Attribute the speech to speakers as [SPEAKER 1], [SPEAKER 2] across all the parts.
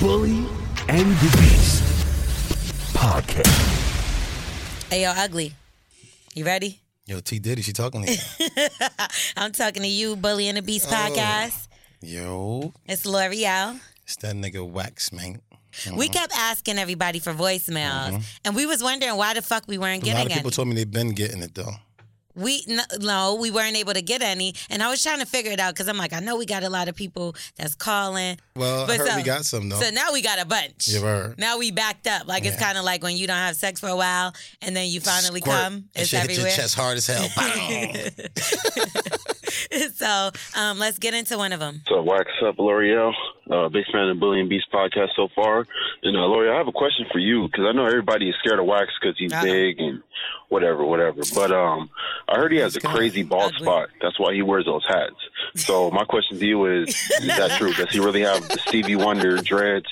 [SPEAKER 1] Bully and the Beast podcast.
[SPEAKER 2] Hey, yo, ugly. You ready?
[SPEAKER 3] Yo, T Diddy, she talking to you.
[SPEAKER 2] I'm talking to you, Bully and the Beast
[SPEAKER 3] Oh.
[SPEAKER 2] podcast.
[SPEAKER 3] Yo,
[SPEAKER 2] It's L'Oreal.
[SPEAKER 3] it's that nigga Wax, man. Uh-huh.
[SPEAKER 2] We kept asking everybody for voicemails, and we was wondering why the fuck we weren't
[SPEAKER 3] A lot
[SPEAKER 2] getting
[SPEAKER 3] of people
[SPEAKER 2] any.
[SPEAKER 3] told me they've been getting it though.
[SPEAKER 2] we no, no, we weren't able to get any, and I was trying to figure it out because I'm like, I know we got a lot of people that's calling.
[SPEAKER 3] Well, I
[SPEAKER 2] But
[SPEAKER 3] heard
[SPEAKER 2] so-
[SPEAKER 3] we got some though.
[SPEAKER 2] So now we got a bunch.
[SPEAKER 3] Yeah, word.
[SPEAKER 2] Now we backed up. Like it's kind of like when you don't have sex for a while, and then you finally
[SPEAKER 3] Squirt.
[SPEAKER 2] come.
[SPEAKER 3] That
[SPEAKER 2] It's
[SPEAKER 3] shit
[SPEAKER 2] everywhere.
[SPEAKER 3] hit your chest hard as hell. Bow.
[SPEAKER 2] so um, let's get into one of them.
[SPEAKER 4] So Wax Up L'Oreal, uh, big fan of the Bully and Beast podcast so far. And uh, L'Oreal, I have a question for you because I know everybody is scared of Wax because he's
[SPEAKER 5] Uh-uh.
[SPEAKER 2] Uh-oh.
[SPEAKER 4] big and whatever, whatever. But um, I heard he has a crazy bald
[SPEAKER 2] ugly.
[SPEAKER 4] spot. That's why he wears those hats. So my question to you is: Is that true? Does he really have the Stevie Wonder dreads?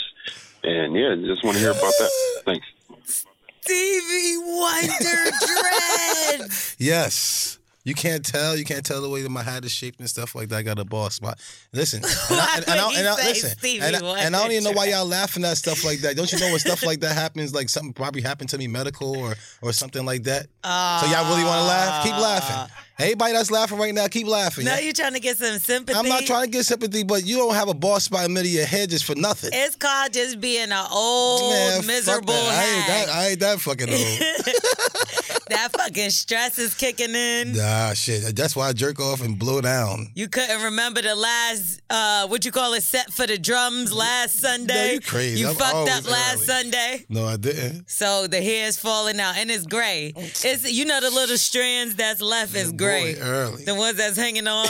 [SPEAKER 4] And yeah, just want to hear about that. Thanks.
[SPEAKER 2] Stevie Wonder dread.
[SPEAKER 3] yes. You can't tell. You can't tell the way that my hat is shaped and stuff like that. I got a ball spot. Listen, and I, and, and I,
[SPEAKER 2] would
[SPEAKER 3] and I,
[SPEAKER 2] you say
[SPEAKER 3] listen,
[SPEAKER 2] Stevie
[SPEAKER 3] and I, and I don't even know why
[SPEAKER 2] Wonder?
[SPEAKER 3] y'all laughing at stuff like that. Don't you know when stuff like that happens, like something probably happened to me, medical or or something like that. so y'all really want to laugh? Keep laughing.
[SPEAKER 2] Ah.
[SPEAKER 3] Everybody that's laughing right now, keep laughing.
[SPEAKER 2] Now
[SPEAKER 3] Y'all-
[SPEAKER 2] you're trying to get some sympathy.
[SPEAKER 3] I'm not trying to get sympathy, but you don't have a ball spot in the middle of your head just for nothing.
[SPEAKER 2] It's called just being an old
[SPEAKER 3] Man, fuck
[SPEAKER 2] miserable
[SPEAKER 3] that. I ain't
[SPEAKER 2] hag.
[SPEAKER 3] that, I ain't that fucking old.
[SPEAKER 2] that fucking stress is kicking in.
[SPEAKER 3] nah, shit. That's why I jerk off and blow down.
[SPEAKER 2] You couldn't remember the last uh, what you call it set for the drums last Sunday.
[SPEAKER 3] you crazy.
[SPEAKER 2] You
[SPEAKER 3] I'm
[SPEAKER 2] fucked up
[SPEAKER 3] always
[SPEAKER 2] last
[SPEAKER 3] early.
[SPEAKER 2] Sunday.
[SPEAKER 3] No, I didn't.
[SPEAKER 2] So the hair is falling out and it's gray. It's you know the little strands that's left is gray.
[SPEAKER 3] Boy, uh, early.
[SPEAKER 2] The ones that's hanging on.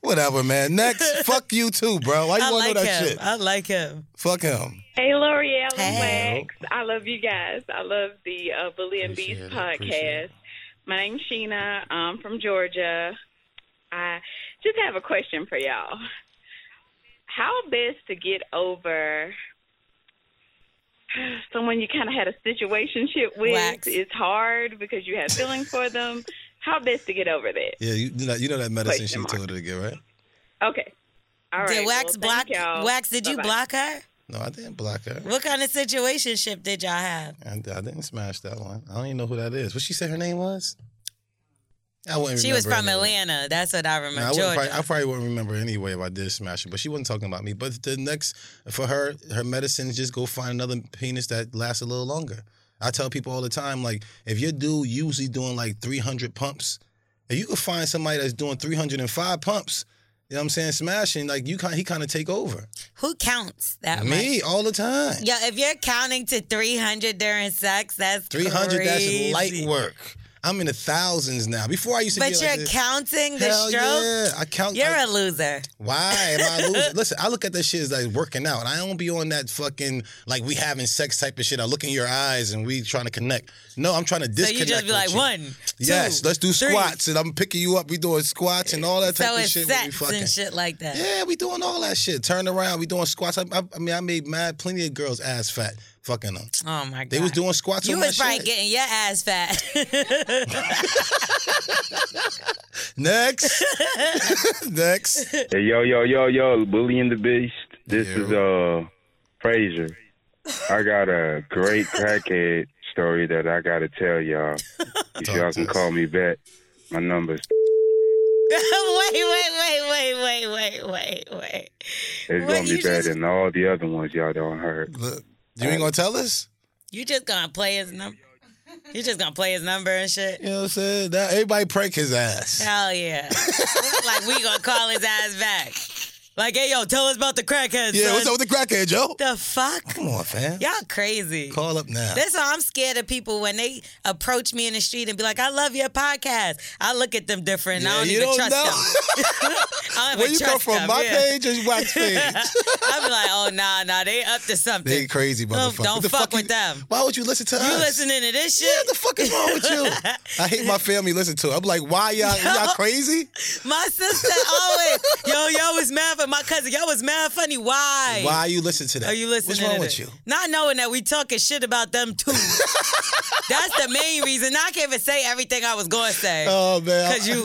[SPEAKER 3] Whatever, man. Next, fuck you too, bro. Why you
[SPEAKER 2] I
[SPEAKER 3] want to
[SPEAKER 2] like
[SPEAKER 3] know that
[SPEAKER 2] him.
[SPEAKER 3] shit?
[SPEAKER 2] I like him.
[SPEAKER 3] Fuck him.
[SPEAKER 6] Hey, L'Oreal and
[SPEAKER 2] Hey.
[SPEAKER 6] Wax. I love you guys. I love the uh, Bully and Beast
[SPEAKER 3] Appreciate it. Appreciate
[SPEAKER 6] podcast.
[SPEAKER 3] it.
[SPEAKER 6] My name's Sheena. I'm from Georgia. I just have a question for y'all. How best to get over someone you kind of had a situation with?
[SPEAKER 2] Wax.
[SPEAKER 6] It's hard because you have feelings for them. How best to get over that?
[SPEAKER 3] Yeah, you, you know, you know that medicine
[SPEAKER 6] Wait,
[SPEAKER 3] she
[SPEAKER 6] Lamar.
[SPEAKER 3] told her to get, right?
[SPEAKER 6] Okay. All right.
[SPEAKER 2] Did
[SPEAKER 6] well,
[SPEAKER 2] Wax block
[SPEAKER 6] thank y'all.
[SPEAKER 2] Wax, did you
[SPEAKER 6] Bye-bye.
[SPEAKER 2] block her?
[SPEAKER 3] No, I didn't block her.
[SPEAKER 2] What kind of situationship did y'all have?
[SPEAKER 3] I, I didn't smash that one. I don't even know who that is. What she said her name was? I wouldn't
[SPEAKER 2] She was
[SPEAKER 3] remember
[SPEAKER 2] from
[SPEAKER 3] anyway.
[SPEAKER 2] Atlanta. That's what I remember.
[SPEAKER 3] Nah, I, wouldn't
[SPEAKER 2] Georgia.
[SPEAKER 3] probably, I probably wouldn't remember anyway if I did smash it, but she wasn't talking about me. But the next, for her, her medicine is just go find another penis that lasts a little longer. I tell people all the time, like, if your dude usually doing like 300 pumps, if you could find somebody that's doing 305 pumps, you know what I'm saying, smashing, like, you kind he kind of take over.
[SPEAKER 2] Who counts that
[SPEAKER 3] me, all the time.
[SPEAKER 2] much? Yo, if you're counting to 300 during sex, that's
[SPEAKER 3] 300, that's
[SPEAKER 2] crazy.
[SPEAKER 3] light work. I'm in the thousands now. Before I used to
[SPEAKER 2] But
[SPEAKER 3] be
[SPEAKER 2] you're
[SPEAKER 3] like this.
[SPEAKER 2] counting the
[SPEAKER 3] Hell
[SPEAKER 2] stroke?
[SPEAKER 3] yeah. I count.
[SPEAKER 2] You're
[SPEAKER 3] I-
[SPEAKER 2] a loser.
[SPEAKER 3] Why am I losing? Listen, I look at that shit as like working out. I don't be on that fucking like we having sex type of shit. I look in your eyes and we trying to connect. No, I'm trying to
[SPEAKER 2] So
[SPEAKER 3] disconnect.
[SPEAKER 2] you just be
[SPEAKER 3] with
[SPEAKER 2] like,
[SPEAKER 3] you.
[SPEAKER 2] one.
[SPEAKER 3] Yes,
[SPEAKER 2] two,
[SPEAKER 3] let's do
[SPEAKER 2] three.
[SPEAKER 3] squats and I'm picking you up. We doing squats and all that type
[SPEAKER 2] So
[SPEAKER 3] of
[SPEAKER 2] it's
[SPEAKER 3] shit. when we
[SPEAKER 2] sex
[SPEAKER 3] fucking.
[SPEAKER 2] and shit like that.
[SPEAKER 3] Yeah, we doing all that shit. Turn around, we doing squats. I, I, I mean, I made mad plenty of girls ass fat. Fucking them.
[SPEAKER 2] Oh my God.
[SPEAKER 3] They was doing squats
[SPEAKER 2] You
[SPEAKER 3] on
[SPEAKER 2] was
[SPEAKER 3] my
[SPEAKER 2] probably
[SPEAKER 3] shit.
[SPEAKER 2] getting your ass fat.
[SPEAKER 3] Next, next.
[SPEAKER 5] Hey, yo, yo, yo, yo, Bully and the Beast. This
[SPEAKER 3] Yeah.
[SPEAKER 5] is uh Frazier. I got a great crackhead story that I gotta tell y'all. If
[SPEAKER 3] Talk
[SPEAKER 5] y'all
[SPEAKER 3] to
[SPEAKER 5] can
[SPEAKER 3] us.
[SPEAKER 5] call me back, my number's
[SPEAKER 2] wait, wait, wait, wait, wait, wait, wait,
[SPEAKER 5] It's
[SPEAKER 2] What,
[SPEAKER 5] gonna be
[SPEAKER 2] you
[SPEAKER 5] better
[SPEAKER 2] just-
[SPEAKER 5] than all the other ones y'all don't heard.
[SPEAKER 3] Look, you ain't gonna tell us?
[SPEAKER 2] You just gonna play his number? You just gonna play his number and shit?
[SPEAKER 3] You know what I'm saying? That, everybody prank his ass.
[SPEAKER 2] Hell yeah! like we gonna call his ass back? Like, hey yo, tell us about the crackheads.
[SPEAKER 3] Yeah, what's
[SPEAKER 2] son.
[SPEAKER 3] up with the crackhead, Joe?
[SPEAKER 2] The fuck?
[SPEAKER 3] Come on, fam.
[SPEAKER 2] Y'all crazy.
[SPEAKER 3] Call up now.
[SPEAKER 2] That's why I'm scared of people when they approach me in the street and be like, "I love your podcast." I look at them different. and I
[SPEAKER 3] Yeah,
[SPEAKER 2] don't
[SPEAKER 3] you
[SPEAKER 2] even
[SPEAKER 3] don't
[SPEAKER 2] trust
[SPEAKER 3] know.
[SPEAKER 2] them. I don't even
[SPEAKER 3] Where you come
[SPEAKER 2] trust
[SPEAKER 3] from,
[SPEAKER 2] them,
[SPEAKER 3] my
[SPEAKER 2] yeah.
[SPEAKER 3] page or Wax page?
[SPEAKER 2] I be like, "Oh nah, nah, they up to something."
[SPEAKER 3] They crazy,
[SPEAKER 2] Don't-
[SPEAKER 3] motherfucker.
[SPEAKER 2] don't
[SPEAKER 3] What the
[SPEAKER 2] fuck with
[SPEAKER 3] you-
[SPEAKER 2] them.
[SPEAKER 3] Why would you listen to us?
[SPEAKER 2] you listening to this shit?
[SPEAKER 3] Yeah, the fuck is wrong with you? I hate my family listen to it. I'm like, why y'all, y'all crazy?
[SPEAKER 2] My sister always, yo, yo was mad for my cousin. Yo was mad funny. Why?
[SPEAKER 3] Why you listen to that?
[SPEAKER 2] Are you listening?
[SPEAKER 3] What's wrong
[SPEAKER 2] to
[SPEAKER 3] with
[SPEAKER 2] this?
[SPEAKER 3] you?
[SPEAKER 2] Not knowing that we talking shit about them too. That's the main reason. I can't even say everything I was gonna say
[SPEAKER 3] Oh man,
[SPEAKER 2] because you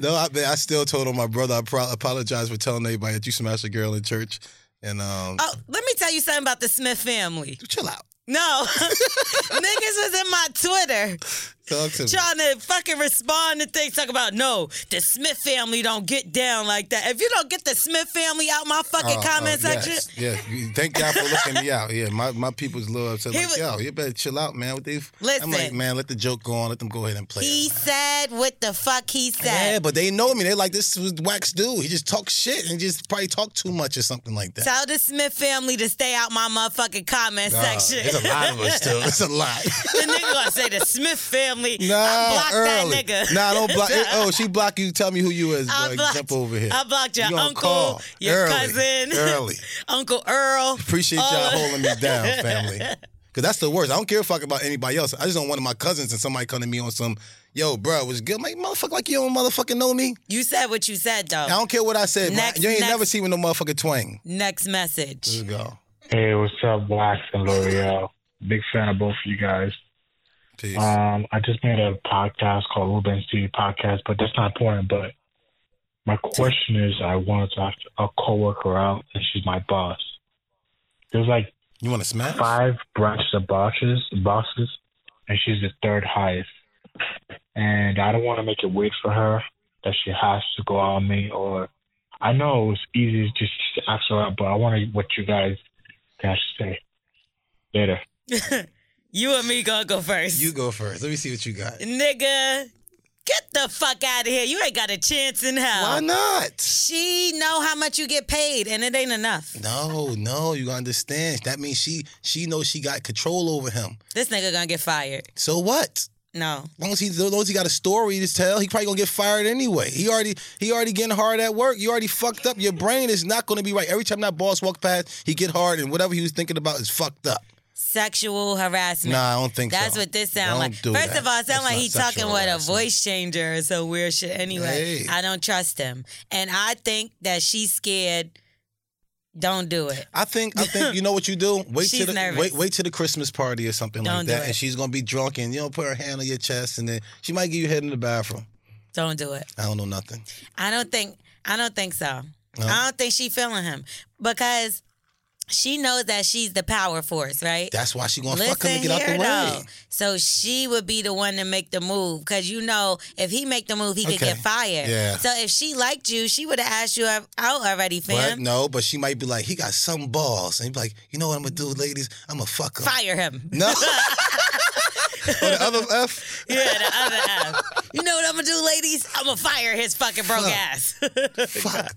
[SPEAKER 3] No, I, man, I still told on my brother. I pro- apologize for telling everybody that you smashed a girl in church. And um,
[SPEAKER 2] Oh, let me tell you something about the Smith family.
[SPEAKER 3] chill out.
[SPEAKER 2] No, niggas was in my Twitter
[SPEAKER 3] Talk to me.
[SPEAKER 2] trying to fucking respond to things. Talk about no, the Smith family don't get down like that. If you don't get the Smith family out my fucking
[SPEAKER 3] Oh,
[SPEAKER 2] comment
[SPEAKER 3] oh,
[SPEAKER 2] section,
[SPEAKER 3] Yes, yes. You- Thank God for looking me out. Yeah, my, my people's a little upset.
[SPEAKER 2] He
[SPEAKER 3] Like,
[SPEAKER 2] was-
[SPEAKER 3] yo, you better chill out, man. What they? I'm
[SPEAKER 2] Listen.
[SPEAKER 3] like, man, let the joke go on. Let them go ahead and play.
[SPEAKER 2] he
[SPEAKER 3] it.
[SPEAKER 2] said what the fuck he said.
[SPEAKER 3] Yeah, but they know me. They like this was wax dude. He just talks shit and just probably talk too much or something like that.
[SPEAKER 2] Tell the Smith family to stay out my motherfucking comment
[SPEAKER 3] Uh,
[SPEAKER 2] section.
[SPEAKER 3] There's a lot of us too. It's a lot.
[SPEAKER 2] the nigga gonna say the Smith family.
[SPEAKER 3] Nah,
[SPEAKER 2] I blocked
[SPEAKER 3] early.
[SPEAKER 2] that nigga.
[SPEAKER 3] Nah, don't block. oh, she block you. Tell me who you is.
[SPEAKER 2] I
[SPEAKER 3] boy.
[SPEAKER 2] blocked-
[SPEAKER 3] Jump over here.
[SPEAKER 2] I blocked your
[SPEAKER 3] You gonna
[SPEAKER 2] uncle,
[SPEAKER 3] call.
[SPEAKER 2] your
[SPEAKER 3] Early,
[SPEAKER 2] cousin.
[SPEAKER 3] Early.
[SPEAKER 2] Uncle Earl. Oh,
[SPEAKER 3] Appreciate
[SPEAKER 2] all
[SPEAKER 3] y'all
[SPEAKER 2] of-
[SPEAKER 3] holding me down, family. Cause that's the worst. I don't care a fuck about anybody else. I just don't want one of my cousins and somebody come to me on some, yo, bro, was good. My motherfucker, like you don't motherfucking know me.
[SPEAKER 2] You said what you said though.
[SPEAKER 3] I don't care what I said. man.
[SPEAKER 2] Oh. Next,
[SPEAKER 3] you ain't
[SPEAKER 2] next.
[SPEAKER 3] never seen with no motherfucking twang.
[SPEAKER 2] Next message.
[SPEAKER 3] Let's go.
[SPEAKER 7] Hey, what's up, Wax and L'Oreal? Big fan of both of you guys.
[SPEAKER 3] Peace.
[SPEAKER 7] Um, I just made a podcast called Ruben's TV Podcast, but that's not important. But my question is, I wanted to ask a coworker out, and she's my boss. There's like
[SPEAKER 3] you want to smash?
[SPEAKER 7] five branches of bosses, bosses, and she's the third highest. And I don't want to make it wait for her that she has to go on me, or I know it's easy to just ask her out, but I want to what you guys guys say later.
[SPEAKER 2] You and me gonna go first.
[SPEAKER 3] You go first. Let me see what you got.
[SPEAKER 2] nigga, get the fuck out of here. You ain't got a chance in hell.
[SPEAKER 3] Why not?
[SPEAKER 2] She know how much you get paid, and it ain't enough.
[SPEAKER 3] No, no, you understand. That means she she knows she got control over him.
[SPEAKER 2] This nigga gonna get fired.
[SPEAKER 3] So what?
[SPEAKER 2] No.
[SPEAKER 3] As long as he as long as he got a story to tell, he probably gonna get fired anyway. He already he already getting hard at work. You already fucked up. Your brain is not gonna be right. Every time that boss walk past, he get hard and whatever he was thinking about is fucked up.
[SPEAKER 2] Sexual harassment.
[SPEAKER 3] Nah, I don't think
[SPEAKER 2] That's
[SPEAKER 3] so.
[SPEAKER 2] what this sound
[SPEAKER 3] Don't
[SPEAKER 2] like.
[SPEAKER 3] do
[SPEAKER 2] First
[SPEAKER 3] that.
[SPEAKER 2] of all, it
[SPEAKER 3] That's
[SPEAKER 2] sound like
[SPEAKER 3] not
[SPEAKER 2] he
[SPEAKER 3] sexual
[SPEAKER 2] talking with a
[SPEAKER 3] harassment.
[SPEAKER 2] voice changer or some weird shit. Anyway,
[SPEAKER 3] Hey.
[SPEAKER 2] I don't trust him, and I think that she's scared. Don't do it.
[SPEAKER 3] I think I think you know what you do. Wait
[SPEAKER 2] She's
[SPEAKER 3] till the
[SPEAKER 2] nervous.
[SPEAKER 3] wait wait till the Christmas party or something
[SPEAKER 2] Don't
[SPEAKER 3] like
[SPEAKER 2] do
[SPEAKER 3] that,
[SPEAKER 2] it.
[SPEAKER 3] and she's gonna be drunk and you know put her hand on your chest and then she might give you head in the bathroom.
[SPEAKER 2] Don't do it.
[SPEAKER 3] I don't know nothing.
[SPEAKER 2] I don't think. I don't think so. I don't think she feeling him because she knows that she's the power force, right?
[SPEAKER 3] That's why she gonna fuck
[SPEAKER 2] Listen
[SPEAKER 3] him and get out the
[SPEAKER 2] here
[SPEAKER 3] way.
[SPEAKER 2] though. So she would be the one to make the move because you know if he make the move, he could
[SPEAKER 3] Okay.
[SPEAKER 2] get fired.
[SPEAKER 3] Yeah.
[SPEAKER 2] So if she liked you, she would have asked you out already,
[SPEAKER 3] But
[SPEAKER 2] fam.
[SPEAKER 3] no, but she might be like, he got some balls, and he'd be like, you know what I'm gonna do, ladies? I'm gonna fuck him.
[SPEAKER 2] Fire him.
[SPEAKER 3] No. or the other F.
[SPEAKER 2] Yeah, the other F. You know what I'm gonna do, ladies? I'm gonna fire his fucking broke
[SPEAKER 3] Fuck.
[SPEAKER 2] ass.
[SPEAKER 3] Fuck.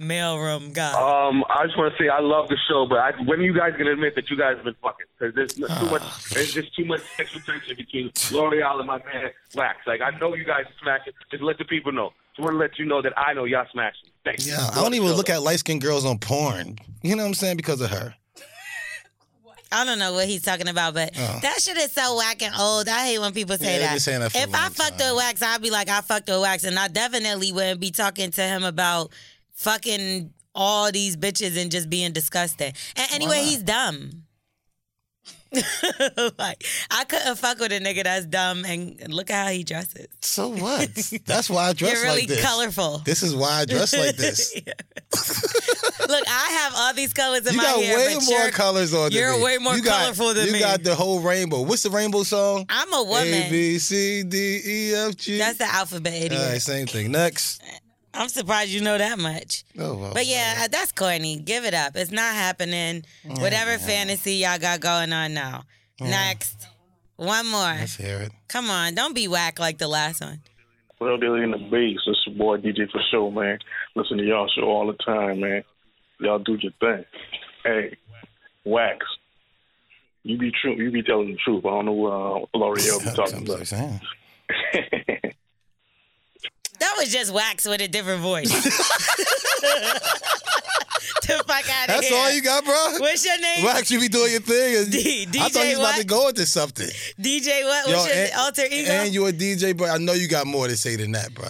[SPEAKER 2] Mailroom guy.
[SPEAKER 5] Um, I just want to say I love the show, but I, when are you guys gonna admit that you guys have been fucking? Because there's n- too
[SPEAKER 3] Ah.
[SPEAKER 5] much, there's just too much sexual tension between L'Oreal and my man Wax. Like I know you guys smacking. Just let the people know. Just want to let you know that I know y'all smashing. Thanks.
[SPEAKER 3] Yeah, I don't even look at light skinned girls on porn. You know what I'm saying? Because of her.
[SPEAKER 2] I don't know what he's talking about, but that shit is so whack and old. I hate when people say
[SPEAKER 3] Uh-huh. Yeah, they've
[SPEAKER 2] that.
[SPEAKER 3] been saying that for a
[SPEAKER 2] if I
[SPEAKER 3] long
[SPEAKER 2] fucked
[SPEAKER 3] time.
[SPEAKER 2] with wax, I'd be like, I fucked with wax, and I definitely wouldn't be talking to him about fucking all these bitches and just being disgusting. And anyway, he's dumb. like I couldn't fuck with a nigga that's dumb and look at how he dresses.
[SPEAKER 3] So what? That's why I dress
[SPEAKER 2] You're really
[SPEAKER 3] like this.
[SPEAKER 2] colorful.
[SPEAKER 3] This is why I dress like this.
[SPEAKER 2] Yeah. Look, I have all these colors in
[SPEAKER 3] You
[SPEAKER 2] my
[SPEAKER 3] got
[SPEAKER 2] hair.
[SPEAKER 3] way
[SPEAKER 2] but
[SPEAKER 3] more
[SPEAKER 2] you're-
[SPEAKER 3] colors on than
[SPEAKER 2] you're
[SPEAKER 3] me.
[SPEAKER 2] way more
[SPEAKER 3] You got-
[SPEAKER 2] colorful than
[SPEAKER 3] you
[SPEAKER 2] me.
[SPEAKER 3] got the whole rainbow. What's the rainbow song?
[SPEAKER 2] I'm a woman.
[SPEAKER 3] A B C D E F G.
[SPEAKER 2] That's the alphabet idiot.
[SPEAKER 3] All right, same thing. Next.
[SPEAKER 2] I'm surprised you know that much.
[SPEAKER 3] Oh, well.
[SPEAKER 2] But yeah, that's corny. Give it up. It's not happening.
[SPEAKER 3] Oh,
[SPEAKER 2] Whatever fantasy y'all got going on now. Next. One more.
[SPEAKER 3] Let's hear it.
[SPEAKER 2] Come on. Don't be whack like the last one.
[SPEAKER 5] Well, Dilly in the Bass. It's your boy DJ for show, man. Listen to y'all show all the time, man. Y'all do your thing. Hey, Wax, you be true. You be telling the truth. I don't know what uh, L'Oreal be talking
[SPEAKER 3] Comes
[SPEAKER 5] about.
[SPEAKER 3] like saying.
[SPEAKER 2] That was just wax with a different voice. the fuck out of
[SPEAKER 3] That's
[SPEAKER 2] here.
[SPEAKER 3] all you got, bro?
[SPEAKER 2] What's your name?
[SPEAKER 3] Wax, you be doing your thing. and-
[SPEAKER 2] D-
[SPEAKER 3] I thought you was
[SPEAKER 2] DJ
[SPEAKER 3] about to
[SPEAKER 2] what?
[SPEAKER 3] go into something.
[SPEAKER 2] DJ what? What's
[SPEAKER 3] Yo,
[SPEAKER 2] your alter ego?
[SPEAKER 3] And you a DJ, but I know you got more to say than that, bro.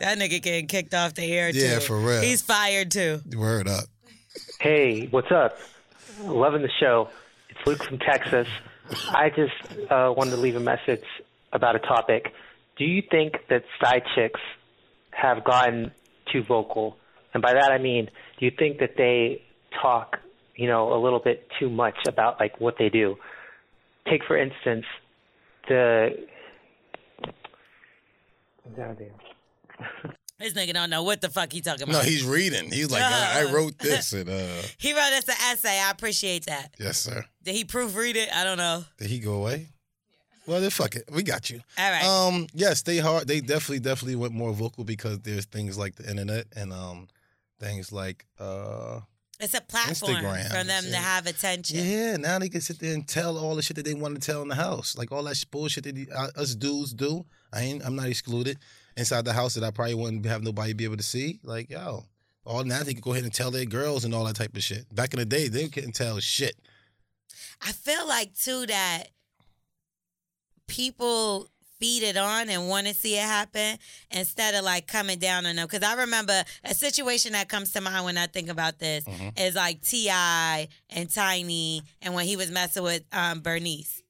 [SPEAKER 2] that nigga getting kicked off the air too.
[SPEAKER 3] Yeah, for real.
[SPEAKER 2] He's fired too.
[SPEAKER 3] Word up.
[SPEAKER 8] Hey, what's up? Loving the show. It's Luke from Texas. I just uh, wanted to leave a message about a topic. Do you think that side chicks have gotten too vocal? And by that I mean, do you think that they talk, you know, a little bit too much about like what they do? Take for instance the.
[SPEAKER 2] This nigga don't know what the fuck he talking
[SPEAKER 3] No,
[SPEAKER 2] about.
[SPEAKER 3] he's reading. He's like, I I wrote this. And, uh,
[SPEAKER 2] he wrote us an essay. I appreciate that.
[SPEAKER 3] yes, sir.
[SPEAKER 2] Did he proofread it? I don't know.
[SPEAKER 3] Did he go away? Well, then fuck it. We got you.
[SPEAKER 2] All right.
[SPEAKER 3] Um, yes, they hard. They definitely, definitely went more vocal because there's things like the internet and um, things like uh,
[SPEAKER 2] it's a platform
[SPEAKER 3] Instagram, Mm-hmm.
[SPEAKER 2] for them to
[SPEAKER 3] yeah.
[SPEAKER 2] have attention.
[SPEAKER 3] yeah. Now they can sit there and tell all the shit that they want to tell in the house, like all that sh- bullshit that the- uh, us dudes do. I ain't. I'm not excluded inside the house that I probably wouldn't have nobody be able to see. Like yo, all now they can go ahead and tell their girls and all that type of shit. Back in the day, they couldn't tell shit.
[SPEAKER 2] I feel like too that people feed it on and want to see it happen instead of like coming down on them. Because I remember a situation that comes to mind when I think about this is like Ti and Tiny and when he was messing with um, Bernice.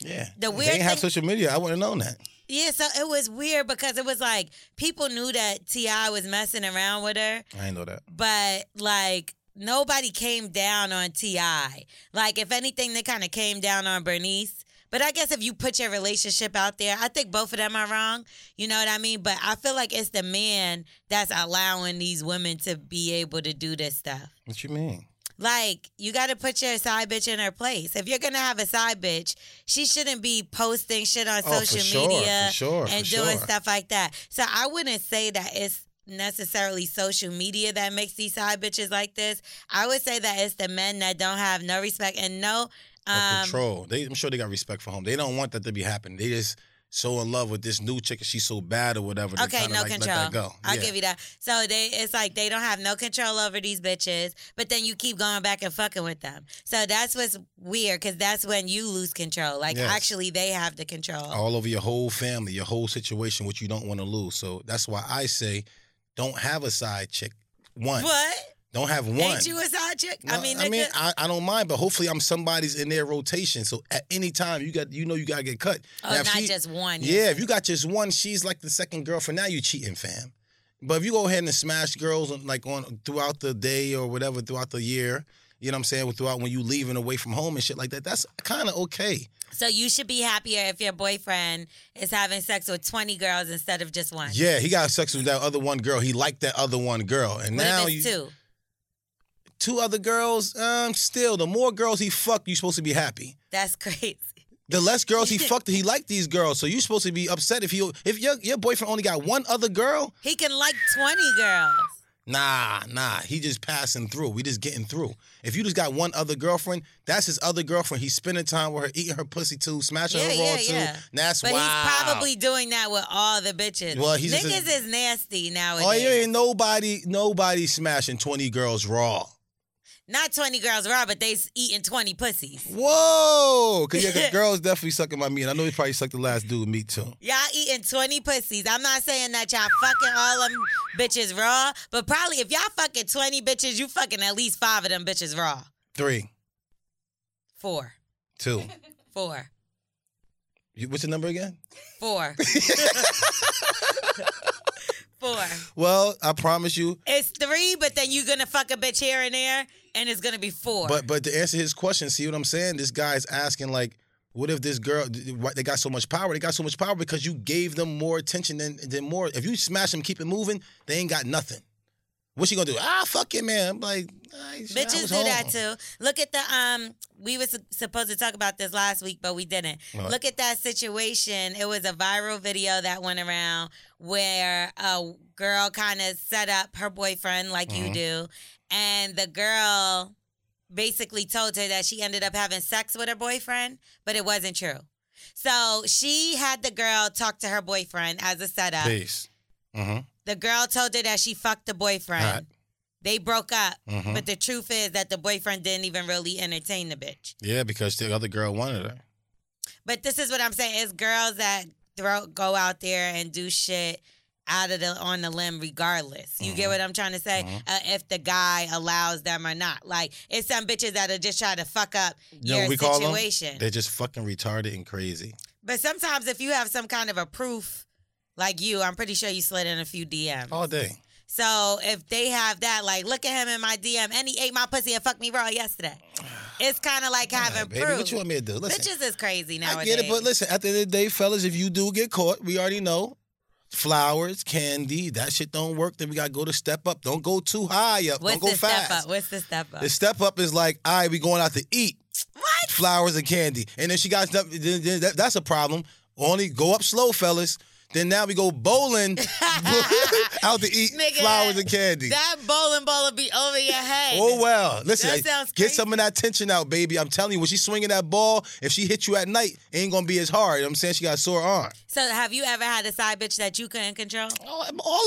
[SPEAKER 3] Yeah,
[SPEAKER 2] The
[SPEAKER 3] If
[SPEAKER 2] weird
[SPEAKER 3] they ain't have
[SPEAKER 2] thing-
[SPEAKER 3] social media. I wouldn't have known that.
[SPEAKER 2] Yeah, so it was weird because it was like people knew that Ti was messing around with her,
[SPEAKER 3] I ain't know that.
[SPEAKER 2] but like nobody came down on Ti. Like if anything, they kind of came down on Bernice. But I guess if you put your relationship out there, I think both of them are wrong. You know what I mean? But I feel like it's the man that's allowing these women to be able to do this stuff.
[SPEAKER 3] What you mean?
[SPEAKER 2] Like, you got to put your side bitch in her place. If you're going to have a side bitch, she shouldn't be posting shit on
[SPEAKER 3] Oh, for
[SPEAKER 2] social
[SPEAKER 3] sure,
[SPEAKER 2] media
[SPEAKER 3] for sure, Oh, for
[SPEAKER 2] and doing
[SPEAKER 3] sure.
[SPEAKER 2] stuff like that. So I wouldn't say that it's necessarily social media that makes these side bitches like this. I would say that it's the men that don't have no respect and no
[SPEAKER 3] or
[SPEAKER 2] um,
[SPEAKER 3] control. They, I'm sure they got respect for home. They don't want that to be happening. They just so in love with this new chick and she's so bad or whatever. They
[SPEAKER 2] Okay,
[SPEAKER 3] kinda
[SPEAKER 2] no
[SPEAKER 3] like,
[SPEAKER 2] control.
[SPEAKER 3] Let that go.
[SPEAKER 2] I'll
[SPEAKER 3] Yeah.
[SPEAKER 2] give you that. So they, it's like they don't have no control over these bitches, but then you keep going back and fucking with them. So that's what's weird because that's when you lose control. Like
[SPEAKER 3] Yes. Oh,
[SPEAKER 2] actually, they have the control.
[SPEAKER 3] all over your whole family, your whole situation, which you don't want to lose. So that's why I say, don't have a side chick. One.
[SPEAKER 2] What?
[SPEAKER 3] Don't have one.
[SPEAKER 2] Ain't you a side chick? I
[SPEAKER 3] No,
[SPEAKER 2] mean,
[SPEAKER 3] I, mean
[SPEAKER 2] nigga,
[SPEAKER 3] I, I don't mind, but hopefully I'm somebody's in their rotation. So at any time you got you know you gotta get cut.
[SPEAKER 2] Oh,
[SPEAKER 3] Now, if
[SPEAKER 2] not just one, you
[SPEAKER 3] Yeah,
[SPEAKER 2] said.
[SPEAKER 3] if you got just one, she's like the second girlfriend. Now you cheating, fam. But if you go ahead and smash girls on, like on throughout the day or whatever, throughout the year, you know what I'm saying? Throughout when you leaving away from home and shit like that, that's kind of okay.
[SPEAKER 2] so you should be happier if your boyfriend is having sex with twenty girls instead of just one.
[SPEAKER 3] Yeah, he got sex with that other one girl. He liked that other one girl, and
[SPEAKER 2] What
[SPEAKER 3] now
[SPEAKER 2] if it's
[SPEAKER 3] you
[SPEAKER 2] two?
[SPEAKER 3] two other girls. Um, still, the more girls he fucked, you supposed to be happy.
[SPEAKER 2] That's crazy.
[SPEAKER 3] The less girls he fucked, he liked these girls. So you're supposed to be upset if you if your your boyfriend only got one other girl.
[SPEAKER 2] He can like twenty girls.
[SPEAKER 3] Nah, nah. He just passing through. We just getting through. If you just got one other girlfriend, that's his other girlfriend. He's spending time with her, eating her pussy too, smashing
[SPEAKER 2] Yeah,
[SPEAKER 3] her raw
[SPEAKER 2] yeah,
[SPEAKER 3] too.
[SPEAKER 2] yeah.
[SPEAKER 3] That's
[SPEAKER 2] But
[SPEAKER 3] wow.
[SPEAKER 2] he's probably doing that with all the bitches.
[SPEAKER 3] Well, he's just a-
[SPEAKER 2] niggas is nasty nowadays.
[SPEAKER 3] Oh, you ain't nobody nobody smashing twenty girls raw.
[SPEAKER 2] Not 20 girls raw, but they s- eating 20 pussies.
[SPEAKER 3] Whoa, cause yeah, 'cause girls definitely sucking my meat. And I know he probably sucked the last dude meat too.
[SPEAKER 2] Y'all eating 20 pussies. I'm not saying that y'all fucking all them bitches raw, but probably if y'all fucking 20 bitches, you fucking at least five of them bitches raw.
[SPEAKER 3] Three,
[SPEAKER 2] Four.
[SPEAKER 3] Two.
[SPEAKER 2] Four.
[SPEAKER 3] You- What's the number again?
[SPEAKER 2] Four. Four.
[SPEAKER 3] Well, I promise you.
[SPEAKER 2] It's three, but then you're gonna fuck a bitch here and there, and it's gonna be four.
[SPEAKER 3] But but to answer his question, see what I'm saying? This guy's asking like, what if this girl? why They got so much power. They got so much power because you gave them more attention than than more. If you smash them, keep it moving. They ain't got nothing. What's she gonna do? Ah, fuck it, man. I'm like, I, I
[SPEAKER 2] Bitches
[SPEAKER 3] was
[SPEAKER 2] do that
[SPEAKER 3] home.
[SPEAKER 2] too. Look at the um. We were su- supposed to talk about this last week, but we didn't.
[SPEAKER 3] What?
[SPEAKER 2] Look at that situation. It was a viral video that went around where a girl kind of set up her boyfriend, like
[SPEAKER 3] Mm-hmm.
[SPEAKER 2] you
[SPEAKER 9] Mhm.
[SPEAKER 2] do, and the girl basically told her that she ended up having sex with her boyfriend, but it wasn't true. So she had the girl talk to her boyfriend as a setup.
[SPEAKER 3] Peace. Mm-hmm.
[SPEAKER 2] The girl told her that she fucked the boyfriend.
[SPEAKER 3] All right.
[SPEAKER 2] They broke up,
[SPEAKER 3] Mhm.
[SPEAKER 2] but the truth is that the boyfriend didn't even really entertain the bitch.
[SPEAKER 3] Yeah, because the other girl wanted her.
[SPEAKER 2] But this is what I'm saying: it's girls that throw go out there and do shit out of the on the limb, regardless. You
[SPEAKER 3] Mm-hmm.
[SPEAKER 2] get what I'm trying to say? Uh, if the guy allows them or not, like it's some bitches that'll just try to fuck up
[SPEAKER 3] You know
[SPEAKER 2] your
[SPEAKER 3] what we call them?
[SPEAKER 2] situation.
[SPEAKER 3] They're just fucking retarded and crazy.
[SPEAKER 2] But sometimes if you have some kind of a proof, like you, I'm pretty sure you slid in a few DMs.
[SPEAKER 3] All day.
[SPEAKER 2] So if they have that, like, look at him in my DM, and he ate my pussy and fucked me raw yesterday. It's kind of like having
[SPEAKER 3] baby,
[SPEAKER 2] proof.
[SPEAKER 3] what you want me to do? Listen,
[SPEAKER 2] Bitches is crazy
[SPEAKER 3] I
[SPEAKER 2] nowadays.
[SPEAKER 3] get it, but listen, at the end of the day, fellas, if you do get caught, we already know. Flowers, candy, that shit don't work. Then we gotta go to step up. Don't go too high up.
[SPEAKER 2] What's
[SPEAKER 3] don't go
[SPEAKER 2] the
[SPEAKER 3] fast.
[SPEAKER 2] step up? What's the step up?
[SPEAKER 3] The step up is like, all right, we going out to eat.
[SPEAKER 2] What?
[SPEAKER 3] Flowers and candy. And then she got stuff, then, then that, that's a problem. Only go up slow, fellas. Then now we go bowling out to eat
[SPEAKER 2] Nigga,
[SPEAKER 3] flowers and candy.
[SPEAKER 2] That bowling ball will be over your head.
[SPEAKER 3] Oh well, listen.
[SPEAKER 2] That
[SPEAKER 3] I-
[SPEAKER 2] sounds
[SPEAKER 3] get some of that tension out, baby. I'm telling you, when she's swinging that ball, if she hits you at night, it ain't gonna be as hard. You know what I'm saying she got a sore arm.
[SPEAKER 2] So have you ever had a side bitch that you couldn't control?
[SPEAKER 3] All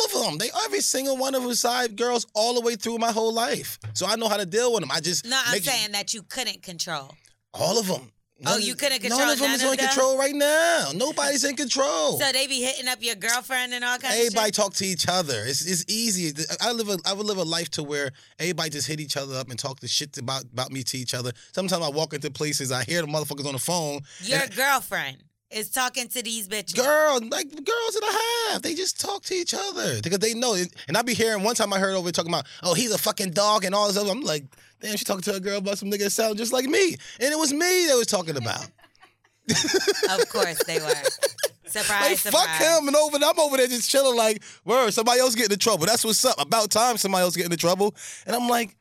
[SPEAKER 3] of them. They every single one of them side girls all the way through my whole life. So I know how to deal with them. I just
[SPEAKER 2] No, I'm
[SPEAKER 3] make-
[SPEAKER 2] saying that you couldn't control.
[SPEAKER 3] all of them.
[SPEAKER 2] Oh, you couldn't
[SPEAKER 3] None
[SPEAKER 2] control
[SPEAKER 3] of them
[SPEAKER 2] none
[SPEAKER 3] is
[SPEAKER 2] of
[SPEAKER 3] in
[SPEAKER 2] them?
[SPEAKER 3] control right now. Nobody's in control.
[SPEAKER 2] So they be hitting up your girlfriend and all kinds
[SPEAKER 3] Oh. Everybody
[SPEAKER 2] of shit?
[SPEAKER 3] talk to each other. It's it's easy. I live a I would live a life to where everybody just hit each other up and talk the shit about about me to each other. Sometimes I walk into places, I hear the motherfuckers on the phone.
[SPEAKER 2] Your
[SPEAKER 3] and-
[SPEAKER 2] girlfriend is talking to these bitches.
[SPEAKER 3] girl, like the girls that I have, they just talk to each other because they know. It. And I be hearing one time I heard over talking about, oh, he's a fucking dog and all this other. I'm like, damn, she talking to a girl about some nigga that sound just like me, and it was me they was talking about.
[SPEAKER 2] Of course they were. Surprise,
[SPEAKER 3] Like,
[SPEAKER 2] surprise.
[SPEAKER 3] fuck him, and over I'm over there just chilling like, word, somebody else getting in trouble. That's what's up. About time somebody else getting in trouble, and I'm like,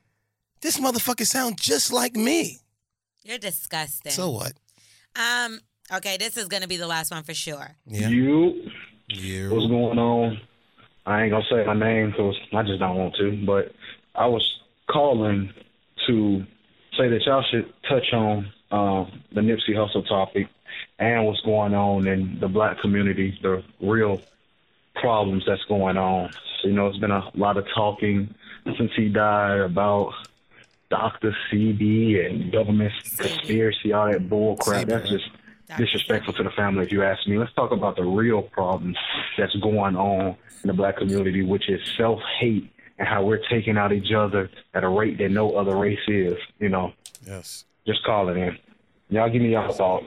[SPEAKER 3] this motherfucker sound just like me.
[SPEAKER 2] You're disgusting.
[SPEAKER 3] So what?
[SPEAKER 2] Um. Okay, this is gonna be the last one for sure.
[SPEAKER 7] You,
[SPEAKER 3] you,
[SPEAKER 7] what's going on? I ain't gonna say my name because I just don't want to. But I was calling to say that y'all should touch on um, the Nipsey Hussle topic and what's going on in the black community, the real problems that's going on. You know, it's been a lot of talking since he died about Dr. CB and government conspiracy, all that bull crap. That's just disrespectful to the family, if you ask me. Let's talk about the real problem that's going on in the black community, which is self hate and how we're taking out each other at a rate that no other race is. You know,
[SPEAKER 3] Yes.
[SPEAKER 7] just call it in. Y'all give me y'all thoughts.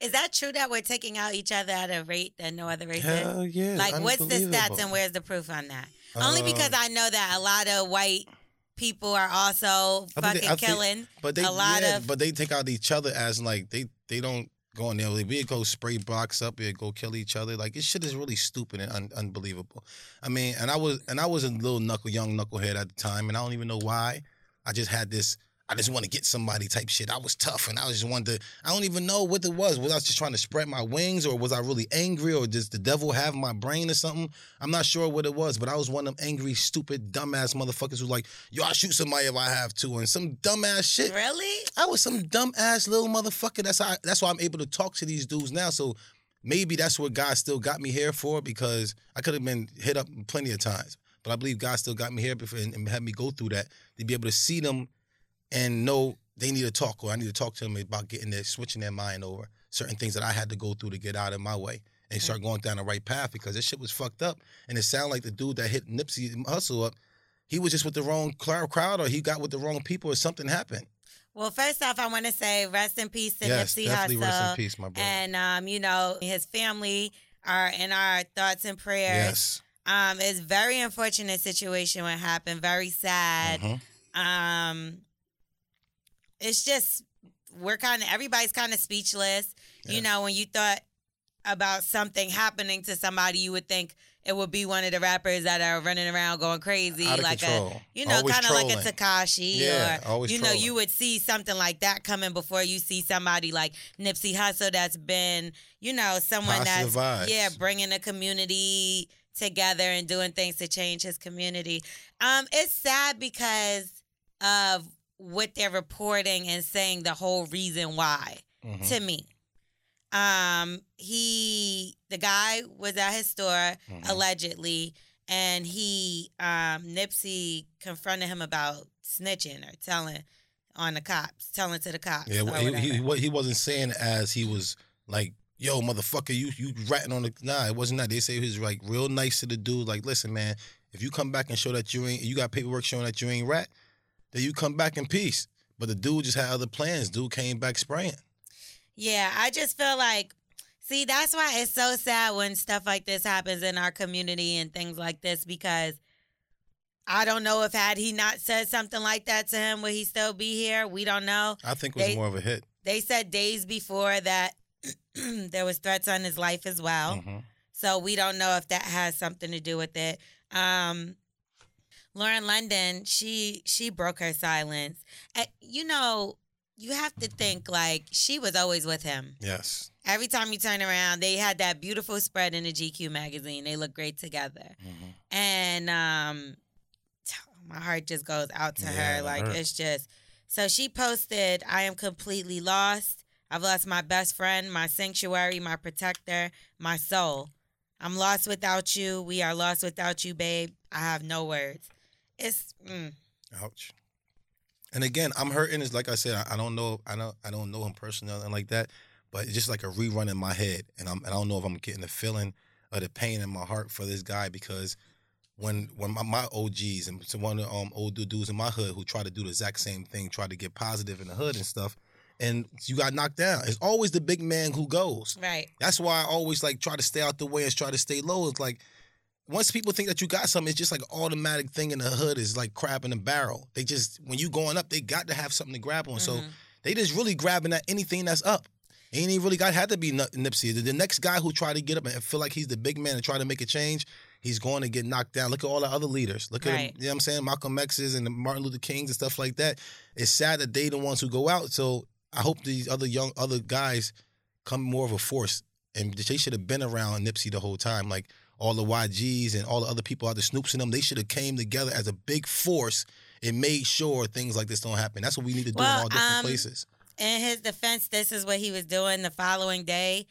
[SPEAKER 2] Is that true that we're taking out each other at a rate that no other race
[SPEAKER 3] Hell
[SPEAKER 2] is?
[SPEAKER 3] yeah,
[SPEAKER 2] Like, what's the stats
[SPEAKER 3] unbelievable.
[SPEAKER 2] and where's the proof on that? Only
[SPEAKER 3] Um,
[SPEAKER 2] because I know that a lot of white people are
[SPEAKER 3] I
[SPEAKER 2] also
[SPEAKER 3] think
[SPEAKER 2] fucking
[SPEAKER 3] they- I think-
[SPEAKER 2] killing.
[SPEAKER 3] but they,
[SPEAKER 2] a lot
[SPEAKER 3] yeah,
[SPEAKER 2] of
[SPEAKER 3] but they take out each other as like they they don't go in there. They we go spray box up, they go kill each other. Like this shit is really stupid and un- unbelievable. I mean, and I was and I was a little knuckle young knucklehead at the time, and I don't even know why. I just had this. I just want to get somebody type shit. I was tough, and I just wanted to. I don't even know what it was. Was I just trying to spread my wings, or was I really angry, or does the devil have my brain or something? I'm not sure what it was, but I was one of them angry, stupid, dumbass motherfuckers who like, yo, I shoot somebody if I have to, and some dumbass shit.
[SPEAKER 2] Really?
[SPEAKER 3] I was some dumbass little motherfucker. That's how. That's why I'm able to talk to these dudes now. So maybe that's what God still got me here for because I could have been hit up plenty of times, but I believe God still got me here before, and, and had me go through that to be able to see them and know they need to talk or I need to talk to them about getting their switching their mind over certain things that I had to go through to get out of my way and start going down the right path because this shit was fucked up and it sounded like the dude that hit Nipsey Hustle up. He was just with the wrong clou- crowd, or he got with the wrong people, or something happened.
[SPEAKER 2] Well, first off, I want to say rest in peace to
[SPEAKER 3] Yes,
[SPEAKER 2] Nipsey
[SPEAKER 3] definitely
[SPEAKER 2] Hussle.
[SPEAKER 3] rest in peace, my brother.
[SPEAKER 2] And um, you know, his family are in our thoughts and
[SPEAKER 3] Yes.
[SPEAKER 2] prayers. Um, it's very unfortunate situation what happened. Very
[SPEAKER 3] Mm-hmm.
[SPEAKER 2] sad. Um, it's just we're kind of everybody's kind of speechless. You know, when you thought about something happening to somebody, you would think it would be one of the rappers that are running around going crazy,
[SPEAKER 3] Out of
[SPEAKER 2] like
[SPEAKER 3] control.
[SPEAKER 2] a you know,
[SPEAKER 3] Always
[SPEAKER 2] kind of like a
[SPEAKER 3] trolling.
[SPEAKER 2] Takashi,
[SPEAKER 3] Yeah,
[SPEAKER 2] or
[SPEAKER 3] always
[SPEAKER 2] you know, you
[SPEAKER 3] trolling.
[SPEAKER 2] would see something like that coming before you see somebody like Nipsey Hussle that's been, you know, someone
[SPEAKER 3] Positive vibes.
[SPEAKER 2] that's yeah, bringing the community together and doing things to change his community. Um, it's sad because of what they're reporting and saying the whole reason why
[SPEAKER 3] Mhm.
[SPEAKER 2] to me. Um, he the guy was at his store
[SPEAKER 3] mm-hmm. Mm.
[SPEAKER 2] allegedly, and he um Nipsey confronted him about snitching or telling on the cops, telling to the cops.
[SPEAKER 3] Yeah,
[SPEAKER 2] or
[SPEAKER 3] well, he, he
[SPEAKER 2] whatever.
[SPEAKER 3] wa- he wasn't saying as he was like, "Yo, motherfucker, you you ratting on the." Nah, it wasn't that. They say he was like real nice to the dude. Like, listen, man, if you come back and show that you ain't, you got paperwork showing that you ain't rat, then you come back in peace. But the dude just had other plans. Dude came back spraying.
[SPEAKER 2] Yeah, I just feel like, see, that's why it's so sad when stuff like this happens in our community and things like this because I don't know if had he not said something like that to him, would he still be here? We don't know.
[SPEAKER 3] I think it was
[SPEAKER 2] They-
[SPEAKER 3] more of a hit.
[SPEAKER 2] They said days before that there was threats on his life as well.
[SPEAKER 3] Mhm.
[SPEAKER 2] So we don't know if that has something to do with it. Um, Lauren London, she she broke her silence. Uh, you know, you have to think like she was always with him.
[SPEAKER 3] Yes.
[SPEAKER 2] Every time you turn around, they had that beautiful spread in the GQ magazine. They look great together,
[SPEAKER 3] Mm-hmm.
[SPEAKER 2] and um, my heart just goes out to
[SPEAKER 9] Yeah,
[SPEAKER 2] her.
[SPEAKER 9] that
[SPEAKER 2] Like
[SPEAKER 9] hurt.
[SPEAKER 2] it's just so she posted, "I am completely lost. I've lost my best friend, my sanctuary, my protector, my soul. I'm lost without you. We are lost without you, babe. I have no words. It's mm,
[SPEAKER 3] Ouch. And again, I'm hurting. It's like I said, I, I don't know. I don't. I don't know him personally, nothing like that. But it's just like a rerun in my head, and I'm. And I don't know if I'm getting the feeling or the pain in my heart for this guy because when when my, my OGs and some one of the um, old du- dudes in my hood who try to do the exact same thing, try to get positive in the hood and stuff, and you got knocked down. It's always the big man who goes.
[SPEAKER 2] right.
[SPEAKER 3] That's why I always like try to stay out the way and try to stay low. It's like once people think that you got something, it's just like an automatic thing in the hood is like crab in a barrel. They just when you going up, they got to have something to grab on.
[SPEAKER 2] Mm-hmm.
[SPEAKER 3] So they just really grabbing at anything that's up. Ain't even really got had to be Nip- Nipsey. The- The next guy who tried to get up and feel like he's the big man and try to make a change, he's going to get knocked down. Look at all the other leaders. Look at
[SPEAKER 2] Right.
[SPEAKER 3] you know what I'm saying Malcolm X's and the Martin Luther Kings and stuff like that. It's sad that they the ones who go out. So I hope these other young other guys come more of a force. And they should have been around Nipsey the whole time. Like all the YGs and all the other people out the Snoops and them, they should have came together as a big force and made sure things like this don't happen. That's what we need to do in
[SPEAKER 2] Well,
[SPEAKER 3] all different
[SPEAKER 2] um,
[SPEAKER 3] places.
[SPEAKER 2] in his defense, this is what he was doing the following day.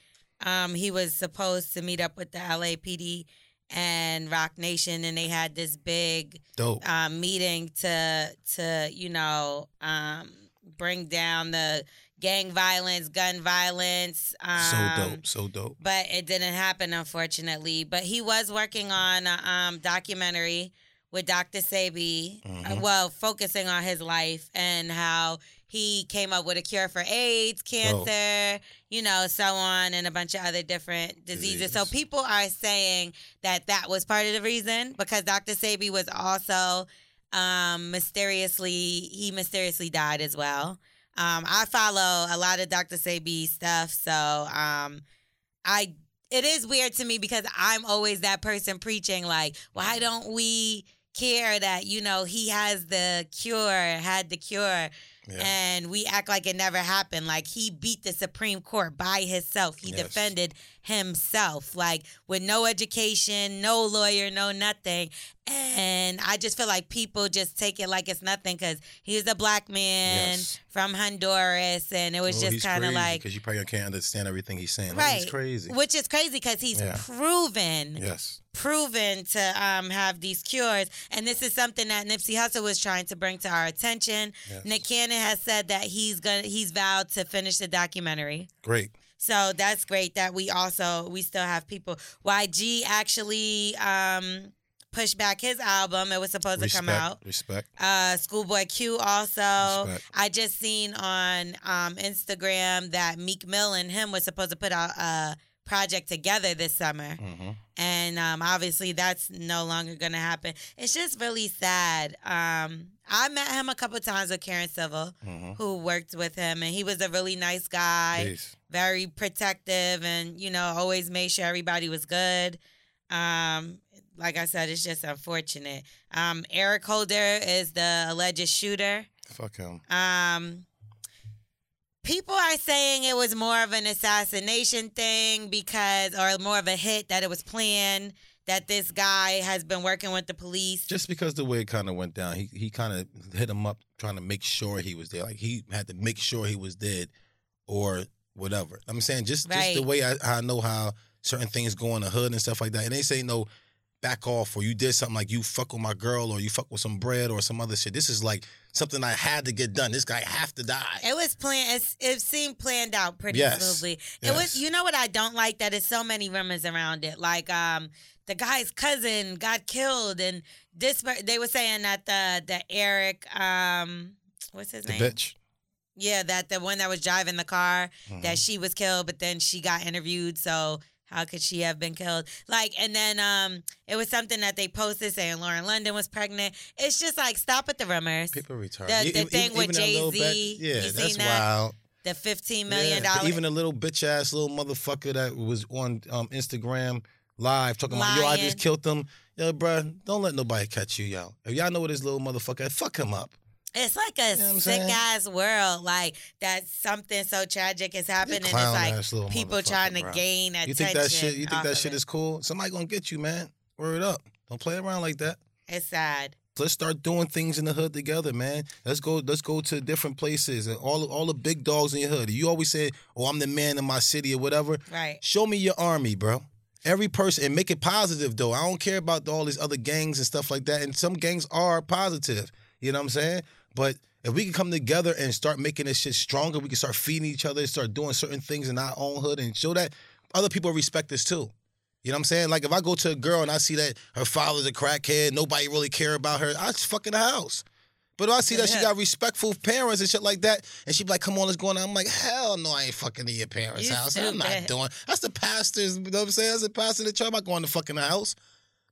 [SPEAKER 2] Um, he was supposed to meet up with the LAPD and Rock Nation, and they had this big
[SPEAKER 3] Dope.
[SPEAKER 2] um, meeting to to you know um, bring down the gang violence, gun violence. Um,
[SPEAKER 3] So dope. So dope.
[SPEAKER 2] but it didn't happen, unfortunately. But he was working on a um, documentary with Dr. Sebi, uh,
[SPEAKER 3] Mhm.
[SPEAKER 2] well, focusing on his life and how he came up with a cure for AIDS, cancer, you know, so on, and a bunch of other different diseases. So people are saying that that was part of the reason because Dr. Sebi was also um, mysteriously, he mysteriously died as well. Um, I follow a lot of Dr. Sebi stuff, so um, I it is weird to me because I'm always that person preaching like, why don't we care that you know he has the cure, had the cure, and we act like it never happened. Like he beat the Supreme Court by himself. He
[SPEAKER 9] Yes.
[SPEAKER 2] defended himself, like with no education, no lawyer, no nothing. And I just feel like people just take it like it's nothing because he's a black man
[SPEAKER 3] Yes.
[SPEAKER 2] from Honduras, and it
[SPEAKER 3] Oh,
[SPEAKER 2] was just kind of like
[SPEAKER 3] because you probably can't understand everything he's saying. Right.
[SPEAKER 2] right
[SPEAKER 3] He's crazy.
[SPEAKER 2] which is crazy because he's
[SPEAKER 3] Yeah.
[SPEAKER 2] proven
[SPEAKER 3] Yes.
[SPEAKER 2] proven to um, have these cures and this is something that nipsey hussle was trying to bring to our attention
[SPEAKER 3] Yes.
[SPEAKER 2] nick cannon has said that he's gonna he's vowed to finish the documentary
[SPEAKER 3] Great.
[SPEAKER 2] so that's great that we also we still have people yg actually um pushed back his album. It was supposed to come
[SPEAKER 3] Respect,
[SPEAKER 2] out.
[SPEAKER 3] Respect.
[SPEAKER 2] Uh, Schoolboy Q also.
[SPEAKER 3] Respect.
[SPEAKER 2] I just seen on um, Instagram that Meek Mill and him was supposed to put out a project together this summer.
[SPEAKER 3] Mm-hmm.
[SPEAKER 2] And um, obviously, that's no longer going to happen. It's just really sad. Um, I met him a couple times with Karen Civil,
[SPEAKER 3] Mm-hmm.
[SPEAKER 2] who worked with him, and he was a really nice guy,
[SPEAKER 3] Peace.
[SPEAKER 2] very protective, and you know, always made sure everybody was good. Um, like I said, it's just unfortunate. Um, Eric Holder is the alleged shooter.
[SPEAKER 3] Fuck him.
[SPEAKER 2] Um, people are saying it was more of an assassination thing because, or more of a hit that it was planned. That this guy has been working with the police.
[SPEAKER 3] Just because the way it kind of went down, he he kind of hit him up trying to make sure he was there. Like he had to make sure he was dead, or whatever. I'm saying just just the
[SPEAKER 2] Right.
[SPEAKER 3] way I, I know how certain things go in the hood and stuff like that. And they say no, back off, or you did something like you fuck with my girl, or you fuck with some bread, or some other shit. This is like something I had to get done. This guy have to die.
[SPEAKER 2] It was planned. It's, it seemed planned out pretty
[SPEAKER 3] Yes.
[SPEAKER 2] smoothly. It
[SPEAKER 3] Yes.
[SPEAKER 2] was. You know what I don't like? That it's so many rumors around it. Like um, the guy's cousin got killed, and this per- they were saying that the the Eric um, what's his
[SPEAKER 3] the
[SPEAKER 2] name?
[SPEAKER 3] bitch.
[SPEAKER 2] Yeah, that the one that was driving the car
[SPEAKER 3] Mm-hmm.
[SPEAKER 2] that she was killed, but then she got interviewed. So how could she have been killed? Like, and then um, it was something that they posted saying Lauren London was pregnant. It's just like stop with the rumors.
[SPEAKER 3] People retarded.
[SPEAKER 2] The-
[SPEAKER 3] E-
[SPEAKER 2] the
[SPEAKER 3] e-
[SPEAKER 2] thing
[SPEAKER 3] even
[SPEAKER 2] with
[SPEAKER 3] that little
[SPEAKER 2] Jay-Z,
[SPEAKER 3] bitch- Yeah,
[SPEAKER 2] you
[SPEAKER 3] that's
[SPEAKER 2] seen that?
[SPEAKER 3] wild.
[SPEAKER 2] The fifteen million
[SPEAKER 3] Yeah,
[SPEAKER 2] dollar.
[SPEAKER 3] but Even a little bitch ass little motherfucker that was on um, Instagram live talking about yo, I
[SPEAKER 2] Lying.
[SPEAKER 3] just killed them. Yo, bruh, don't let nobody catch you, yo. If y'all know what this little motherfucker, fuck him up.
[SPEAKER 2] It's like a
[SPEAKER 3] know what I'm
[SPEAKER 2] sick
[SPEAKER 3] saying?
[SPEAKER 2] ass world. Like that something so tragic is happening. and
[SPEAKER 3] clown
[SPEAKER 2] It's
[SPEAKER 3] ass little
[SPEAKER 2] like people
[SPEAKER 3] motherfucker,
[SPEAKER 2] trying to
[SPEAKER 3] bruh.
[SPEAKER 2] gain attention.
[SPEAKER 3] You think that shit? You think
[SPEAKER 2] off
[SPEAKER 3] that
[SPEAKER 2] of
[SPEAKER 3] shit
[SPEAKER 2] it.
[SPEAKER 3] is cool? Somebody gonna get you, man. Word up. Don't play around like that.
[SPEAKER 2] It's sad.
[SPEAKER 3] Let's start doing things in the hood together, man. Let's go. Let's go to different places and all all the big dogs in your hood. You always say, "Oh, I'm the man in my city" or whatever.
[SPEAKER 2] Right.
[SPEAKER 3] Show me your army, bro. Every person and make it positive though. I don't care about all these other gangs and stuff like that. And some gangs are positive. You know what I'm saying? But if we can come together and start making this shit stronger, we can start feeding each other, start doing certain things in our own hood and show that other people respect us too. You know what I'm saying? Like if I go to a girl and I see that her father's a crackhead, nobody really care about her, I just fucking the house. But if I see that she got respectful parents and shit like that, and she be like, "Come on, let's go on." I'm like, "Hell no, I ain't fucking to your parents'
[SPEAKER 2] You
[SPEAKER 3] house. I'm not
[SPEAKER 2] stupid.
[SPEAKER 3] doing." That's the pastor's. You know what I'm saying? That's the pastor of the church. I'm not going to fucking the house.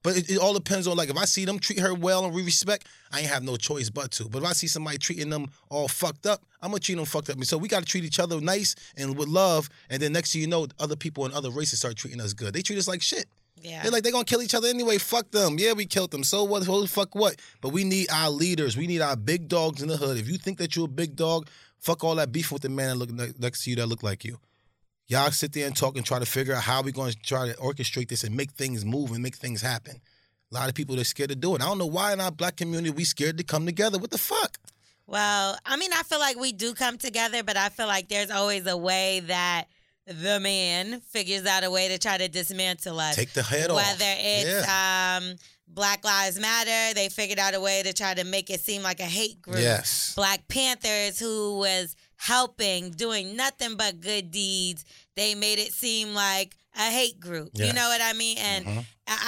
[SPEAKER 3] But it, it all depends on like if I see them treat her well and we respect, I ain't have no choice but to. But if I see somebody treating them all fucked up, I'm gonna treat them fucked up. And so we gotta treat each other nice and with love. And then next thing you know, other people and other races start treating us good. They treat us like shit.
[SPEAKER 2] Yeah.
[SPEAKER 3] They're like they're gonna kill each other anyway. Fuck them. Yeah, we killed them. So what? Who the fuck what? But we need our leaders. We need our big dogs in the hood. If you think that you're a big dog, fuck all that beef with the man that look ne- next to you that look like you. Y'all sit there and talk and try to figure out how we gonna try to orchestrate this and make things move and make things happen. A lot of people are scared to do it. I don't know why in our black community we scared to come together. What the fuck?
[SPEAKER 2] Well, I mean, I feel like we do come together, but I feel like there's always a way that the man figures out a way to try to dismantle us.
[SPEAKER 3] Take the head off.
[SPEAKER 2] Whether it's
[SPEAKER 3] Yeah.
[SPEAKER 2] um, Black Lives Matter, they figured out a way to try to make it seem like a hate group.
[SPEAKER 3] Yes.
[SPEAKER 2] Black Panthers, who was helping, doing nothing but good deeds, they made it seem like a hate group. You
[SPEAKER 3] Yes. Mm-hmm.
[SPEAKER 2] know what I mean? And I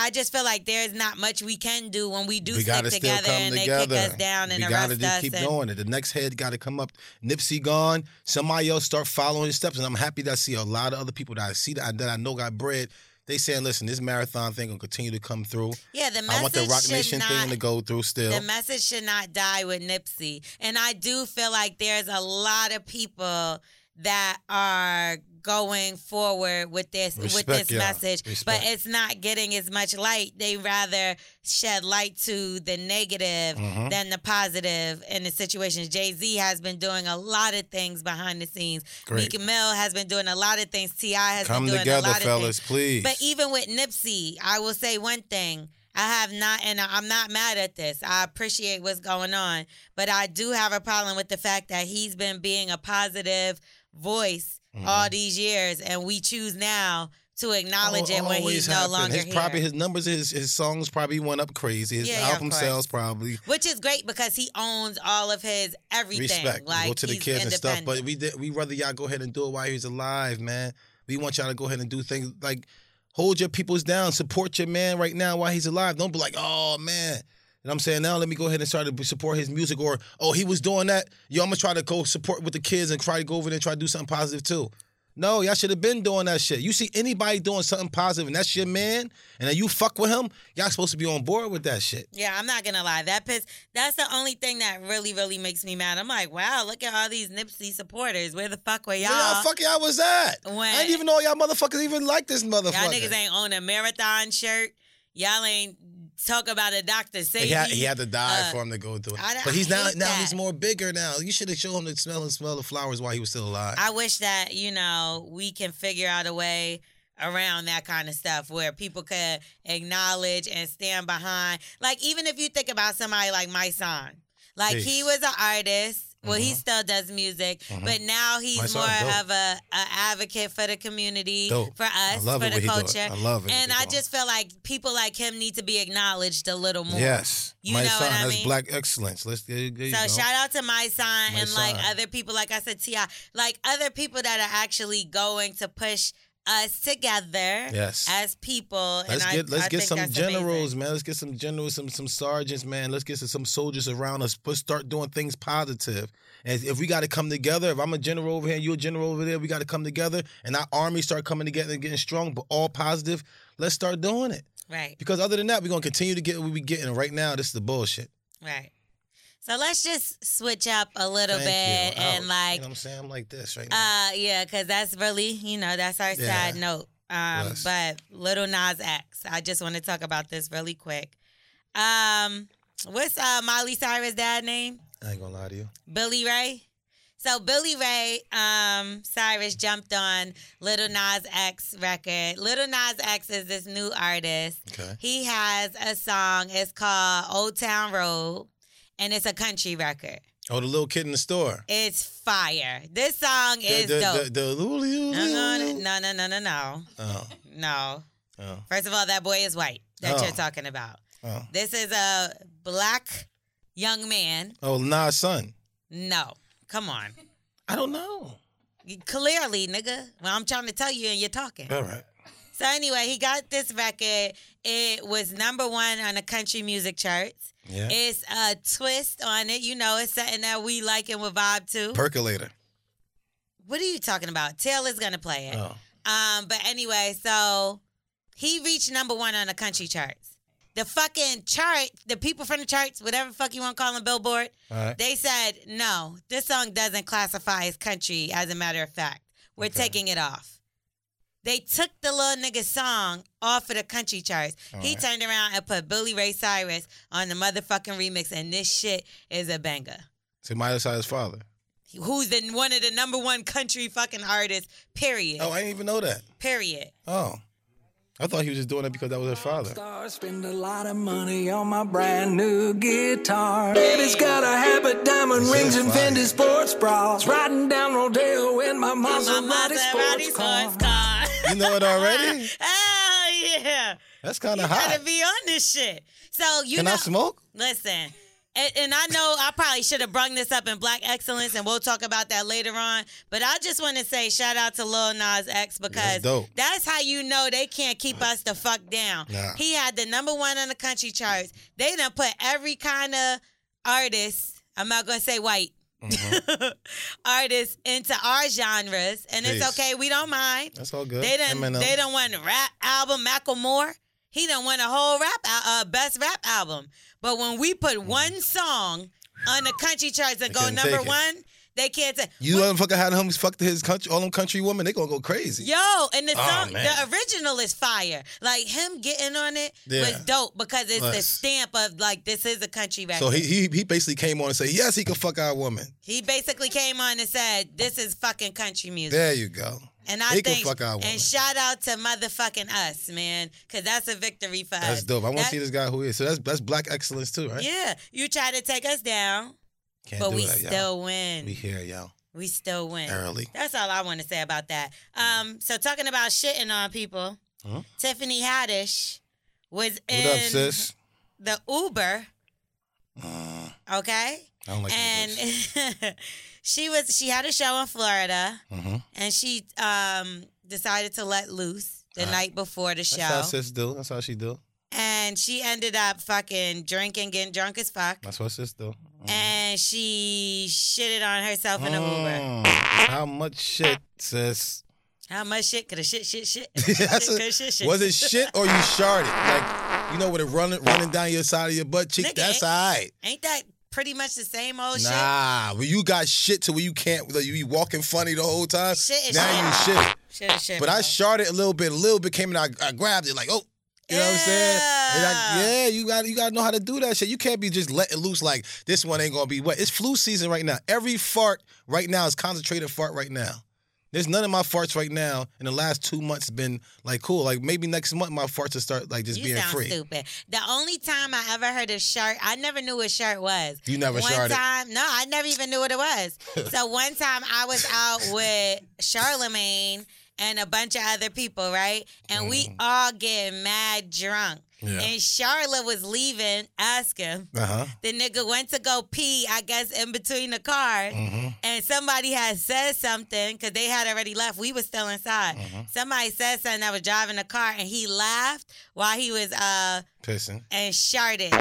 [SPEAKER 2] I just feel like there's not much we can do when we do
[SPEAKER 3] we
[SPEAKER 2] stick
[SPEAKER 3] gotta still
[SPEAKER 2] together
[SPEAKER 3] come
[SPEAKER 2] and
[SPEAKER 3] together.
[SPEAKER 2] they kick us down and
[SPEAKER 3] we
[SPEAKER 2] arrest
[SPEAKER 3] gotta just
[SPEAKER 2] us.
[SPEAKER 3] keep
[SPEAKER 2] and-
[SPEAKER 3] doing it. The next head got to come up. Nipsey gone. Somebody else start following his steps. And I'm happy that I see a lot of other people that I see that I, that I know got bread. They saying, listen, this marathon thing gonna continue to come through.
[SPEAKER 2] Yeah, the message
[SPEAKER 3] I want the Rock
[SPEAKER 2] should
[SPEAKER 3] Nation
[SPEAKER 2] not,
[SPEAKER 3] thing to go through still.
[SPEAKER 2] The message should not die with Nipsey. And I do feel like there's a lot of people that are going forward with this with
[SPEAKER 3] Respect,
[SPEAKER 2] this
[SPEAKER 3] yeah.
[SPEAKER 2] message but
[SPEAKER 3] Respect.
[SPEAKER 2] it's not getting as much light they rather shed light to the negative
[SPEAKER 3] Mm-hmm.
[SPEAKER 2] than the positive in the situations jay-z has been doing a lot of things behind the scenes
[SPEAKER 3] Great.
[SPEAKER 2] meek mill has been doing a lot of things ti has
[SPEAKER 3] come
[SPEAKER 2] been doing a
[SPEAKER 3] together,
[SPEAKER 2] lot of things
[SPEAKER 3] fellas, please.
[SPEAKER 2] but even with Nipsey, I will say one thing. I have not, and I'm not mad at this. I appreciate what's going on, but I do have a problem with the fact that he's been being a positive voice
[SPEAKER 3] Mm-hmm.
[SPEAKER 2] all these years, and we choose now to acknowledge it
[SPEAKER 3] Al-
[SPEAKER 2] when
[SPEAKER 3] Oh, always
[SPEAKER 2] he's no
[SPEAKER 3] happen.
[SPEAKER 2] longer
[SPEAKER 3] his
[SPEAKER 2] here.
[SPEAKER 3] probably his numbers his his songs probably went up crazy. His
[SPEAKER 2] Yeah, yeah, of
[SPEAKER 3] album
[SPEAKER 2] course.
[SPEAKER 3] sales probably
[SPEAKER 2] which is great because he owns all of his everything.
[SPEAKER 3] respect
[SPEAKER 2] Like
[SPEAKER 3] go to the
[SPEAKER 2] he's
[SPEAKER 3] kids and stuff. But
[SPEAKER 2] independent.
[SPEAKER 3] we did, we rather y'all go ahead and do it while he's alive, man. We want y'all to go ahead and do things like Hold your peoples down. Support your man right now while he's alive. Don't be like, oh man. And I'm saying now, let me go ahead and start to support his music. Or oh, he was doing that. Yo, I'm gonna try to go support with the kids and try to go over there and try to do something positive too. No, y'all should have been doing that shit. You see anybody doing something positive and that's your man, and then you fuck with him, y'all supposed to be on board with that shit.
[SPEAKER 2] Yeah, I'm not gonna lie. That piss. That's the only thing that really, really makes me mad. I'm like, wow, look at all these Nipsey supporters. Where the fuck were y'all?
[SPEAKER 3] Where y'all fuck y'all was at? I didn't even know y'all motherfuckers even like this motherfucker.
[SPEAKER 2] Y'all niggas ain't own a marathon shirt. Y'all ain't talk about a doctor safety.
[SPEAKER 3] He had, he had to die for him to go through it.
[SPEAKER 2] I- I
[SPEAKER 3] but he's now
[SPEAKER 2] hate
[SPEAKER 3] now
[SPEAKER 2] that.
[SPEAKER 3] he's more bigger now. You should have shown him the smell and smell of flowers while he was still alive.
[SPEAKER 2] I wish that, you know, we can figure out a way around that kind of stuff where people could acknowledge and stand behind. Like, even if you think about somebody like my son, like, he
[SPEAKER 9] Peace. Mm-hmm.
[SPEAKER 2] was an artist. Well, he still does music,
[SPEAKER 9] Mhm.
[SPEAKER 2] but now
[SPEAKER 9] My
[SPEAKER 2] he's
[SPEAKER 9] son
[SPEAKER 2] more
[SPEAKER 9] dope.
[SPEAKER 2] of a, a advocate for the community,
[SPEAKER 9] Dope.
[SPEAKER 2] for
[SPEAKER 9] I
[SPEAKER 2] us,
[SPEAKER 9] love
[SPEAKER 2] for
[SPEAKER 9] it
[SPEAKER 2] the
[SPEAKER 9] what he doing.
[SPEAKER 2] culture.
[SPEAKER 9] I love it what
[SPEAKER 2] and
[SPEAKER 9] he
[SPEAKER 2] I
[SPEAKER 9] doing.
[SPEAKER 2] just feel like people like him need to be acknowledged a little more.
[SPEAKER 3] yes,
[SPEAKER 2] you
[SPEAKER 3] my
[SPEAKER 2] know
[SPEAKER 3] son.
[SPEAKER 2] what I
[SPEAKER 3] that's
[SPEAKER 2] mean?
[SPEAKER 3] black excellence. Let's there, you- there you
[SPEAKER 2] So
[SPEAKER 3] go.
[SPEAKER 2] shout out to my son
[SPEAKER 3] My
[SPEAKER 2] and like
[SPEAKER 3] son.
[SPEAKER 2] other people, like I said, Ti, like other people that are actually going to push us together
[SPEAKER 3] Yes.
[SPEAKER 2] as people.
[SPEAKER 3] Let's
[SPEAKER 2] and
[SPEAKER 3] get
[SPEAKER 2] I,
[SPEAKER 3] let's
[SPEAKER 2] I
[SPEAKER 3] get
[SPEAKER 2] think
[SPEAKER 3] some
[SPEAKER 2] that's
[SPEAKER 3] generals,
[SPEAKER 2] amazing.
[SPEAKER 3] man. Let's get some generals, some some sergeants, man. Let's get some soldiers around us. Let's start doing things positive. And if we got to come together, if I'm a general over here, you a general over there, we got to come together, and our army start coming together and getting strong, but all positive. Let's start doing it
[SPEAKER 2] Right,
[SPEAKER 3] because other than that, we're gonna continue to get what we getting right now. This is the bullshit.
[SPEAKER 2] right. So let's just switch up a little
[SPEAKER 3] Thank
[SPEAKER 2] bit
[SPEAKER 3] you.
[SPEAKER 2] and
[SPEAKER 3] Ouch.
[SPEAKER 2] like,
[SPEAKER 3] you know what I'm saying, I'm like this right now.
[SPEAKER 2] uh, yeah, because that's really, you know, that's our
[SPEAKER 3] Yeah.
[SPEAKER 2] side note. Um,
[SPEAKER 3] Yes.
[SPEAKER 2] but little Nas X, I just want to talk about this really quick. Um, what's uh Miley Cyrus' dad name?
[SPEAKER 3] I ain't gonna lie to you.
[SPEAKER 2] Billy Ray. So Billy Ray um, Cyrus jumped on Little Nas X record. Little Nas X is this new artist.
[SPEAKER 3] Okay.
[SPEAKER 2] He has a song. It's called Old Town Road, and it's a country record.
[SPEAKER 3] Oh, the little kid in the store.
[SPEAKER 2] It's fire. This song
[SPEAKER 3] The
[SPEAKER 2] is
[SPEAKER 3] the the,
[SPEAKER 2] dope.
[SPEAKER 3] the, the
[SPEAKER 2] no, no, no, no, no, no, no,
[SPEAKER 3] Oh,
[SPEAKER 2] no.
[SPEAKER 3] oh,
[SPEAKER 2] First of all, that boy is white that
[SPEAKER 3] Oh.
[SPEAKER 2] you're talking about.
[SPEAKER 3] oh.
[SPEAKER 2] This is a black young man.
[SPEAKER 3] Oh, Nas' son.
[SPEAKER 2] No, come on.
[SPEAKER 3] I don't know.
[SPEAKER 2] Clearly, nigga. Well, I'm trying to tell you, and you're talking.
[SPEAKER 3] All right.
[SPEAKER 2] So anyway, he got this record. It was number one on the country music charts.
[SPEAKER 3] Yeah.
[SPEAKER 2] It's a twist on it. You know, it's something that we like and would vibe to.
[SPEAKER 3] Percolator.
[SPEAKER 2] what are you talking about? Taylor's gonna play it.
[SPEAKER 3] Oh.
[SPEAKER 2] Um, but anyway, so he reached number one on the country charts. The fucking chart, the people from the charts, whatever fuck you want to call them, Billboard,
[SPEAKER 9] All right.
[SPEAKER 2] they said, no, this song doesn't classify as country, as a matter of fact. We're taking it off. They took the little nigga song off of the country charts.
[SPEAKER 9] All
[SPEAKER 2] he
[SPEAKER 9] right.
[SPEAKER 2] turned around and put Billy Ray Cyrus on the motherfucking remix, and this shit is a banger.
[SPEAKER 3] So Miley Cyrus' father.
[SPEAKER 2] Who's the, one of the number one country fucking artists, period.
[SPEAKER 3] Oh, I didn't even know that.
[SPEAKER 2] Period.
[SPEAKER 3] Oh. I thought he was just doing it because that was her father.
[SPEAKER 10] I spend a lot of money on my brand new guitar. Baby's got a habit, diamond rings, and Fendi sports bras. Riding down Rodeo in my Maserati sports car.
[SPEAKER 3] You know it already?
[SPEAKER 2] Oh yeah.
[SPEAKER 3] That's kind of
[SPEAKER 2] you
[SPEAKER 3] hot.
[SPEAKER 2] gotta be on this shit. So you
[SPEAKER 3] Can
[SPEAKER 2] know,
[SPEAKER 3] I smoke?
[SPEAKER 2] Listen, and, and I know I probably should have brung this up in Black Excellence, and we'll talk about that later on. But I just want to say shout out to Lil Nas X because
[SPEAKER 9] dope.
[SPEAKER 2] that's how you know they can't keep us the fuck down.
[SPEAKER 9] Nah.
[SPEAKER 2] He had the number one on the country charts. They done put every kind of artist. I'm not gonna say white.
[SPEAKER 3] Uh-huh.
[SPEAKER 2] artists into our genres, and
[SPEAKER 3] Peace.
[SPEAKER 2] it's okay. We don't mind.
[SPEAKER 3] That's all good.
[SPEAKER 2] They done,
[SPEAKER 3] Eminem.
[SPEAKER 2] they done won rap album, Macklemore. He done won a whole rap, al- uh, best rap album. But when we put one song on the country charts and go
[SPEAKER 3] Mm. couldn't
[SPEAKER 2] number
[SPEAKER 3] take it.
[SPEAKER 2] one, they can't say,
[SPEAKER 3] You let him fucking had him fuck his country, all them country women. They gonna go crazy.
[SPEAKER 2] yo, and the
[SPEAKER 3] Oh,
[SPEAKER 2] song,
[SPEAKER 3] man.
[SPEAKER 2] the original is fire. Like him getting on it
[SPEAKER 3] Yeah.
[SPEAKER 2] was dope because it's the
[SPEAKER 3] Nice.
[SPEAKER 2] stamp of like, this is a country record.
[SPEAKER 3] So he, he he basically came on and said, yes, he can fuck our woman.
[SPEAKER 2] He basically came on and said, this is fucking country music.
[SPEAKER 3] There you go.
[SPEAKER 2] And I
[SPEAKER 3] He can
[SPEAKER 2] think,
[SPEAKER 3] fuck our woman.
[SPEAKER 2] and shout out to motherfucking us, man, because that's a victory for us.
[SPEAKER 3] That's dope. I want to
[SPEAKER 2] That-
[SPEAKER 3] see this guy who he is. So that's that's black excellence too, right?
[SPEAKER 2] Yeah, you try to take us down,
[SPEAKER 3] Can't
[SPEAKER 2] but
[SPEAKER 3] do
[SPEAKER 2] we
[SPEAKER 3] that, y'all.
[SPEAKER 2] still win.
[SPEAKER 3] We here, y'all.
[SPEAKER 2] We still win.
[SPEAKER 3] Early.
[SPEAKER 2] That's all I want to say about that. Um, so talking about shitting on people,
[SPEAKER 3] Huh?
[SPEAKER 2] Tiffany Haddish was in
[SPEAKER 3] What up, sis?
[SPEAKER 2] the Uber.
[SPEAKER 3] Mm-hmm.
[SPEAKER 2] Okay.
[SPEAKER 3] I don't like
[SPEAKER 2] and she was she had a show in Florida
[SPEAKER 3] Mm-hmm.
[SPEAKER 2] and she um decided to let loose. the night before the show.
[SPEAKER 3] Uh-huh. That's how sis do. That's how she do.
[SPEAKER 2] and she ended up fucking drinking, getting drunk as fuck.
[SPEAKER 3] That's what sis do. Mm-hmm.
[SPEAKER 2] And she shitted on herself in a Uber.
[SPEAKER 3] Mm. How much shit, sis?
[SPEAKER 2] How much shit could a shit, shit, shit?
[SPEAKER 3] That's
[SPEAKER 2] Shit,
[SPEAKER 3] a-
[SPEAKER 2] coulda shit, shit.
[SPEAKER 3] was it shit or you sharded? Like you know, with it running running down your side of your butt cheek.
[SPEAKER 2] Nigga,
[SPEAKER 3] that's
[SPEAKER 2] ain't-
[SPEAKER 3] all right.
[SPEAKER 2] Ain't that pretty much the same old shit?
[SPEAKER 3] Nah, when you got shit to where you can't, like, you be walking funny the whole time.
[SPEAKER 2] Shit is
[SPEAKER 3] now
[SPEAKER 2] shit.
[SPEAKER 3] you shit.
[SPEAKER 2] Shit is shit.
[SPEAKER 3] But I
[SPEAKER 2] bro.
[SPEAKER 3] sharded a little bit. A little bit came and I, I grabbed it like, oh, you know what I'm saying? And I- yeah, you got you got to know how to do that shit. You can't be just letting loose like this one ain't gonna be wet. It's flu season right now. Every fart right now is concentrated fart right now. There's none of my farts right now in the last two months been like cool. Like maybe next month my farts will start like just
[SPEAKER 2] you
[SPEAKER 3] being
[SPEAKER 2] sound
[SPEAKER 3] free.
[SPEAKER 2] stupid. The only time I ever heard of shirt, I never knew what shirt was.
[SPEAKER 3] You never
[SPEAKER 2] one
[SPEAKER 3] sharded.
[SPEAKER 2] time, no, I never even knew what it was. so one time I was out with Charlemagne and a bunch of other people, right? And we all get mad drunk.
[SPEAKER 3] Mm. Yeah.
[SPEAKER 2] And Charlotte was leaving, ask him.
[SPEAKER 3] Uh huh.
[SPEAKER 2] The nigga went to go pee, I guess, in between the cars.
[SPEAKER 3] mm-hmm.
[SPEAKER 2] And somebody had said something because they had already left. We was still inside.
[SPEAKER 3] Mm-hmm.
[SPEAKER 2] Somebody said something. I was driving the car, and he laughed while he was uh
[SPEAKER 3] Pissing.
[SPEAKER 2] and sharted.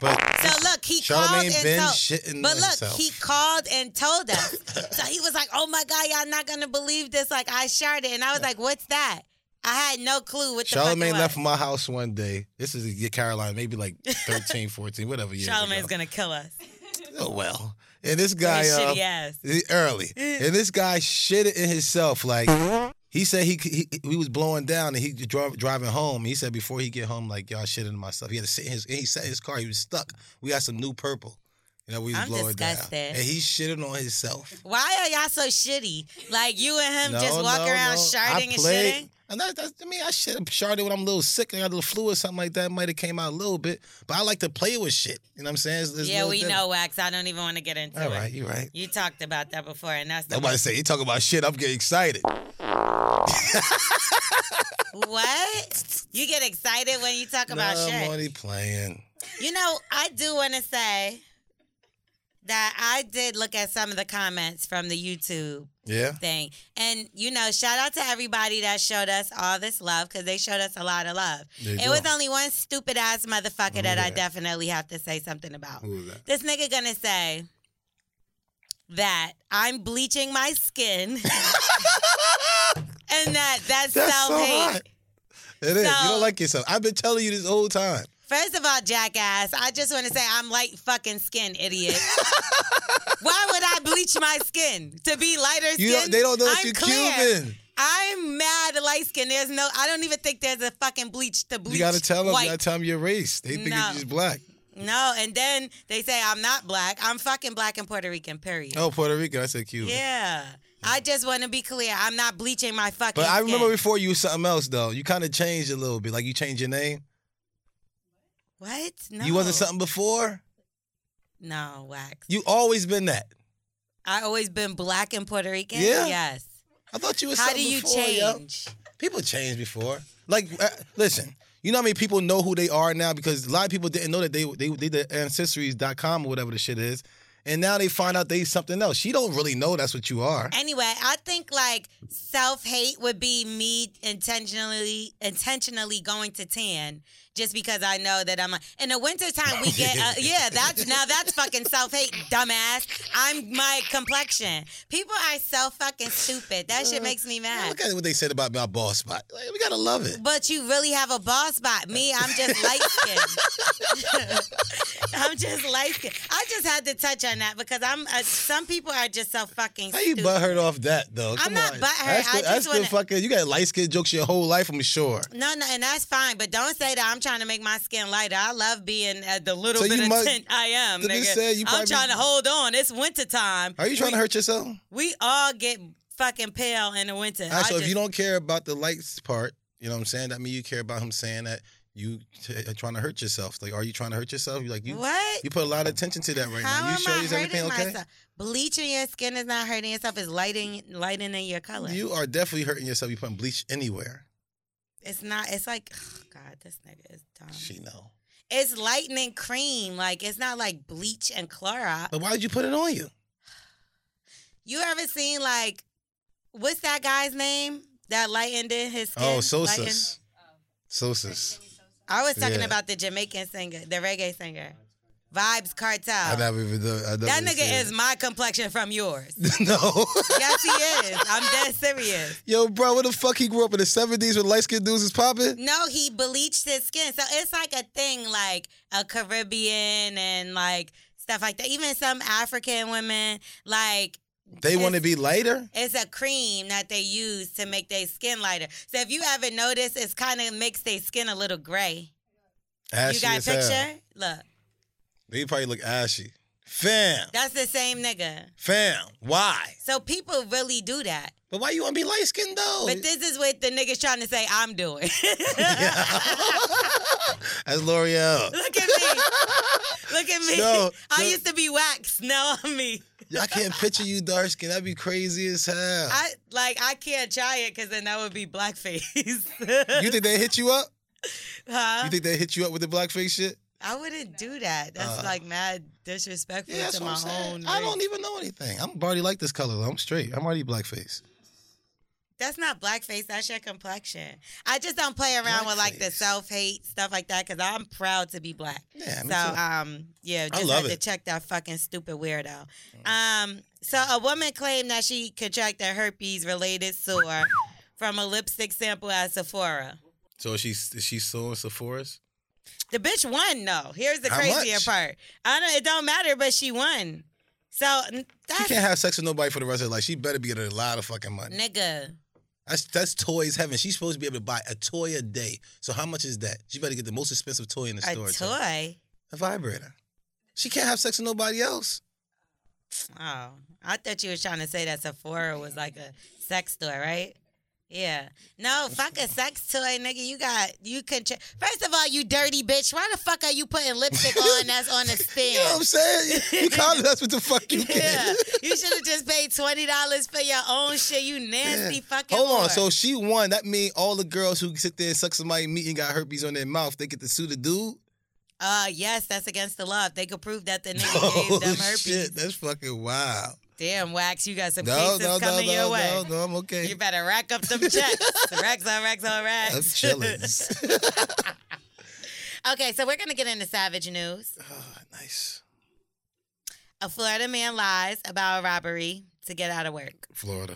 [SPEAKER 3] But
[SPEAKER 2] So look, he
[SPEAKER 3] Charlamagne
[SPEAKER 2] called
[SPEAKER 3] been
[SPEAKER 2] and
[SPEAKER 3] shitting
[SPEAKER 2] told. But look,
[SPEAKER 3] himself.
[SPEAKER 2] he called and told us. so he was like, "Oh my god, y'all not gonna believe this!" Like I sharted, and I was like, "What's that?" I had no clue what the fuck it
[SPEAKER 3] Charlemagne
[SPEAKER 2] was.
[SPEAKER 3] left my house one day. This is yeah, Caroline, maybe like 13, 14, whatever years
[SPEAKER 2] Charlemagne's
[SPEAKER 3] ago.
[SPEAKER 2] gonna kill us.
[SPEAKER 3] Oh well. And this guy
[SPEAKER 2] his
[SPEAKER 3] uh,
[SPEAKER 2] shitty ass.
[SPEAKER 3] the- early. And this guy shitted in himself. Like he said he he, he was blowing down and he drove, driving home. He said before he get home, like y'all shitted in my stuff. He had to sit in his he sat in his car. He was stuck. We got some new purple. You know, we was
[SPEAKER 2] I'm
[SPEAKER 3] blowing
[SPEAKER 2] disgusted.
[SPEAKER 3] down. And he shitted on himself.
[SPEAKER 2] Why are y'all so shitty? Like you and him
[SPEAKER 3] No,
[SPEAKER 2] just walk
[SPEAKER 3] no,
[SPEAKER 2] around
[SPEAKER 3] no.
[SPEAKER 2] sharding
[SPEAKER 3] I
[SPEAKER 2] and
[SPEAKER 3] played.
[SPEAKER 2] shitting.
[SPEAKER 3] And that, that's, I mean, I should have sharded when I'm a little sick. and I got a little flu or something like that. Might have came out a little bit, but I like to play with shit. You know what I'm saying? It's- it's a
[SPEAKER 2] yeah,
[SPEAKER 3] little
[SPEAKER 2] we
[SPEAKER 3] different.
[SPEAKER 2] know, Wax. I don't even want to get into
[SPEAKER 3] All
[SPEAKER 2] it.
[SPEAKER 3] right, you're right.
[SPEAKER 2] You talked about that before, and that's the
[SPEAKER 3] I'm about to say, you talking about shit. I'm getting excited.
[SPEAKER 2] what? You get excited when you talk about
[SPEAKER 3] Nah,
[SPEAKER 2] shit.
[SPEAKER 3] I'm only playing.
[SPEAKER 2] You know, I do want to say that I did look at some of the comments from the YouTube
[SPEAKER 3] Yeah.
[SPEAKER 2] thing. And, you know, shout out to everybody that showed us all this love because they showed us a lot of love.
[SPEAKER 3] They
[SPEAKER 2] it
[SPEAKER 3] do.
[SPEAKER 2] was only one stupid ass motherfucker that I
[SPEAKER 3] Yeah.
[SPEAKER 2] definitely have to say something about.
[SPEAKER 3] Who was that?
[SPEAKER 2] This nigga gonna say that I'm bleaching my skin and that
[SPEAKER 3] That's
[SPEAKER 2] that's,
[SPEAKER 3] so
[SPEAKER 2] self hate.
[SPEAKER 3] hot. It is. you
[SPEAKER 2] So-
[SPEAKER 3] don't like yourself. I've been telling you this whole time.
[SPEAKER 2] First of all, jackass, I just want to say I'm light fucking skin, idiot. Why would I bleach my skin to be lighter skin?
[SPEAKER 3] You don't, they don't know that
[SPEAKER 2] I'm
[SPEAKER 3] you're
[SPEAKER 2] clear.
[SPEAKER 3] Cuban.
[SPEAKER 2] I'm mad light skin. There's no, I don't even think there's a fucking bleach to bleach.
[SPEAKER 3] You gotta tell them.
[SPEAKER 2] white.
[SPEAKER 3] You gotta tell them your race. They think
[SPEAKER 2] No.
[SPEAKER 3] you're just black.
[SPEAKER 2] No, and then they say I'm not black. I'm fucking black and Puerto Rican, period.
[SPEAKER 3] Oh, Puerto Rican. I said Cuban.
[SPEAKER 2] Yeah. I just want to be clear. I'm not bleaching my fucking
[SPEAKER 3] But I
[SPEAKER 2] skin.
[SPEAKER 3] remember before you was something else though. You kind of changed a little bit. Like you changed your name.
[SPEAKER 2] What? No.
[SPEAKER 3] You wasn't something before.
[SPEAKER 2] No, wax.
[SPEAKER 3] You always been that.
[SPEAKER 2] I always been black and Puerto Rican.
[SPEAKER 3] Yeah.
[SPEAKER 2] Yes.
[SPEAKER 3] I thought you was.
[SPEAKER 2] How do
[SPEAKER 3] something
[SPEAKER 2] you
[SPEAKER 3] before, yo.
[SPEAKER 2] change?
[SPEAKER 3] People change before. Like, uh, listen, you know how many people know who they are now because a lot of people didn't know that they they they the ancestries.com or whatever the shit is, and now they find out they something else. She don't really know that's what you are.
[SPEAKER 2] Anyway, I think like self hate would be me intentionally intentionally going to tan just because I know that I'm a, in the wintertime we get uh, yeah that's now that's fucking self hate dumbass I'm my complexion people are so fucking stupid that shit makes me mad
[SPEAKER 3] Look at what they said about my ball spot. Like, we gotta love it.
[SPEAKER 2] but you really have a bald spot me I'm just light skinned I'm just light skinned I just had to touch on that because I'm uh, some people are just so fucking
[SPEAKER 3] How you
[SPEAKER 2] stupid.
[SPEAKER 3] butthurt off that though?
[SPEAKER 2] I'm
[SPEAKER 3] Come
[SPEAKER 2] not
[SPEAKER 3] on.
[SPEAKER 2] butthurt.
[SPEAKER 3] That's the,
[SPEAKER 2] I just
[SPEAKER 3] that's the
[SPEAKER 2] wanna-
[SPEAKER 3] fucking. You got light skin jokes your whole life. I'm sure.
[SPEAKER 2] No, no, and that's fine. But don't say that I'm trying to make my skin lighter. I love being at the little
[SPEAKER 3] So
[SPEAKER 2] bit
[SPEAKER 3] you
[SPEAKER 2] of
[SPEAKER 3] must-
[SPEAKER 2] tint I am,
[SPEAKER 3] So
[SPEAKER 2] nigga.
[SPEAKER 3] this said you
[SPEAKER 2] I'm
[SPEAKER 3] probably-
[SPEAKER 2] trying to hold on. It's wintertime.
[SPEAKER 3] Are you trying to hurt yourself? All
[SPEAKER 2] We all get fucking pale in the winter.
[SPEAKER 3] right,
[SPEAKER 2] I
[SPEAKER 3] so if
[SPEAKER 2] just-
[SPEAKER 3] you don't care about the lights part, you know what I'm saying. That mean you care about him saying that you t- are trying to hurt yourself. Like, are you trying to hurt yourself? You like you.
[SPEAKER 2] what?
[SPEAKER 3] You put a lot of attention to that right
[SPEAKER 2] How
[SPEAKER 3] now. You
[SPEAKER 2] am
[SPEAKER 3] sure
[SPEAKER 2] I
[SPEAKER 3] is
[SPEAKER 2] hurting
[SPEAKER 3] everything okay?
[SPEAKER 2] myself? Bleaching your skin is not hurting yourself. It's lighting, lightening your color.
[SPEAKER 3] You are definitely hurting yourself. You putting bleach anywhere.
[SPEAKER 2] It's not. It's like, God, this nigga is dumb.
[SPEAKER 3] She know.
[SPEAKER 2] It's lightening cream. Like it's not like bleach and Clorox.
[SPEAKER 3] But why did you put it on you?
[SPEAKER 2] You ever seen like what's that guy's name? that lightened in his skin.
[SPEAKER 3] Oh,
[SPEAKER 2] lightened.
[SPEAKER 3] Sosa's. Sosa's.
[SPEAKER 2] I was talking
[SPEAKER 3] Yeah.
[SPEAKER 2] about the Jamaican singer, the reggae singer, Vibes Cartel.
[SPEAKER 3] I never even know. I never
[SPEAKER 2] Oh. that
[SPEAKER 3] even
[SPEAKER 2] nigga is my complexion from yours.
[SPEAKER 3] seen it. no.
[SPEAKER 2] yes, he is. I'm dead serious.
[SPEAKER 3] Yo, bro, what the fuck? He grew up in the 70s when light skinned dudes is popping?
[SPEAKER 2] No, he bleached his skin. So it's like a thing, like a Caribbean and like stuff like that. Even some African women, like
[SPEAKER 3] They want to be lighter?
[SPEAKER 2] it's a cream that they use to make their skin lighter. So if you ever notice, it's kind of makes their skin a little gray.
[SPEAKER 3] Ashy
[SPEAKER 2] you got a
[SPEAKER 3] as hell.
[SPEAKER 2] picture? Look,
[SPEAKER 3] They probably look ashy. Fam,
[SPEAKER 2] that's the same nigga.
[SPEAKER 3] fam, why?
[SPEAKER 2] So people really do that.
[SPEAKER 3] But why you want to be light skinned though?
[SPEAKER 2] But this is what the niggas trying to say I'm doing.
[SPEAKER 3] That's L'Oreal.
[SPEAKER 2] Look at me. Look at me.
[SPEAKER 3] No,
[SPEAKER 2] I
[SPEAKER 3] no.
[SPEAKER 2] used to be waxed. Now I'm me.
[SPEAKER 3] I can't picture you dark skinned. That'd be crazy as hell.
[SPEAKER 2] I like I can't try it because then that would be blackface.
[SPEAKER 3] you think they hit you up?
[SPEAKER 2] huh?
[SPEAKER 3] You think they hit you up with the blackface shit?
[SPEAKER 2] I wouldn't do that. That's
[SPEAKER 3] Uh,
[SPEAKER 2] like mad disrespectful
[SPEAKER 3] Yeah, that's
[SPEAKER 2] to
[SPEAKER 3] what
[SPEAKER 2] my
[SPEAKER 3] I'm saying.
[SPEAKER 2] own.
[SPEAKER 3] I
[SPEAKER 2] race.
[SPEAKER 3] don't e even know anything. I'm already like this color. though. I'm straight. I'm already blackface.
[SPEAKER 2] That's not blackface. That's your complexion. I just don't play around with like the self hate stuff like that because I'm proud to be black.
[SPEAKER 3] Yeah, me
[SPEAKER 2] so
[SPEAKER 3] too.
[SPEAKER 2] um, yeah,
[SPEAKER 3] I
[SPEAKER 2] just
[SPEAKER 3] love
[SPEAKER 2] had to
[SPEAKER 3] it. Mm.
[SPEAKER 2] check that fucking stupid weirdo. Um, so a woman claimed that she contracted herpes related sore from a lipstick sample at Sephora.
[SPEAKER 3] So she's she suing Sephora's?
[SPEAKER 2] The bitch won though. Here's the
[SPEAKER 3] How
[SPEAKER 2] crazier
[SPEAKER 3] much?
[SPEAKER 2] part. I don't. It don't matter, but she won. So n-
[SPEAKER 3] She
[SPEAKER 2] that's
[SPEAKER 3] can't have sex with nobody for the rest of her life. She better be getting a lot of fucking money.
[SPEAKER 2] nigga.
[SPEAKER 3] That's that's toys heaven. She's supposed to be able to buy a toy a day. So how much is that? She better get the most expensive toy in the
[SPEAKER 2] A
[SPEAKER 3] store. too.
[SPEAKER 2] toy.
[SPEAKER 3] A vibrator. She can't have sex with nobody else.
[SPEAKER 2] Oh, I thought you were trying to say that Sephora was like a sex store, right? Yeah. No, fuck a sex toy, nigga. You got you can. Tra- First of all, you dirty bitch. Why the fuck are you putting lipstick on that's on a stand?
[SPEAKER 3] You know what I'm saying? You- You kind of that's what the fuck you get.
[SPEAKER 2] yeah. You should have just paid twenty dollars for your own shit. You nasty fucking.
[SPEAKER 3] Hold on.
[SPEAKER 2] whore.
[SPEAKER 3] So she won. That mean all the girls who sit there and suck somebody meat and got herpes on their mouth, they get to sue the dude.
[SPEAKER 2] Uh, yes, that's against the law. If they could prove that the nigga
[SPEAKER 3] Oh
[SPEAKER 2] gave them herpes.
[SPEAKER 3] shit, that's fucking wild.
[SPEAKER 2] Damn, Wax, you got some
[SPEAKER 3] No,
[SPEAKER 2] cases
[SPEAKER 3] no, no,
[SPEAKER 2] coming your
[SPEAKER 3] no,
[SPEAKER 2] way.
[SPEAKER 3] no, no. I'm okay.
[SPEAKER 2] You better rack up them checks. racks on racks on racks.
[SPEAKER 3] I'm chilling.
[SPEAKER 2] Okay, so we're gonna get into savage news.
[SPEAKER 3] oh, nice.
[SPEAKER 2] A Florida man lies about a robbery to get out of work.
[SPEAKER 3] Florida.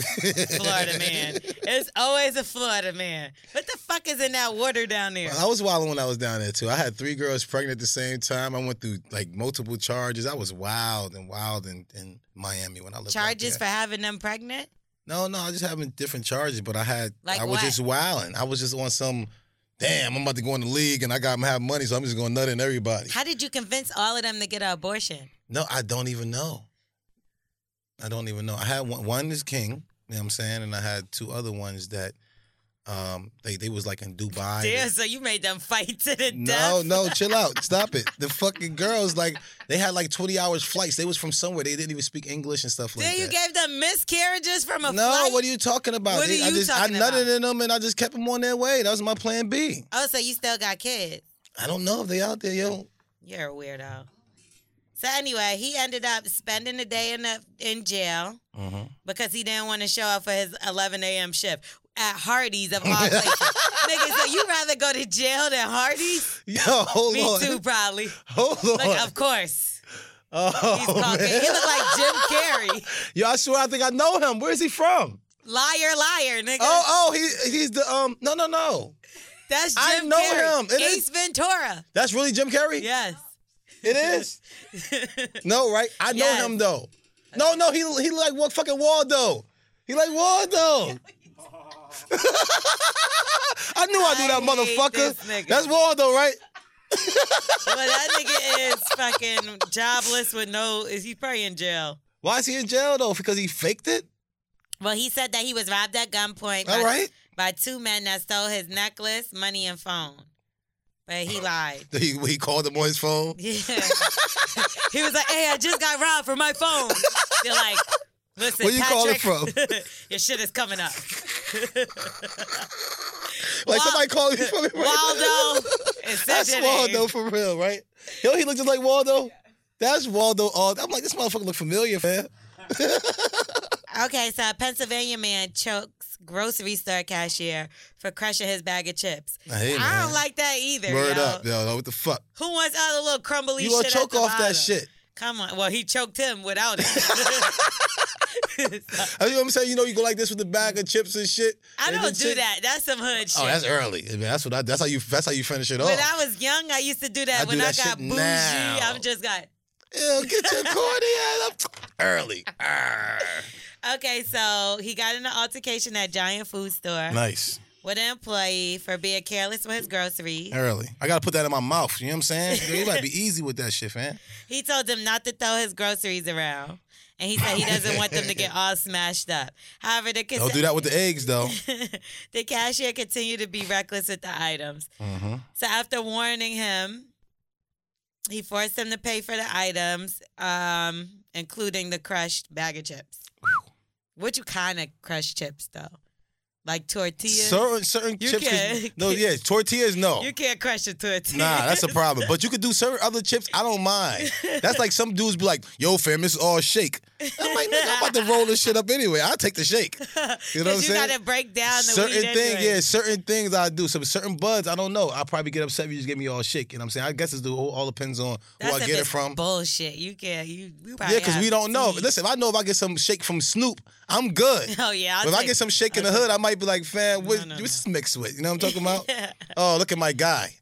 [SPEAKER 2] Florida man. It's always a Florida man. What the fuck is in that water down there?
[SPEAKER 3] I was wilding when I was down there too. I had three girls pregnant at the same time. I went through like multiple charges. I was wild and wild in, in Miami when I lived. out
[SPEAKER 2] Charges for
[SPEAKER 3] there.
[SPEAKER 2] having them pregnant?
[SPEAKER 3] no, no. I was just having different charges, but I had
[SPEAKER 2] Like
[SPEAKER 3] I was
[SPEAKER 2] what?
[SPEAKER 3] just wilding. I was just on some. Damn, I'm about to go in the league and I got to have money, so I'm just going to nut in everybody.
[SPEAKER 2] How did you convince all of them to get an abortion?
[SPEAKER 3] No, I don't even know. I don't even know. I had one, one is King, you know what I'm saying? And I had two other ones that um they, they was like in Dubai.
[SPEAKER 2] Damn, so you made them fight to the
[SPEAKER 3] No,
[SPEAKER 2] death.
[SPEAKER 3] no, chill out. Stop it. The fucking girls, like, they had like 20 hours flights. They was from somewhere. They didn't even speak English and stuff like
[SPEAKER 2] Then you
[SPEAKER 3] that.
[SPEAKER 2] gave them miscarriages from a
[SPEAKER 3] no,
[SPEAKER 2] flight?
[SPEAKER 3] what are you talking about?
[SPEAKER 2] What
[SPEAKER 3] They-
[SPEAKER 2] are
[SPEAKER 3] I
[SPEAKER 2] you
[SPEAKER 3] just
[SPEAKER 2] talking
[SPEAKER 3] I
[SPEAKER 2] about?
[SPEAKER 3] nutted in them and I just kept them on their way. That was my plan B.
[SPEAKER 2] Oh, so you still got kids.
[SPEAKER 3] I don't know if they out there, yo.
[SPEAKER 2] You're a weirdo. So anyway, he ended up spending the day in the, in jail because he didn't want to show up for his 11 a.m. shift at Hardee's of all places. Nigga, so you rather go to jail than Hardee's?
[SPEAKER 3] Yo, hold
[SPEAKER 2] Me
[SPEAKER 3] on.
[SPEAKER 2] too, probably.
[SPEAKER 3] Hold on.
[SPEAKER 2] Like, of course.
[SPEAKER 3] oh,
[SPEAKER 2] He's Caucasian. He look like Jim Carrey.
[SPEAKER 3] Yo, I swear I think I know him. Where is he from?
[SPEAKER 2] Liar, liar, nigga.
[SPEAKER 3] Oh, oh, he he's the um no no no.
[SPEAKER 2] That's
[SPEAKER 3] I
[SPEAKER 2] Jim
[SPEAKER 3] know
[SPEAKER 2] Carrey.
[SPEAKER 3] him. It is-
[SPEAKER 2] Ace Ventura.
[SPEAKER 3] That's really Jim Carrey?
[SPEAKER 2] Yes.
[SPEAKER 3] It is. no, right? I know
[SPEAKER 2] Yes.
[SPEAKER 3] him though. No, no, he he like what fucking Waldo. He like Waldo. I knew I knew that
[SPEAKER 2] I hate this
[SPEAKER 3] motherfucker.
[SPEAKER 2] nigga.
[SPEAKER 3] That's Waldo, right?
[SPEAKER 2] But that nigga is fucking jobless with no, is he probably in jail?
[SPEAKER 3] Why is he in jail though? Because he faked it?
[SPEAKER 2] Well, he said that he was robbed at gunpoint.
[SPEAKER 3] All
[SPEAKER 2] by-
[SPEAKER 3] right.
[SPEAKER 2] by two men that stole his necklace, money, and phone. But he lied.
[SPEAKER 3] He, he called him on his phone.
[SPEAKER 2] Yeah. he was like, hey, I just got robbed from my phone. They're like, listen,
[SPEAKER 3] Where you
[SPEAKER 2] Patrick,
[SPEAKER 3] calling
[SPEAKER 2] your shit is coming up.
[SPEAKER 3] Like
[SPEAKER 2] Wa-
[SPEAKER 3] somebody called me from it right
[SPEAKER 2] Waldo. It says
[SPEAKER 3] That's
[SPEAKER 2] your
[SPEAKER 3] Waldo
[SPEAKER 2] name.
[SPEAKER 3] for real, right? Yo, he looked just like Waldo. That's Waldo all. I'm like, this motherfucker look familiar, man.
[SPEAKER 2] Okay, so a Pennsylvania man chokes grocery store cashier for crushing his bag of chips.
[SPEAKER 3] Hey,
[SPEAKER 2] I
[SPEAKER 3] man.
[SPEAKER 2] don't like that either.
[SPEAKER 3] Word
[SPEAKER 2] yo.
[SPEAKER 3] up, yo. Like, What the fuck?
[SPEAKER 2] Who wants all the little crumbly
[SPEAKER 3] You
[SPEAKER 2] shit?
[SPEAKER 3] gonna
[SPEAKER 2] at
[SPEAKER 3] choke
[SPEAKER 2] the
[SPEAKER 3] off that
[SPEAKER 2] bottom?
[SPEAKER 3] shit.
[SPEAKER 2] Come on. Well, he choked him without it.
[SPEAKER 3] You know what I'm saying? You know, you go like this with a bag of chips and shit.
[SPEAKER 2] I
[SPEAKER 3] and
[SPEAKER 2] don't
[SPEAKER 3] the
[SPEAKER 2] do
[SPEAKER 3] chick-
[SPEAKER 2] that. That's some hood shit.
[SPEAKER 3] Oh, that's early. I mean, that's what I, that's how you that's how you finish it
[SPEAKER 2] When
[SPEAKER 3] off.
[SPEAKER 2] I was young, I used to do that.
[SPEAKER 3] I do
[SPEAKER 2] when
[SPEAKER 3] that
[SPEAKER 2] I got
[SPEAKER 3] shit
[SPEAKER 2] bougie,
[SPEAKER 3] now.
[SPEAKER 2] I'm just like,
[SPEAKER 3] Ew, get your corny ass up. Early.
[SPEAKER 2] okay. So he got in an altercation at Giant Food Store
[SPEAKER 3] Nice.
[SPEAKER 2] with an employee for being careless with his groceries.
[SPEAKER 3] Early. I gotta put that in my mouth. You know what I'm saying? Yo, you gotta be easy with that shit, man.
[SPEAKER 2] He told them not to throw his groceries around. And he said he doesn't want them to get all smashed up. However, the
[SPEAKER 3] Don't do that with the eggs though.
[SPEAKER 2] the cashier continued to be reckless with the items.
[SPEAKER 3] Mm-hmm.
[SPEAKER 2] So after warning him, he forced him to pay for the items, um, including the crushed bag of chips. What you kind of crushed chips though? Like tortillas?
[SPEAKER 3] Certain certain
[SPEAKER 2] You
[SPEAKER 3] chips. 'cause-
[SPEAKER 2] can't-
[SPEAKER 3] No, yeah, tortillas. No.
[SPEAKER 2] You can't crush a tortilla.
[SPEAKER 3] Nah, that's a problem. But you could do certain other chips. I don't mind. That's like some dudes be like, "Yo, fam, this is all shake." I'm like, nigga, I'm about to roll this shit up anyway. I will take the shake. You know what I'm
[SPEAKER 2] 'Cause
[SPEAKER 3] saying?
[SPEAKER 2] gotta break down the
[SPEAKER 3] certain
[SPEAKER 2] weed
[SPEAKER 3] things,
[SPEAKER 2] anyway.
[SPEAKER 3] yeah, certain things I do. Some certain buds, I don't know. I probably get upset if you just give me all shake. You know what I'm saying? I guess it's the whole, all depends on
[SPEAKER 2] That's
[SPEAKER 3] who I
[SPEAKER 2] if
[SPEAKER 3] get it
[SPEAKER 2] it's
[SPEAKER 3] from.
[SPEAKER 2] Bullshit. You can't. You. We probably
[SPEAKER 3] Yeah, because we
[SPEAKER 2] have
[SPEAKER 3] don't know. Listen, if I know if I get some shake from Snoop, I'm good.
[SPEAKER 2] Oh, yeah, I'll
[SPEAKER 3] But if I
[SPEAKER 2] take-
[SPEAKER 3] get some shake in the hood, I might be like, fam, what, what's this mixed with? You know what I'm talking about?
[SPEAKER 2] Yeah.
[SPEAKER 3] Oh, look at my guy.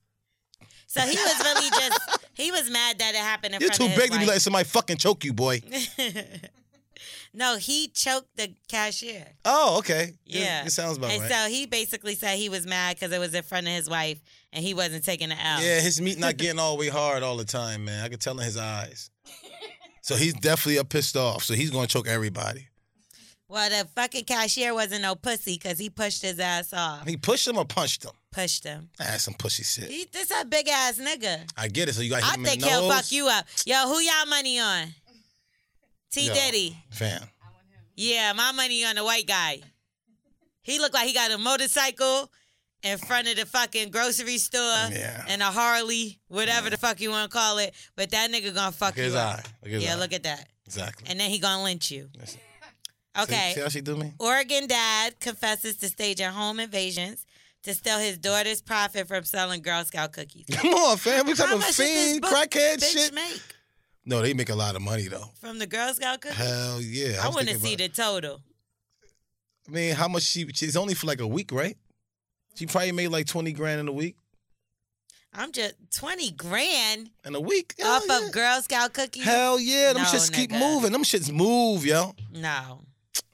[SPEAKER 2] So he was really just he was mad that it happened in
[SPEAKER 3] You're
[SPEAKER 2] front
[SPEAKER 3] too
[SPEAKER 2] of his
[SPEAKER 3] big to be letting somebody fucking choke you, boy.
[SPEAKER 2] wife. no, he choked the cashier.
[SPEAKER 3] Oh, okay.
[SPEAKER 2] Yeah,
[SPEAKER 3] It, it sounds about
[SPEAKER 2] and
[SPEAKER 3] right.
[SPEAKER 2] so he basically said he was mad because it was in front of his wife and he wasn't taking the L.
[SPEAKER 3] yeah, his meat not getting all the way hard all the time, man. I could tell in his eyes. So he's definitely up pissed off. So he's gonna choke everybody.
[SPEAKER 2] Well, the fucking cashier wasn't no pussy because he pushed his ass off.
[SPEAKER 3] He pushed him or punched him?
[SPEAKER 2] Pushed him.
[SPEAKER 3] That's some pussy shit.
[SPEAKER 2] He, this a big ass nigga.
[SPEAKER 3] I get it. So you got hit
[SPEAKER 2] I
[SPEAKER 3] him
[SPEAKER 2] think
[SPEAKER 3] in the nose.
[SPEAKER 2] he'll fuck you up. Yo, who y'all money on? T
[SPEAKER 3] Yo.
[SPEAKER 2] Diddy.
[SPEAKER 3] Fam.
[SPEAKER 2] Yeah, my money on the white guy. He looked like he got a motorcycle in front of the fucking grocery store and a Harley, whatever the fuck you want to call it. But that nigga gonna fuck
[SPEAKER 3] his
[SPEAKER 2] you up.
[SPEAKER 3] eye. Look at his
[SPEAKER 2] yeah,
[SPEAKER 3] eye.
[SPEAKER 2] look at that.
[SPEAKER 3] Exactly.
[SPEAKER 2] And then he gonna lynch you.
[SPEAKER 3] See-
[SPEAKER 2] Okay.
[SPEAKER 3] See, how she do me?
[SPEAKER 2] Oregon dad confesses to staging home invasions to steal his daughter's profit from selling Girl Scout cookies.
[SPEAKER 3] Come on, fam. We
[SPEAKER 2] How
[SPEAKER 3] talking
[SPEAKER 2] much did this
[SPEAKER 3] fiend,
[SPEAKER 2] book
[SPEAKER 3] crackhead
[SPEAKER 2] bitch
[SPEAKER 3] shit.
[SPEAKER 2] make
[SPEAKER 3] No, they make a lot of money though.
[SPEAKER 2] from the Girl Scout cookies?
[SPEAKER 3] Hell yeah.
[SPEAKER 2] I
[SPEAKER 3] was
[SPEAKER 2] want to
[SPEAKER 3] thinking
[SPEAKER 2] see the total.
[SPEAKER 3] about- I mean, how much she? She's only for like a week, right? She probably made like twenty grand in a week.
[SPEAKER 2] I'm just twenty grand
[SPEAKER 3] in a week
[SPEAKER 2] off of Girl Scout cookies.
[SPEAKER 3] Hell yeah, them
[SPEAKER 2] No,
[SPEAKER 3] shits keep
[SPEAKER 2] nigga.
[SPEAKER 3] moving. Them shits move, yo.
[SPEAKER 2] No.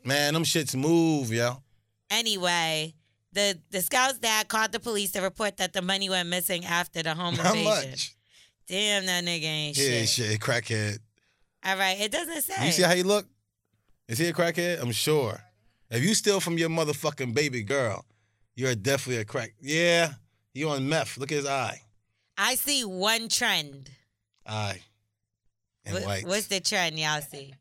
[SPEAKER 3] Man, them shits move, yo.
[SPEAKER 2] Anyway, the the scout's dad called the police to report that the money went missing after the home
[SPEAKER 3] How
[SPEAKER 2] invasion.
[SPEAKER 3] much?
[SPEAKER 2] Damn, that nigga ain't
[SPEAKER 3] Yeah,
[SPEAKER 2] shit.
[SPEAKER 3] shit, crackhead.
[SPEAKER 2] All right, it doesn't say.
[SPEAKER 3] You see how he look? Is he a crackhead? I'm sure. If you steal from your motherfucking baby girl, you're definitely a crack. Yeah, you on meth. Look at his eye.
[SPEAKER 2] I see one trend.
[SPEAKER 3] Eye. And
[SPEAKER 2] What-
[SPEAKER 3] white.
[SPEAKER 2] What's the trend y'all see?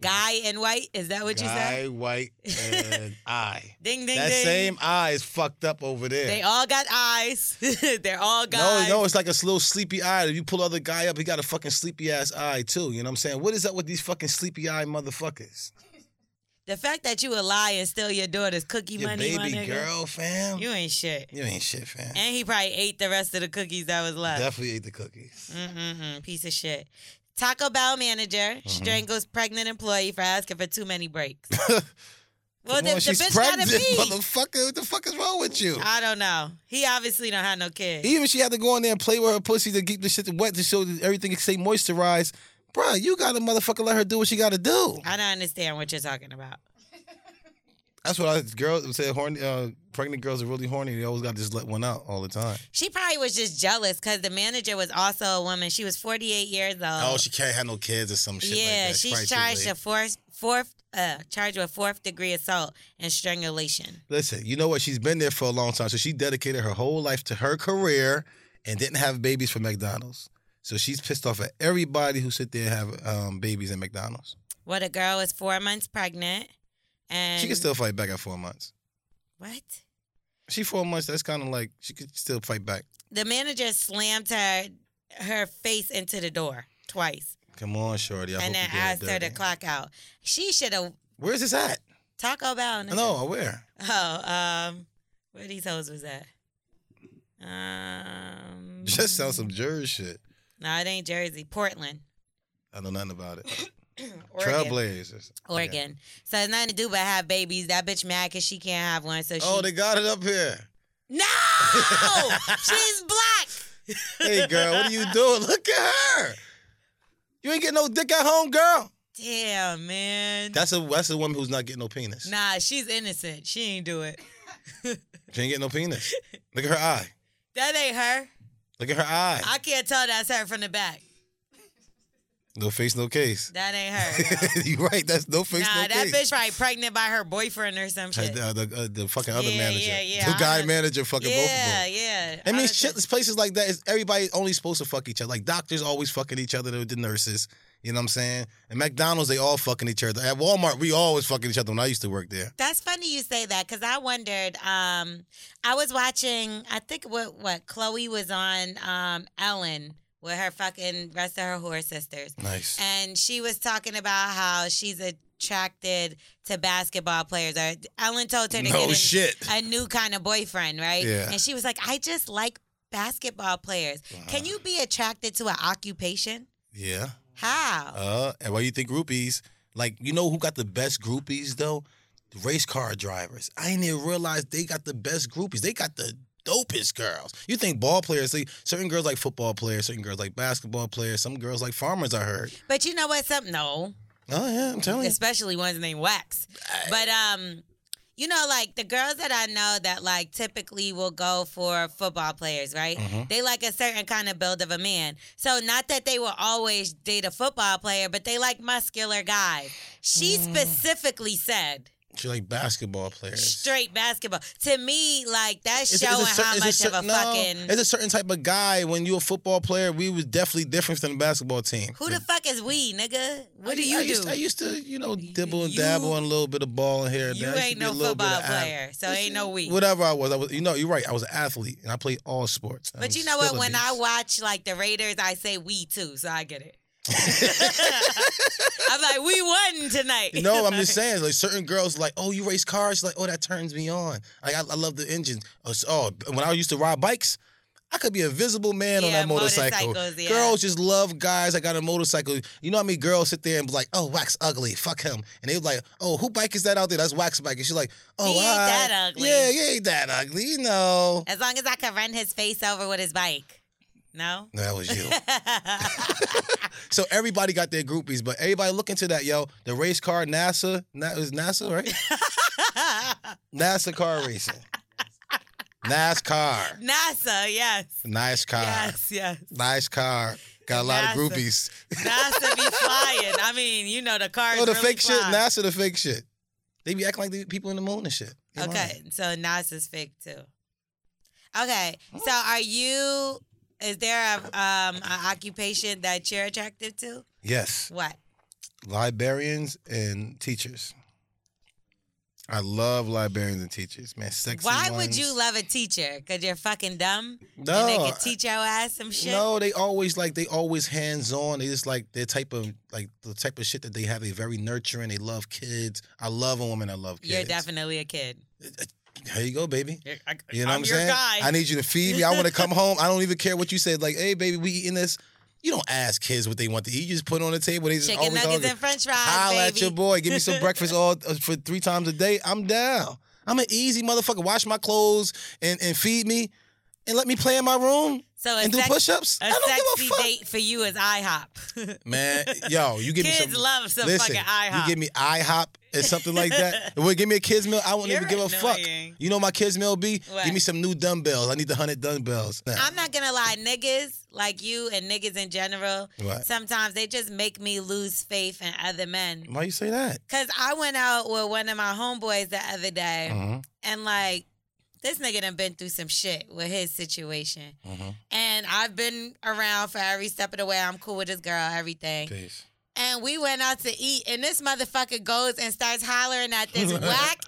[SPEAKER 2] Guy in white? Is that what you
[SPEAKER 3] Guy,
[SPEAKER 2] said?
[SPEAKER 3] white, and eye.
[SPEAKER 2] Ding ding
[SPEAKER 3] that
[SPEAKER 2] ding.
[SPEAKER 3] same eye is fucked up over there.
[SPEAKER 2] They all got eyes. They're all guys.
[SPEAKER 3] No, no, it's like a slow sleepy eye. If you pull other guy up, he got a fucking sleepy ass eye too. You know what I'm saying? What is up with these fucking sleepy eye motherfuckers?
[SPEAKER 2] The fact that you a lie and steal your daughter's cookie
[SPEAKER 3] Your
[SPEAKER 2] money, my
[SPEAKER 3] baby
[SPEAKER 2] nigga,
[SPEAKER 3] girl, fam.
[SPEAKER 2] You ain't shit.
[SPEAKER 3] You ain't shit, fam.
[SPEAKER 2] And he probably ate the rest of the cookies that was left.
[SPEAKER 3] Definitely ate the
[SPEAKER 2] Mm.
[SPEAKER 3] cookies.
[SPEAKER 2] Mm-mm-mm, piece of shit. Taco Bell manager
[SPEAKER 3] Mm-hmm.
[SPEAKER 2] strangles pregnant employee for asking for too many breaks. well,
[SPEAKER 3] Come
[SPEAKER 2] the,
[SPEAKER 3] on,
[SPEAKER 2] the
[SPEAKER 3] she's
[SPEAKER 2] bitch
[SPEAKER 3] pregnant,
[SPEAKER 2] gotta pee.
[SPEAKER 3] motherfucker. What the fuck is wrong with you?
[SPEAKER 2] I don't know. He obviously don't have no kids.
[SPEAKER 3] Even she had to go in there and play with her pussy to keep the shit wet to show that everything can stay moisturized. Bruh, you gotta motherfucker let her do what she gotta do.
[SPEAKER 2] I don't understand what you're talking about.
[SPEAKER 3] That's what I girls say. Horny, uh, pregnant girls are really horny. They always gotta just let one out all the time.
[SPEAKER 2] She probably was just jealous because the manager was also a woman. She was 48 years old.
[SPEAKER 3] Oh, she can't have no kids or some shit. like
[SPEAKER 2] Uh, yeah,
[SPEAKER 3] that.
[SPEAKER 2] she's
[SPEAKER 3] probably too
[SPEAKER 2] charged
[SPEAKER 3] late.
[SPEAKER 2] a fourth, fourth, uh, charged with fourth degree assault and strangulation.
[SPEAKER 3] Listen, you know what? She's been there for a long time. So she dedicated her whole life to her career and didn't have babies for McDonald's. So she's pissed off at everybody who sit there and have um, babies at McDonald's.
[SPEAKER 2] Well, the girl was four months pregnant, and
[SPEAKER 3] She can still fight back at four months.
[SPEAKER 2] what?
[SPEAKER 3] She four months, that's kind of like she could still fight back.
[SPEAKER 2] the manager slammed her her face into the door twice
[SPEAKER 3] Come on, shorty. I hope
[SPEAKER 2] and then
[SPEAKER 3] you did
[SPEAKER 2] asked her to
[SPEAKER 3] dirty.
[SPEAKER 2] clock out. She should have
[SPEAKER 3] Where's this at?
[SPEAKER 2] Taco Bell. nigga.
[SPEAKER 3] No, where?
[SPEAKER 2] Oh, um, where these hoes was at? Um,
[SPEAKER 3] Just sounds some Jersey shit.
[SPEAKER 2] no, it ain't Jersey. Portland,
[SPEAKER 3] I know nothing about it.
[SPEAKER 2] Oregon.
[SPEAKER 3] Trailblazers.
[SPEAKER 2] Oregon. So it's nothing to do but have babies. That bitch mad because she can't have one. So she.
[SPEAKER 3] Oh, they got it up here.
[SPEAKER 2] No, she's black.
[SPEAKER 3] Hey, girl, what are you doing? Look at her. You ain't getting no dick at home, girl.
[SPEAKER 2] Damn, man.
[SPEAKER 3] That's a that's a woman who's not getting no penis.
[SPEAKER 2] Nah, she's innocent. She ain't do it.
[SPEAKER 3] She ain't getting no penis. Look at her eye.
[SPEAKER 2] That ain't her.
[SPEAKER 3] Look at her eye.
[SPEAKER 2] I can't tell that's her from the back.
[SPEAKER 3] No face, no case.
[SPEAKER 2] That ain't her.
[SPEAKER 3] you right. That's no face,
[SPEAKER 2] nah,
[SPEAKER 3] no
[SPEAKER 2] that
[SPEAKER 3] case.
[SPEAKER 2] bitch probably pregnant by her boyfriend or some shit.
[SPEAKER 3] Uh, the, uh, the fucking other
[SPEAKER 2] Yeah,
[SPEAKER 3] manager,
[SPEAKER 2] yeah, yeah.
[SPEAKER 3] the guy
[SPEAKER 2] I-
[SPEAKER 3] manager, fucking both of them.
[SPEAKER 2] yeah, yeah.
[SPEAKER 3] I mean, shit, it's places like that. Is everybody only supposed to fuck each other? Like doctors always fucking each other. The the nurses, you know what I'm saying? And McDonald's, they all fucking each other. At Walmart, we always fucking each other when I used to work there.
[SPEAKER 2] That's funny you say that because I wondered. Um, I was watching. I think what what Chloe was on um, Ellen with her fucking rest of her whore sisters.
[SPEAKER 3] Nice.
[SPEAKER 2] And she was talking about how she's attracted to basketball players. Or Ellen told her to
[SPEAKER 3] No
[SPEAKER 2] get an-
[SPEAKER 3] shit.
[SPEAKER 2] a new kind of boyfriend, right?
[SPEAKER 3] Yeah.
[SPEAKER 2] And she was like, I just like basketball players. Can you be attracted to an occupation?
[SPEAKER 3] Yeah.
[SPEAKER 2] How?
[SPEAKER 3] Uh, and why you think groupies? Like, you know who got the best groupies though? Race car drivers. I ain't even realize they got the best groupies. They got the dopest girls. You think ball players? They, certain girls like football players. Certain girls like basketball players. Some girls like farmers. I heard.
[SPEAKER 2] But you know what? Some no.
[SPEAKER 3] Oh yeah, I'm telling you.
[SPEAKER 2] Especially ones named Wax. But um, you know, like the girls that I know that like typically will go for football players, right?
[SPEAKER 3] Mm-hmm.
[SPEAKER 9] Mhm.
[SPEAKER 2] They like a certain kind of build of a man. So not that they will always date a football player, but they like muscular guys. She
[SPEAKER 3] Mm.
[SPEAKER 2] specifically said
[SPEAKER 3] She like basketball players.
[SPEAKER 2] straight basketball. To me, like that's
[SPEAKER 3] It's- it's a
[SPEAKER 2] showing
[SPEAKER 3] cer-
[SPEAKER 2] how
[SPEAKER 3] it's a
[SPEAKER 2] much
[SPEAKER 3] cer-
[SPEAKER 2] of a
[SPEAKER 3] no,
[SPEAKER 2] fucking
[SPEAKER 3] It's a certain type of guy. When you're a football player, we was definitely different than the basketball team.
[SPEAKER 2] who the fuck is we, nigga? What do you
[SPEAKER 3] I
[SPEAKER 2] do?
[SPEAKER 3] used- I used to, you know, Dibble and dabble on a little bit of ball here. and
[SPEAKER 2] you
[SPEAKER 3] there. I used to
[SPEAKER 2] ain't
[SPEAKER 3] be a
[SPEAKER 2] no
[SPEAKER 3] little bit
[SPEAKER 2] football
[SPEAKER 3] of ath-
[SPEAKER 2] player, so ain't no we.
[SPEAKER 3] Whatever I was, I was. You know, you're right. I was an athlete, and I played all sports. I'm
[SPEAKER 2] But you know what?
[SPEAKER 3] Oh, still a
[SPEAKER 2] When
[SPEAKER 3] beast.
[SPEAKER 2] I watch like the Raiders, I say we too, so I get it. I'm like, we won tonight.
[SPEAKER 3] no, I'm just saying, like certain girls, like, oh, you race cars, like, oh, that turns me on. Like, I, I love the engines. Oh, so- oh, when I used to ride bikes, I could be a visible man on
[SPEAKER 2] Yeah,
[SPEAKER 3] that motorcycle.
[SPEAKER 2] motorcycles, yeah.
[SPEAKER 3] Girls just love guys that got a motorcycle. You know how many girls sit there and be like, oh, Wax ugly, fuck him, and they be like, oh, who bike is that out there? That's Wax bike, and she's like, oh,
[SPEAKER 2] He ain't
[SPEAKER 3] alright.
[SPEAKER 2] that ugly.
[SPEAKER 3] Yeah, he ain't that ugly, you know.
[SPEAKER 2] As long as I can run his face over with his bike. No?
[SPEAKER 3] No, that was you. so everybody got their groupies, but everybody look into that, yo. The race car, NASA, na- it was NASA, right? NASA car racing, NASCAR,
[SPEAKER 2] NASA, yes.
[SPEAKER 3] nice car,
[SPEAKER 2] Yes, yes.
[SPEAKER 3] nice car. Got a lot
[SPEAKER 2] NASA.
[SPEAKER 3] of groupies.
[SPEAKER 2] NASA be flying. I mean, you know, the car is
[SPEAKER 3] Oh, the
[SPEAKER 2] really
[SPEAKER 3] fake shit,
[SPEAKER 2] fly.
[SPEAKER 3] NASA, the fake shit. They be acting like the people in the moon and shit. They lying.
[SPEAKER 2] Okay, so NASA's fake too. Okay,
[SPEAKER 3] Oh.
[SPEAKER 2] so are you? Is there a um an occupation that you're attracted to?
[SPEAKER 3] Yes,
[SPEAKER 2] What?
[SPEAKER 3] librarians and teachers. I love librarians and teachers, man. Sexy.
[SPEAKER 2] Why would
[SPEAKER 3] ones.
[SPEAKER 2] you love a teacher? Cause you're fucking dumb.
[SPEAKER 3] No,
[SPEAKER 2] and they
[SPEAKER 3] I-
[SPEAKER 2] could teach your ass some shit.
[SPEAKER 3] No, they always like they always hands on. They just like their type of like the type of shit that they have. They very nurturing. They love kids. I love a woman. I love kids.
[SPEAKER 2] you're definitely a kid.
[SPEAKER 3] Here you go, baby.
[SPEAKER 2] I,
[SPEAKER 3] You know
[SPEAKER 2] I'm
[SPEAKER 3] what I'm
[SPEAKER 2] your
[SPEAKER 3] saying?
[SPEAKER 2] guy.
[SPEAKER 3] I need you to feed me. I want to come home. I don't even care what you said. Like, hey, baby, we eating this. You don't ask kids what they want to eat. You just put it on the table. They just
[SPEAKER 2] Chicken
[SPEAKER 3] always
[SPEAKER 2] nuggets
[SPEAKER 3] hungry.
[SPEAKER 2] and French fries,
[SPEAKER 3] Holla at
[SPEAKER 2] baby.
[SPEAKER 3] your boy. Give me some breakfast all uh, for three times a day. I'm down. I'm an easy motherfucker. Wash my clothes and, and feed me, and let me play in my room
[SPEAKER 2] So a
[SPEAKER 3] and
[SPEAKER 2] sex-
[SPEAKER 3] do push-ups.
[SPEAKER 2] A
[SPEAKER 3] I don't give a
[SPEAKER 2] sexy date for you is IHOP.
[SPEAKER 3] Man, yo, you give me
[SPEAKER 2] Kids
[SPEAKER 3] some.
[SPEAKER 2] love some
[SPEAKER 3] listen,
[SPEAKER 2] fucking IHOP.
[SPEAKER 3] You give me IHOP or something like that. well, give me a kids meal. I won't even give a fuck. You know what my kids meal be?
[SPEAKER 2] What?
[SPEAKER 3] Give me some new dumbbells. I need the hundred dumbbells. Nah.
[SPEAKER 2] I'm not gonna lie, niggas like you and niggas in general,
[SPEAKER 3] What?
[SPEAKER 2] sometimes they just make me lose faith in other men.
[SPEAKER 3] Why you say that?
[SPEAKER 2] Cause I went out with one of my homeboys the other day,
[SPEAKER 3] Mm.
[SPEAKER 2] and like this nigga done been through some shit with his situation, and I've been around for every step of the way. I'm cool with this girl, everything.
[SPEAKER 3] Peace.
[SPEAKER 2] And we went out to eat, and this motherfucker goes and starts hollering at this whack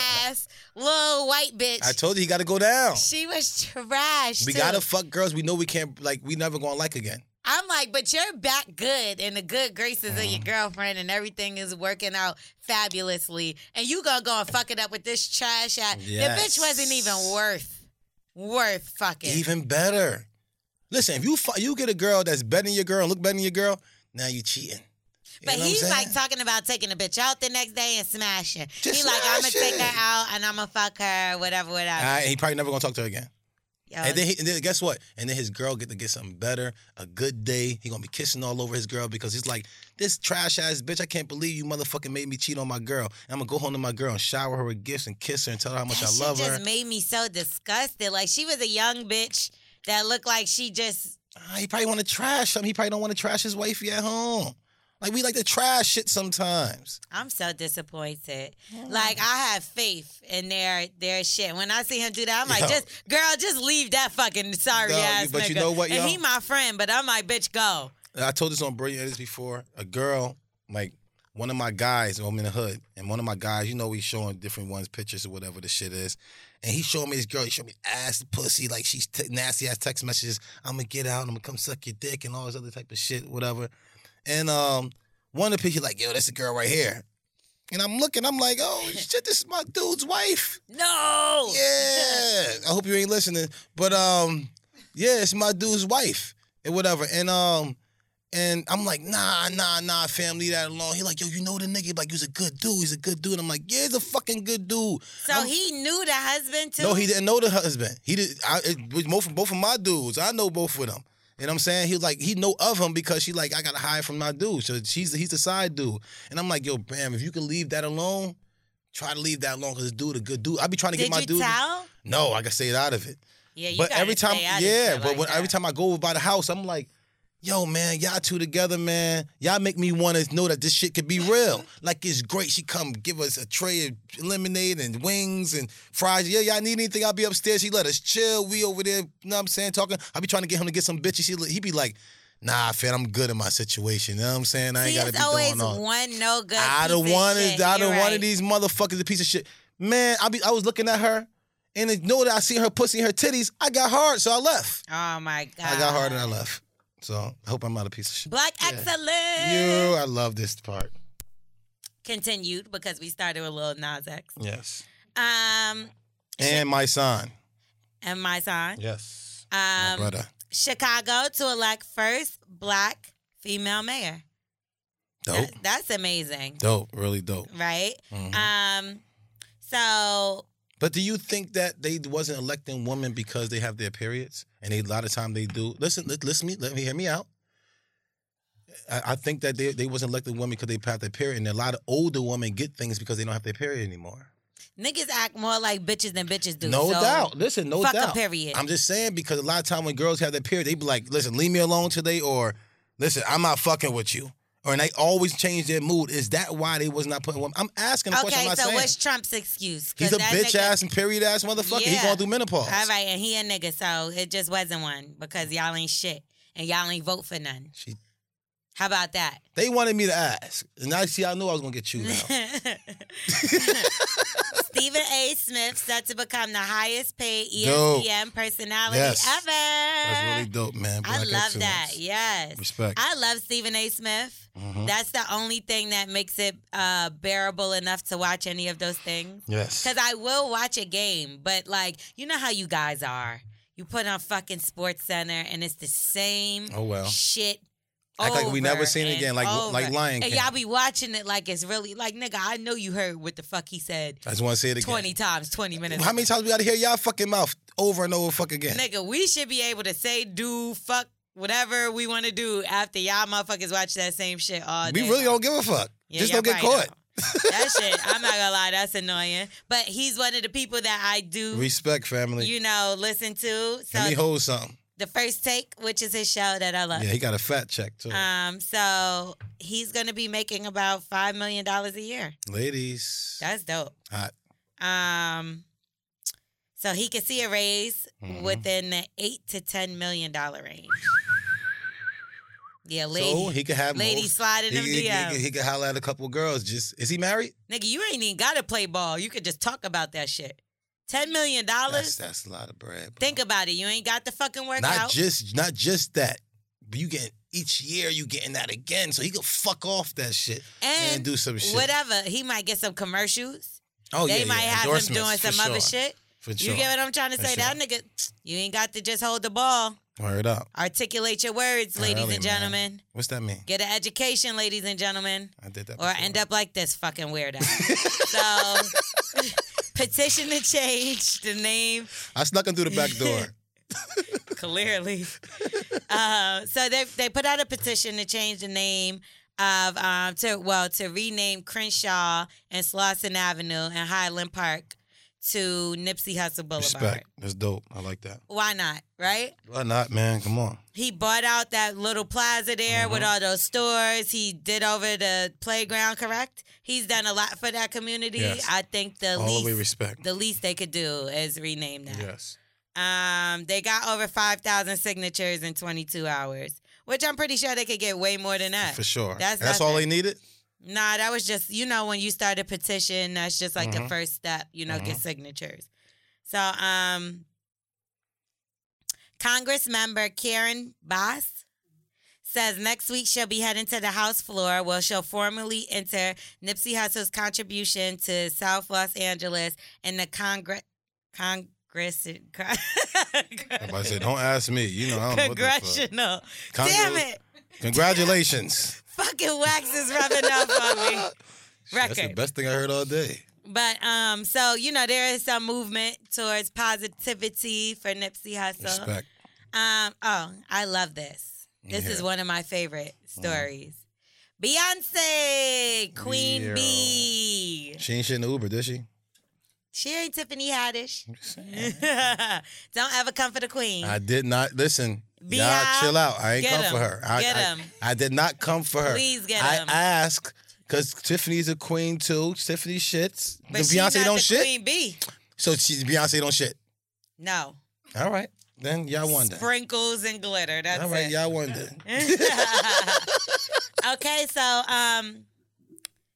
[SPEAKER 2] ass little white bitch.
[SPEAKER 3] I told you he got to go down.
[SPEAKER 2] she was trash.
[SPEAKER 3] we
[SPEAKER 2] too.
[SPEAKER 3] gotta fuck girls we know we can't like. We never gonna like again.
[SPEAKER 2] I'm like, but you're back good in the good graces of
[SPEAKER 3] Mm-hmm.
[SPEAKER 2] your girlfriend, and everything is working out fabulously. And you gonna go and fuck it up with this trash ass? The
[SPEAKER 3] Yes.
[SPEAKER 2] bitch wasn't even worth worth fucking.
[SPEAKER 3] Even better. Listen, if you fi- you get a girl that's better than your girl and look better than your girl, now you cheating. You
[SPEAKER 2] But
[SPEAKER 3] know what I'm
[SPEAKER 2] he's
[SPEAKER 3] saying?
[SPEAKER 2] like talking about taking a bitch out the next day and smashing. he like, I'm gonna
[SPEAKER 3] smash
[SPEAKER 2] take
[SPEAKER 3] it.
[SPEAKER 2] her out and I'm gonna fuck her, whatever, whatever.
[SPEAKER 3] All right, and he probably never gonna talk to her again.
[SPEAKER 2] Yo,
[SPEAKER 3] and, then he, and then guess what? And then his girl get to get something better, a good day. He gonna be kissing all over his girl because he's like, this trash ass bitch. I can't believe you motherfucking made me cheat on my girl. And I'm gonna go home to my girl and shower her with gifts and kiss her and tell her how much
[SPEAKER 2] that
[SPEAKER 3] I love
[SPEAKER 2] shit
[SPEAKER 3] her.
[SPEAKER 2] just made me so disgusted. Like she was a young bitch that looked like she just
[SPEAKER 3] Ah, he probably want to trash something. He probably don't want to trash his wifey at home. Like we like to trash shit sometimes.
[SPEAKER 2] I'm so disappointed. Like I have faith in their their shit. When I see him do that, I'm like,
[SPEAKER 3] Yo.
[SPEAKER 2] just girl, just leave that fucking sorry
[SPEAKER 3] Dog,
[SPEAKER 2] ass.
[SPEAKER 3] but
[SPEAKER 2] nigga.
[SPEAKER 3] you know what,
[SPEAKER 2] And
[SPEAKER 3] yo?
[SPEAKER 2] he my friend, but I'm like, bitch, go.
[SPEAKER 3] And I told this on Brilliant Edits before. A girl, like one of my guys, well, I'm in the hood, and one of my guys, you know, he's showing different ones pictures or whatever the shit is. And he showed me this girl. He showed me ass pussy, like she's t- nasty ass text messages. I'm gonna get out. I'm gonna come suck your dick and all this other type of shit, whatever. And um, one of the pictures, like, yo, that's a girl right here. And I'm looking. I'm like, oh shit, this is my dude's wife.
[SPEAKER 2] No.
[SPEAKER 3] Yeah. I hope you ain't listening. But um, yeah, it's my dude's wife and whatever. And um, and I'm like, nah, nah, nah, fam, leave that alone. He like, yo, you know the nigga, like, he's a good dude. He's a good dude. I'm like, yeah, he's a fucking good dude.
[SPEAKER 2] So he knew the husband too.
[SPEAKER 3] No, he didn't know the husband. He did. I it, was both both of my dudes. I know both of them. You know what I'm saying? He was like he know of him because she like I gotta hide from my dude. So she's he's the side dude. And I'm like, yo, bam, if you can leave that alone, try to leave that alone because this dude a good dude. I be trying to
[SPEAKER 2] Did
[SPEAKER 3] get my
[SPEAKER 2] you
[SPEAKER 3] dude.
[SPEAKER 2] tell?
[SPEAKER 3] No, I can stay it out of it.
[SPEAKER 2] Yeah, you
[SPEAKER 3] but
[SPEAKER 2] gotta
[SPEAKER 3] every time,
[SPEAKER 2] stay out of
[SPEAKER 3] yeah,
[SPEAKER 2] shit
[SPEAKER 3] but
[SPEAKER 2] like
[SPEAKER 3] when,
[SPEAKER 2] that.
[SPEAKER 3] every time I go by the house, I'm like, yo, man, y'all two together, man. Y'all make me want to know that this shit could be real. like it's great. She come give us a tray of lemonade and wings and fries. Yeah, y'all need anything? I'll be upstairs. She let us chill. We over there. You know what I'm saying? Talking. I be trying to get him to get some bitches. She he be like. Nah, fam, I'm good in my situation. You know what I'm saying? I ain't
[SPEAKER 2] See,
[SPEAKER 3] gotta
[SPEAKER 2] it's
[SPEAKER 3] be
[SPEAKER 2] always
[SPEAKER 3] going on.
[SPEAKER 2] one no good.
[SPEAKER 3] I don't
[SPEAKER 2] piece of
[SPEAKER 3] want
[SPEAKER 2] shit.
[SPEAKER 3] it. I
[SPEAKER 2] You're
[SPEAKER 3] don't want
[SPEAKER 2] right.
[SPEAKER 3] it. These motherfuckers, a piece of shit. Man, I be. I was looking at her, and the know that I seen her pussy and her titties. I got hard, so I left.
[SPEAKER 2] Oh my god.
[SPEAKER 3] I got hard and I left. So I hope I'm not a piece of shit.
[SPEAKER 2] Black excellence
[SPEAKER 3] You, I love this part.
[SPEAKER 2] continued because we started with Lil Nas X.
[SPEAKER 3] Yes.
[SPEAKER 2] Um,
[SPEAKER 3] And my son.
[SPEAKER 2] and my son.
[SPEAKER 3] Yes.
[SPEAKER 2] Um,
[SPEAKER 3] brother.
[SPEAKER 2] Chicago to elect first black female mayor.
[SPEAKER 3] Dope.
[SPEAKER 2] That's amazing,
[SPEAKER 3] Dope. Really dope.
[SPEAKER 2] right?
[SPEAKER 3] Mhm.
[SPEAKER 2] Um, so
[SPEAKER 3] But do you think that they wasn't electing women because they have their periods, and they, a lot of time they do? Listen, let, listen me, let me hear me out. I, I think that they, they wasn't electing women because they had their period, and a lot of older women get things because they don't have their period anymore.
[SPEAKER 2] niggas act more like bitches than bitches do.
[SPEAKER 3] no
[SPEAKER 2] so
[SPEAKER 3] doubt. Listen, no
[SPEAKER 2] fuck
[SPEAKER 3] doubt.
[SPEAKER 2] A period.
[SPEAKER 3] I'm just saying because a lot of time when girls have their period, they be like, "Listen, leave me alone today," or "Listen, I'm not fucking with you." Or and they always change their mood. Is that why they was not putting women? I'm asking a
[SPEAKER 2] okay,
[SPEAKER 3] question. I'm not
[SPEAKER 2] so
[SPEAKER 3] saying.
[SPEAKER 2] what's Trump's excuse? 'Cause
[SPEAKER 3] He's a
[SPEAKER 2] that
[SPEAKER 3] bitch
[SPEAKER 2] nigga-
[SPEAKER 3] ass and period ass motherfucker. He
[SPEAKER 2] Yeah.
[SPEAKER 3] going through menopause.
[SPEAKER 2] All right, and he a nigga, so it just wasn't one because y'all ain't shit and y'all ain't vote for none.
[SPEAKER 3] She-
[SPEAKER 2] How about that?
[SPEAKER 3] They wanted me to ask, and I see. I knew I was gonna get you now.
[SPEAKER 2] Stephen A. Smith set to become the highest paid E
[SPEAKER 3] Dope.
[SPEAKER 2] ESPN personality
[SPEAKER 3] Yes.
[SPEAKER 2] ever.
[SPEAKER 3] That's really dope, man.
[SPEAKER 2] I
[SPEAKER 3] Black
[SPEAKER 2] love that.
[SPEAKER 3] excellence.
[SPEAKER 2] Yes.
[SPEAKER 3] Respect.
[SPEAKER 2] I love Stephen A. Smith.
[SPEAKER 3] Mhm.
[SPEAKER 2] That's the only thing that makes it uh, bearable enough to watch any of those things.
[SPEAKER 3] Yes.
[SPEAKER 2] Because I will watch a game, but like, you know how you guys are. You put on fucking Sports Center and it's the same
[SPEAKER 3] Oh, well.
[SPEAKER 2] shit.
[SPEAKER 3] Act like we never
[SPEAKER 2] over
[SPEAKER 3] seen it
[SPEAKER 2] and
[SPEAKER 3] again, like-
[SPEAKER 2] over.
[SPEAKER 3] like Lion
[SPEAKER 2] And
[SPEAKER 3] King.
[SPEAKER 2] y'all be watching it like it's really like nigga. I know you heard what the fuck he said
[SPEAKER 3] I just want to say it again.
[SPEAKER 2] twenty times, twenty minutes.
[SPEAKER 3] How many times we got to hear y'all fucking mouth over and over fucking again?
[SPEAKER 2] Nigga, we should be able to say, do, fuck, whatever we want to do after y'all motherfuckers watch that same shit all day.
[SPEAKER 3] we really don't give a fuck.
[SPEAKER 2] Yeah,
[SPEAKER 3] just
[SPEAKER 2] y'all
[SPEAKER 3] don't get
[SPEAKER 2] probably
[SPEAKER 3] caught.
[SPEAKER 2] that shit, I'm not gonna lie, that's annoying. But he's one of the people that I do,
[SPEAKER 3] Respect, family.
[SPEAKER 2] you know, listen to.
[SPEAKER 3] Let me
[SPEAKER 2] So
[SPEAKER 3] hold something.
[SPEAKER 2] the first take, which is his show that I love.
[SPEAKER 3] Yeah, he got a fat check too.
[SPEAKER 2] um, so he's gonna be making about five million dollars a year.
[SPEAKER 3] Ladies,
[SPEAKER 2] That's dope.
[SPEAKER 3] hot.
[SPEAKER 2] Um, so he could see a raise
[SPEAKER 3] Mhm.
[SPEAKER 2] within the eight to ten million dollar range. Yeah, lady.
[SPEAKER 3] So he could have
[SPEAKER 2] lady
[SPEAKER 3] more-
[SPEAKER 2] sliding
[SPEAKER 3] he,
[SPEAKER 2] them
[SPEAKER 3] he, he,
[SPEAKER 2] DMs.
[SPEAKER 3] he could holler at a couple girls. Just is he married?
[SPEAKER 2] Nigga, you ain't even gotta play ball. You could just talk about that shit. Ten million
[SPEAKER 3] That's,
[SPEAKER 2] dollars.
[SPEAKER 3] that's a lot of bread. bro.
[SPEAKER 2] Think about it. You ain't got the fucking work
[SPEAKER 3] Not
[SPEAKER 2] out.
[SPEAKER 3] just not just that. But you getting each year you getting that again. So he could fuck off that shit and, do some shit.
[SPEAKER 2] Whatever. He might get some commercials.
[SPEAKER 3] Oh,
[SPEAKER 2] they
[SPEAKER 3] yeah, yeah.
[SPEAKER 2] might have him doing
[SPEAKER 3] Endorsements,
[SPEAKER 2] some
[SPEAKER 3] for
[SPEAKER 2] other
[SPEAKER 3] sure.
[SPEAKER 2] shit.
[SPEAKER 3] For
[SPEAKER 2] You
[SPEAKER 3] sure.
[SPEAKER 2] get what I'm trying to
[SPEAKER 3] For
[SPEAKER 2] say? That nigga, you ain't got to just hold the ball.
[SPEAKER 3] Word up.
[SPEAKER 2] Articulate your words, ladies
[SPEAKER 3] Early,
[SPEAKER 2] and
[SPEAKER 3] man.
[SPEAKER 2] gentlemen.
[SPEAKER 3] What's that mean?
[SPEAKER 2] Get an education, ladies and gentlemen.
[SPEAKER 3] I did that.
[SPEAKER 2] or end up like this fucking weirdo. so petition to change the name.
[SPEAKER 3] I snuck him through the back door.
[SPEAKER 2] Clearly. Uh, so they they put out a petition to change the name of um to well to rename Crenshaw and Slauson Avenue and Highland Park to Nipsey Hussle Boulevard.
[SPEAKER 3] Respect. That's dope. I like that.
[SPEAKER 2] Why not? Right?
[SPEAKER 3] Why not, man? Come on.
[SPEAKER 2] He bought out that little plaza there with
[SPEAKER 3] Uh-huh.
[SPEAKER 2] all those stores. He did over the playground, correct? He's done a lot for that community.
[SPEAKER 3] Yes.
[SPEAKER 2] I think the
[SPEAKER 3] All the
[SPEAKER 2] least
[SPEAKER 3] way respect.
[SPEAKER 2] the least they could do is rename that.
[SPEAKER 3] Yes.
[SPEAKER 2] Um, they got over five thousand signatures in twenty two hours, which I'm pretty sure they could get way more than that.
[SPEAKER 3] For sure.
[SPEAKER 2] That's
[SPEAKER 3] That's, all
[SPEAKER 2] nothing.
[SPEAKER 3] they needed?
[SPEAKER 2] Nah, that was just you know when you start a petition, that's just like the
[SPEAKER 3] Mhm.
[SPEAKER 2] first step. You know, get
[SPEAKER 3] Mhm.
[SPEAKER 2] signatures. So, um, Congress member Karen Boss says next week she'll be heading to the House floor where she'll formally enter Nipsey Hussle's contribution to South Los Angeles and the Congress. Congress.
[SPEAKER 3] I said, don't ask me. You know, I don't know.
[SPEAKER 2] Congressional.
[SPEAKER 3] Congress-
[SPEAKER 2] Damn it.
[SPEAKER 3] What the fuck. Congratulations.
[SPEAKER 2] Fucking wax is rubbing off on me.
[SPEAKER 3] That's the
[SPEAKER 2] Record.
[SPEAKER 3] best thing I heard all day.
[SPEAKER 2] But um, so you know, there is some movement towards positivity for Nipsey Hussle.
[SPEAKER 3] Respect.
[SPEAKER 2] Um, oh, I love this. This
[SPEAKER 3] Yeah.
[SPEAKER 2] is one of my favorite stories. Beyonce, Queen
[SPEAKER 3] Yeah.
[SPEAKER 2] Bee.
[SPEAKER 3] She ain't shit in the Uber, did she?
[SPEAKER 2] She ain't Tiffany Haddish. Don't ever come for the queen.
[SPEAKER 3] I did not listen.
[SPEAKER 2] Be
[SPEAKER 3] y'all
[SPEAKER 2] out.
[SPEAKER 3] chill out. I ain't
[SPEAKER 2] Get
[SPEAKER 3] come for
[SPEAKER 2] him.
[SPEAKER 3] her. I,
[SPEAKER 2] Get
[SPEAKER 3] I,
[SPEAKER 2] him.
[SPEAKER 3] I did not come for her.
[SPEAKER 2] Please get
[SPEAKER 3] I
[SPEAKER 2] him.
[SPEAKER 3] ask because Tiffany's a queen too. Tiffany shits.
[SPEAKER 2] but
[SPEAKER 3] Does
[SPEAKER 2] she
[SPEAKER 3] Beyonce
[SPEAKER 2] not
[SPEAKER 3] don't
[SPEAKER 2] the
[SPEAKER 3] shit.
[SPEAKER 2] Queen Bee.
[SPEAKER 3] So she, Beyonce don't shit.
[SPEAKER 2] No.
[SPEAKER 3] All right, then y'all won that.
[SPEAKER 2] Sprinkles and glitter. That's
[SPEAKER 3] All
[SPEAKER 2] it.
[SPEAKER 3] right, y'all won that.
[SPEAKER 2] okay, so um,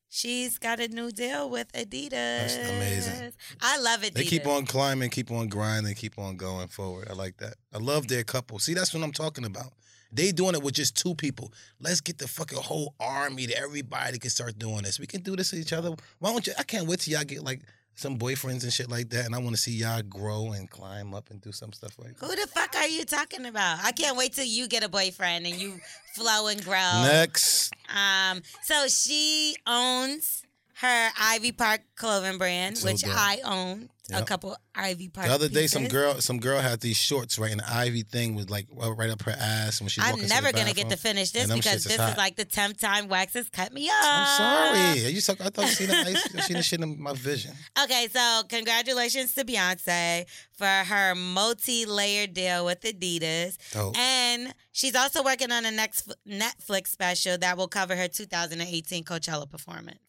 [SPEAKER 2] she's got a new deal with Adidas. That's
[SPEAKER 3] amazing.
[SPEAKER 2] I love Adidas.
[SPEAKER 3] They keep on climbing, keep on grinding, keep on going forward. I like that. I love their couple. See, that's what I'm talking about. They doing it with just two people. Let's get the fucking whole army to everybody can start doing this. We can do this to each other. Why don't you? I can't wait till y'all get like some boyfriends and shit like that. And I want to see y'all grow and climb up and do some stuff like that.
[SPEAKER 2] Who the fuck are you talking about? I can't wait till you get a boyfriend and you flow and grow.
[SPEAKER 3] Next,
[SPEAKER 2] Um, so she owns her Ivy Park clothing brand,
[SPEAKER 3] So
[SPEAKER 2] which
[SPEAKER 3] dope.
[SPEAKER 2] I own a
[SPEAKER 3] Yep.
[SPEAKER 2] couple Ivy Park.
[SPEAKER 3] the other day, some
[SPEAKER 2] pieces.
[SPEAKER 3] girl, some girl had these shorts right, and the Ivy thing was like right up her ass when she.
[SPEAKER 2] I'm
[SPEAKER 3] walking
[SPEAKER 2] never
[SPEAKER 3] to the
[SPEAKER 2] gonna get to
[SPEAKER 3] bathroom.
[SPEAKER 2] finish this
[SPEAKER 3] And them
[SPEAKER 2] because
[SPEAKER 3] shits
[SPEAKER 2] this
[SPEAKER 3] hot.
[SPEAKER 2] is like the tenth time Wax has cut me up.
[SPEAKER 3] I'm sorry. You talk, I thought you seen the ice, seen the shit in my vision.
[SPEAKER 2] Okay, so congratulations to Beyonce for her multi-layered deal with Adidas,
[SPEAKER 3] Dope.
[SPEAKER 2] and she's also working on a next Netflix special that will cover her 2018 Coachella performance.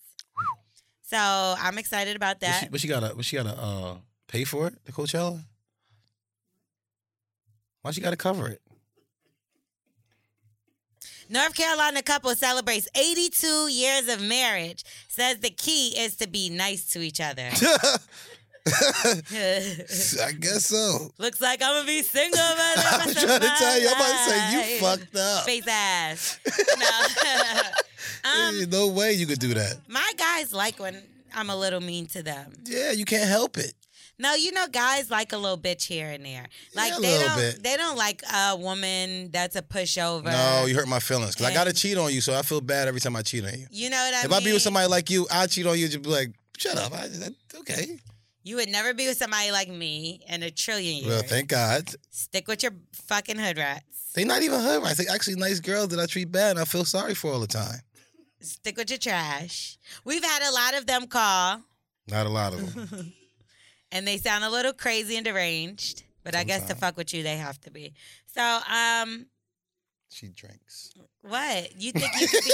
[SPEAKER 2] So I'm excited about
[SPEAKER 3] But
[SPEAKER 2] that.
[SPEAKER 3] she, but she gotta, but she gotta uh, pay for it. The Coachella. Why she gotta cover it?
[SPEAKER 2] North Carolina couple celebrates 82 years of marriage. Says the key is to be nice to each other.
[SPEAKER 3] I guess so.
[SPEAKER 2] Looks like I'm gonna be single. By the
[SPEAKER 3] I'm
[SPEAKER 2] rest
[SPEAKER 3] trying
[SPEAKER 2] of
[SPEAKER 3] to
[SPEAKER 2] my
[SPEAKER 3] tell you. I'm about to say, you
[SPEAKER 2] life.
[SPEAKER 3] fucked up.
[SPEAKER 2] Face ass. Um,
[SPEAKER 3] There's no way you could do that.
[SPEAKER 2] My guys like when I'm a little mean to them.
[SPEAKER 3] Yeah, you can't help it.
[SPEAKER 2] No, you know, guys like a little bitch here and there. Like
[SPEAKER 3] Yeah, a
[SPEAKER 2] they
[SPEAKER 3] little
[SPEAKER 2] don't,
[SPEAKER 3] bit.
[SPEAKER 2] they don't like a woman that's a pushover.
[SPEAKER 3] No, you hurt my feelings. Cause I gotta
[SPEAKER 2] And-
[SPEAKER 3] cheat on you, so I feel bad every time I cheat on you.
[SPEAKER 2] You know what I
[SPEAKER 3] if
[SPEAKER 2] mean?
[SPEAKER 3] I be with somebody like you, I cheat on you. Just be like, shut up. I, I- okay.
[SPEAKER 2] you would never be with somebody like me in a trillion years.
[SPEAKER 3] Well, thank God.
[SPEAKER 2] Stick with your fucking hood rats.
[SPEAKER 3] They not even hood rats. They actually nice girls that I treat bad and I feel sorry for all the time.
[SPEAKER 2] Stick with your trash. We've had a lot of them call,
[SPEAKER 3] Not a lot of them.
[SPEAKER 2] and they sound a little crazy and deranged. But I guess to fuck with you, they have to be. So, um,
[SPEAKER 3] she drinks.
[SPEAKER 2] what you think? You, could be,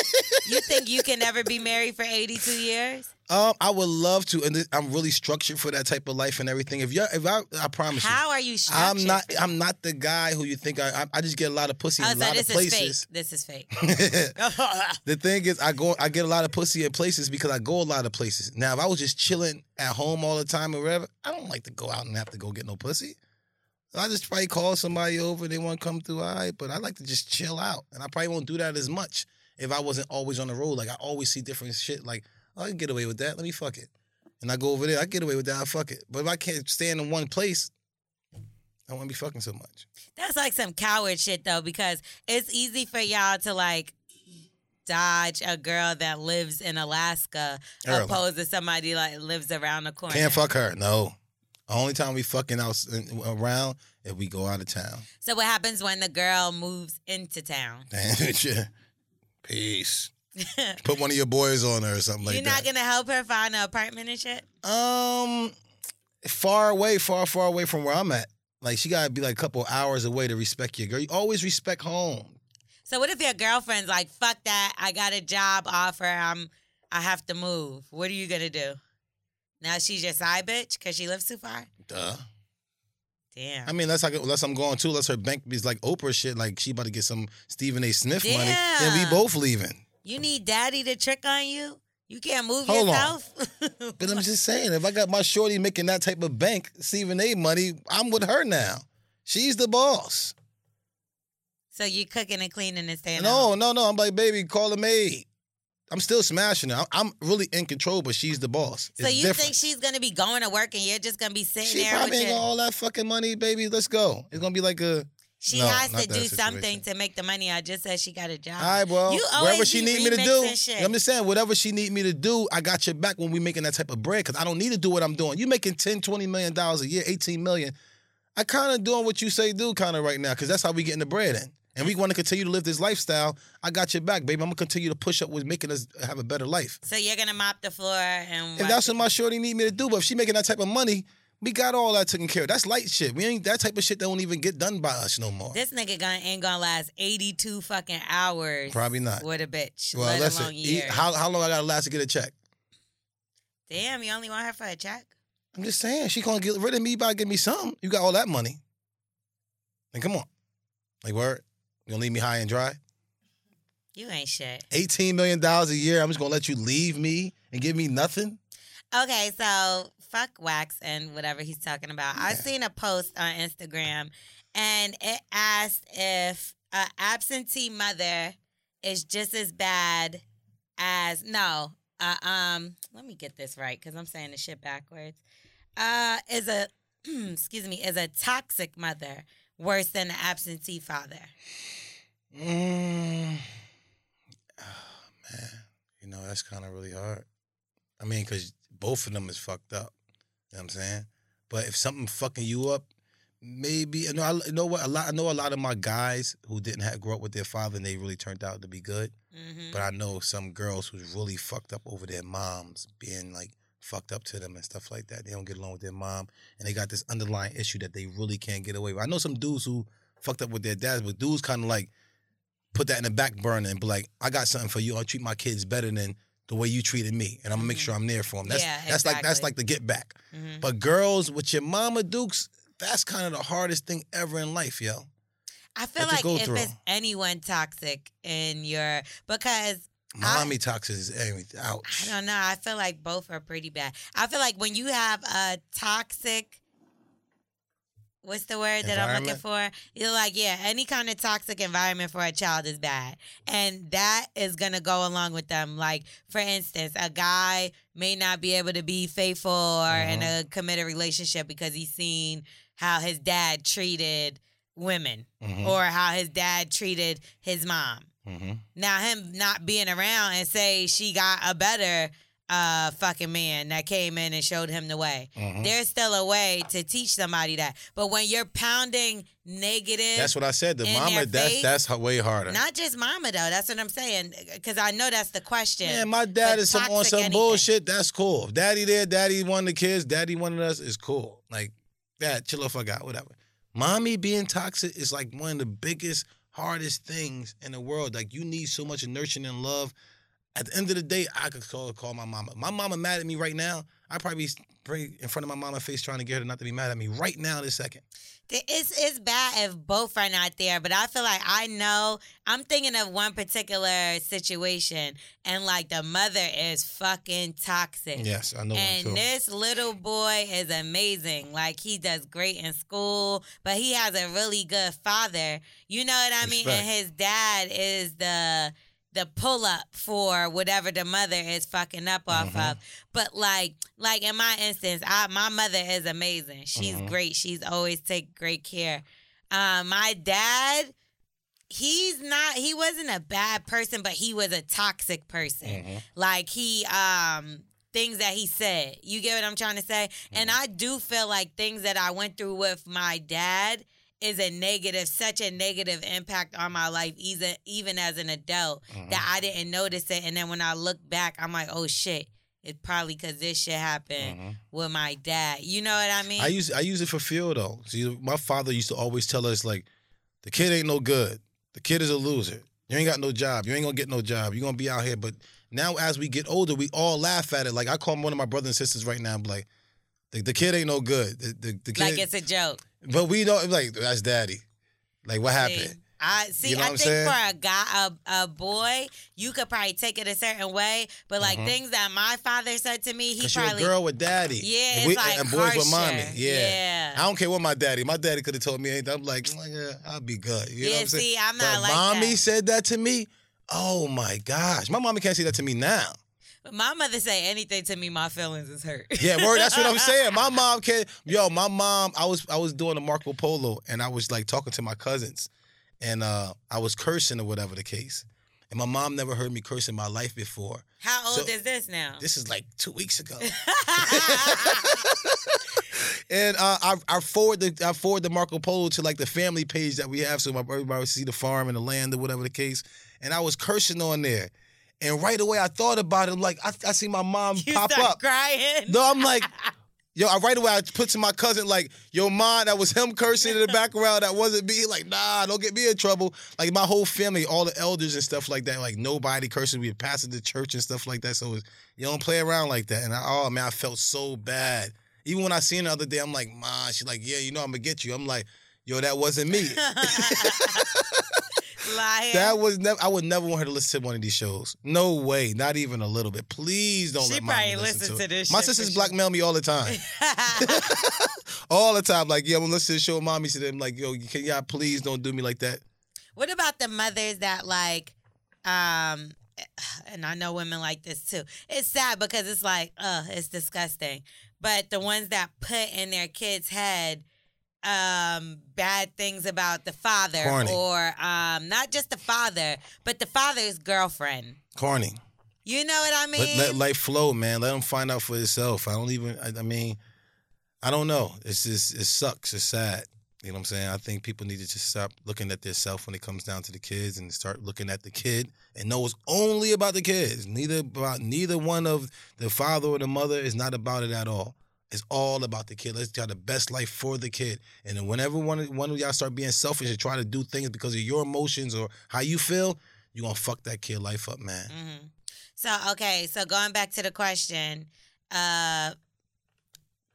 [SPEAKER 2] you think you can ever be married for eighty-two years?
[SPEAKER 3] Um, I would love to, and th- I'm really structured for that type of life and everything. If you, if I, I promise
[SPEAKER 2] How
[SPEAKER 3] you,
[SPEAKER 2] are you?
[SPEAKER 3] I'm
[SPEAKER 2] Structured?
[SPEAKER 3] not, I'm not the guy who you think I. I, I just get a lot of pussy
[SPEAKER 2] Oh,
[SPEAKER 3] in a lot
[SPEAKER 2] so
[SPEAKER 3] of
[SPEAKER 2] this is
[SPEAKER 3] places.
[SPEAKER 2] fake. This is fake.
[SPEAKER 3] the thing is, I go, I get a lot of pussy in places because I go a lot of places. Now, if I was just chilling at home all the time or wherever, I don't like to go out and have to go get no pussy. I just probably call somebody over. They want to come through. All right, but I like to just chill out, and I probably won't do that as much if I wasn't always on the road. Like I always see different shit. Like "Oh, I can get away with that. Let me fuck it, and I go over there. I get away with that. I fuck it. But if I can't stand in one place, I won't be fucking so much.
[SPEAKER 2] That's like some coward shit though, because it's easy for y'all to like dodge a girl that lives in Alaska
[SPEAKER 3] Early.
[SPEAKER 2] opposed to somebody like lives around the corner.
[SPEAKER 3] Can't fuck her. No. The only time we fucking out around if we go out of town.
[SPEAKER 2] So what happens when the girl moves into town?
[SPEAKER 3] Damn, yeah. Peace. Put one of your boys on her or something like
[SPEAKER 2] You're
[SPEAKER 3] that.
[SPEAKER 2] not gonna help her find an apartment and shit?
[SPEAKER 3] Um, far away, far, far away from where I'm at. Like she gotta be like a couple hours away to respect your girl. You always respect home.
[SPEAKER 2] So what if your girlfriend's like, fuck that, I got a job offer, I'm I have to move. What are you gonna do? Now she's your side bitch because she lives too far?
[SPEAKER 3] Duh.
[SPEAKER 2] Damn.
[SPEAKER 3] I mean, that's like unless I'm going too. Unless her bank is like Oprah shit. Like she about to get some Stephen A. Smith money. Then
[SPEAKER 2] Yeah.
[SPEAKER 3] we both leaving.
[SPEAKER 2] You need daddy to trick on you? You can't move
[SPEAKER 3] Hold on.
[SPEAKER 2] yourself?
[SPEAKER 3] But I'm just saying, if I got my shorty making that type of bank Stephen A. money, I'm with her now. She's the boss.
[SPEAKER 2] So you cooking and cleaning and staying
[SPEAKER 3] No,
[SPEAKER 2] out.
[SPEAKER 3] no, no. I'm like, baby, call a maid. I'm still smashing her. I'm I'm really in control, but she's the boss.
[SPEAKER 2] So
[SPEAKER 3] It's
[SPEAKER 2] you
[SPEAKER 3] different.
[SPEAKER 2] think she's gonna be going to work and you're just gonna be sitting
[SPEAKER 3] she
[SPEAKER 2] there with
[SPEAKER 3] probably ain't
[SPEAKER 2] your,
[SPEAKER 3] got all that fucking money, baby? Let's go. It's gonna be like a.
[SPEAKER 2] She
[SPEAKER 3] No,
[SPEAKER 2] has
[SPEAKER 3] not
[SPEAKER 2] to
[SPEAKER 3] that
[SPEAKER 2] do
[SPEAKER 3] situation.
[SPEAKER 2] something to make the money. I just said she got a job.
[SPEAKER 3] All right, well,
[SPEAKER 2] Uh-uh. you always
[SPEAKER 3] whatever she
[SPEAKER 2] be
[SPEAKER 3] need me to do,
[SPEAKER 2] remixing shit.
[SPEAKER 3] I'm just saying, whatever she need me to do, I got your back when we making that type of bread because I don't need to do what I'm doing. You making 10, 20 million dollars a year, 18 million. I kind of doing what you say do kind of right now because that's how we getting the bread in. And we want to continue to live this lifestyle. I got your back, baby. I'm gonna continue to push up with making us have a better life.
[SPEAKER 2] so you're gonna mop the floor and
[SPEAKER 3] If
[SPEAKER 2] wipe
[SPEAKER 3] that's what my shorty need me to do, but if she making that type of money, we got all that taken care of. That's light shit. We ain't that type of shit that won't even get done by us no more.
[SPEAKER 2] This nigga gonna ain't gonna last eighty two fucking hours.
[SPEAKER 3] Probably not.
[SPEAKER 2] With a bitch.
[SPEAKER 3] Well,
[SPEAKER 2] let
[SPEAKER 3] listen,
[SPEAKER 2] alone
[SPEAKER 3] e-
[SPEAKER 2] years.
[SPEAKER 3] how how long I gotta last to get a check?
[SPEAKER 2] Damn, you only want her for a check.
[SPEAKER 3] I'm just saying, she gonna get rid of me by giving me some. You got all that money. And come on. Like word, you gonna leave me high and dry?
[SPEAKER 2] You ain't shit.
[SPEAKER 3] $18 million a year, I'm just gonna let you leave me and give me nothing?
[SPEAKER 2] Okay, so fuck wax and whatever he's talking about. I seen a post on Instagram, and it asked if an absentee mother is just as bad as no. Uh, um, let me get this right because I'm saying the shit backwards. Uh, is a excuse me is a toxic mother worse than an absentee father?
[SPEAKER 3] Mm. Ah, You know, that's kind of really hard. I mean, because both of them is fucked up. You know what I'm saying? But if something fucking you up, maybe you know, I you know what a lot I know a lot of my guys who didn't have grow up with their father and they really turned out to be good.
[SPEAKER 2] Mm-hmm.
[SPEAKER 3] But I know some girls who's really fucked up over their moms being like fucked up to them and stuff like that. They don't get along with their mom and they got this underlying issue that they really can't get away with. I know some dudes who fucked up with their dads, but dudes kind of like put that in the back burner and be like, I got something for you. I'll treat my kids better than the way you treated me. And I'm gonna make sure I'm there for them. That's
[SPEAKER 2] Mm-hmm. Yeah,
[SPEAKER 3] that's like that's
[SPEAKER 2] exactly. Mm-hmm.
[SPEAKER 3] like the get back. But girls with your mama dukes, that's kind of the hardest thing ever in life, yo.
[SPEAKER 2] I feel
[SPEAKER 3] That you
[SPEAKER 2] like
[SPEAKER 3] go
[SPEAKER 2] if
[SPEAKER 3] through.
[SPEAKER 2] it's anyone toxic in your because
[SPEAKER 3] Mommy toxic is everything. Ouch.
[SPEAKER 2] I don't know. I feel like both are pretty bad. I feel like when you have a toxic, what's the word that I'm looking for? You're like, yeah, any kind of toxic environment for a child is bad. And that is going to go along with them. Like, for instance, a guy may not be able to be faithful or in a committed relationship because he's seen how his dad treated women
[SPEAKER 3] Mhm.
[SPEAKER 2] or how his dad treated his mom.
[SPEAKER 3] Mm-hmm.
[SPEAKER 2] Now him not being around and say she got a better uh fucking man that came in and showed him the way.
[SPEAKER 3] Mhm.
[SPEAKER 2] There's still a way to teach somebody that. But when you're pounding negative
[SPEAKER 3] That's what I said. The
[SPEAKER 2] in
[SPEAKER 3] mama,
[SPEAKER 2] their
[SPEAKER 3] that's
[SPEAKER 2] face-
[SPEAKER 3] that's ho- way harder.
[SPEAKER 2] Not just mama though. That's what I'm saying. Cause I know that's the question.
[SPEAKER 3] Man, my dad
[SPEAKER 2] But
[SPEAKER 3] is some on
[SPEAKER 2] toxic
[SPEAKER 3] some
[SPEAKER 2] anything.
[SPEAKER 3] bullshit. That's cool. If Daddy there, daddy one of the kids, daddy one of us is cool. Like that, chill if I got whatever. Mommy being toxic is like one of the biggest, hardest things in the world. Like you need so much nurturing and love At the end of the day, I could call, call my mama. My mama mad at me right now. I probably pray in front of my mama face trying to get her not to be mad at me right now this second.
[SPEAKER 2] Th- It's it's bad if both are not there, but I feel like I know. I'm thinking of one particular situation, and like the mother is fucking toxic.
[SPEAKER 3] Yes, I know one
[SPEAKER 2] And
[SPEAKER 3] too.
[SPEAKER 2] this little boy is amazing. Like he does great in school, but he has a really good father. You know what I mean? And
[SPEAKER 9] Respect.
[SPEAKER 2] his dad is the the pull up for whatever the mother is fucking up off
[SPEAKER 3] Mm-hmm.
[SPEAKER 9] Mhm.
[SPEAKER 2] of. But like like in my instance, I my mother is amazing. She's
[SPEAKER 3] Mm-hmm.
[SPEAKER 9] Mhm.
[SPEAKER 2] great. She's always take great care. Um, my dad, he's not he wasn't a bad person, but he was a toxic person.
[SPEAKER 3] Mm-hmm,
[SPEAKER 2] Like he um things that he said. You get what I'm trying to say? And
[SPEAKER 3] Mm-hmm.
[SPEAKER 2] I do feel like things that I went through with my dad is a negative, such a negative impact on my life, even even as an adult,
[SPEAKER 3] mm-hmm,
[SPEAKER 2] that I didn't notice it. And then when I look back, I'm like, oh shit, it's probably because this shit happened
[SPEAKER 3] mm-hmm.
[SPEAKER 2] with my dad. You know what I mean?
[SPEAKER 3] Mm. I use I use it for fuel though. See, my father used to always tell us like, the kid ain't no good. The kid is a loser. You ain't got no job. You ain't gonna get no job. You gonna be out here. But now as we get older, we all laugh at it. Like I call one of my brothers and sisters right now, I'm like, the, the kid ain't no good. The, the, the kid,
[SPEAKER 2] like it's a joke.
[SPEAKER 3] but we don't like that's daddy. Like what happened?
[SPEAKER 2] I see.
[SPEAKER 3] You know
[SPEAKER 2] I
[SPEAKER 3] what I'm
[SPEAKER 2] think
[SPEAKER 3] saying?
[SPEAKER 2] for a guy, a, a boy, you could probably take it a certain way, but like
[SPEAKER 3] Mhm.
[SPEAKER 2] things that my father said to me, he
[SPEAKER 3] Cause
[SPEAKER 2] probably
[SPEAKER 3] you're a girl with daddy.
[SPEAKER 2] Yeah,
[SPEAKER 3] and,
[SPEAKER 2] it's like
[SPEAKER 3] and boys with mommy.
[SPEAKER 2] harsher.
[SPEAKER 3] Yeah.
[SPEAKER 2] Yeah.
[SPEAKER 3] I don't care what my daddy. My daddy could have told me anything. I'm like, "Nigga, I'll be good. You know
[SPEAKER 2] Yeah,
[SPEAKER 3] what I'm saying?
[SPEAKER 2] see, I'm not
[SPEAKER 3] but
[SPEAKER 2] like
[SPEAKER 3] mommy
[SPEAKER 2] that.
[SPEAKER 3] said that to me. Oh my gosh, my mommy can't say that to me now.
[SPEAKER 2] My mother say anything to me, my feelings is hurt.
[SPEAKER 3] Yeah, word. That's what I'm saying. My mom can yo, my mom, I was I was doing a Marco Polo and I was like talking to my cousins and uh I was cursing or whatever the case. And my mom never heard me curse in my life before.
[SPEAKER 2] How old
[SPEAKER 3] So-
[SPEAKER 2] is this now?
[SPEAKER 3] This is like two weeks ago. and uh, I, I forward the I forward the Marco Polo to like the family page that we have, so my everybody would see the farm and the land or whatever the case. And I was cursing on there, and right away I thought about it. Like I, I see my mom pop
[SPEAKER 2] start
[SPEAKER 3] up
[SPEAKER 2] crying.
[SPEAKER 3] No, I'm like. Yo, I, right away I put to my cousin like, "Yo, mom, that was him cursing in the background. That wasn't me." Like, nah, don't get me in trouble. Like my whole family, all the elders and stuff like that. Like nobody cursing. We passed the church and stuff like that. So it's, you don't play around like that. And I, oh man, I felt so bad. Even when I seen her the other day, I'm like, ma, she's like, yeah, you know, I'm gonna get you. I'm like, yo, that wasn't me.
[SPEAKER 2] Liar.
[SPEAKER 3] That was never. I would never want her to listen to one of these shows. No way, not even a little bit. Please don't.
[SPEAKER 2] She
[SPEAKER 3] let mommy
[SPEAKER 2] probably listens
[SPEAKER 3] to,
[SPEAKER 2] to this
[SPEAKER 3] My
[SPEAKER 2] shit
[SPEAKER 3] sisters
[SPEAKER 2] for
[SPEAKER 3] blackmail me all the time, all the time. Like, yo, I'm gonna listen to the show. Mommy said, "I'm like, yo, can y'all please don't do me like that."
[SPEAKER 2] What about the mothers that like, um, and I know women like this too. It's sad because it's like, uh, it's disgusting. But the ones that put in their kids' head um bad things about the father
[SPEAKER 3] Corny.
[SPEAKER 2] or um not just the father, but the father's girlfriend.
[SPEAKER 3] Corny.
[SPEAKER 2] You know what I
[SPEAKER 3] Let,
[SPEAKER 2] mean?
[SPEAKER 3] let life flow, man. Let them find out for itself. I don't even. I, I mean, I don't know. It's just it sucks. It's sad. You know what I'm saying? I think people need to just stop looking at themselves when it comes down to the kids and start looking at the kid and know it's only about the kids. Neither about neither one of the father or the mother is not about it at all. It's all about the kid. Let's try the best life for the kid. And then whenever one of- one of y'all start being selfish and trying to do things because of your emotions or how you feel, you gonna fuck that kid life up, man.
[SPEAKER 2] Mhm. So okay, so going back to the question, uh,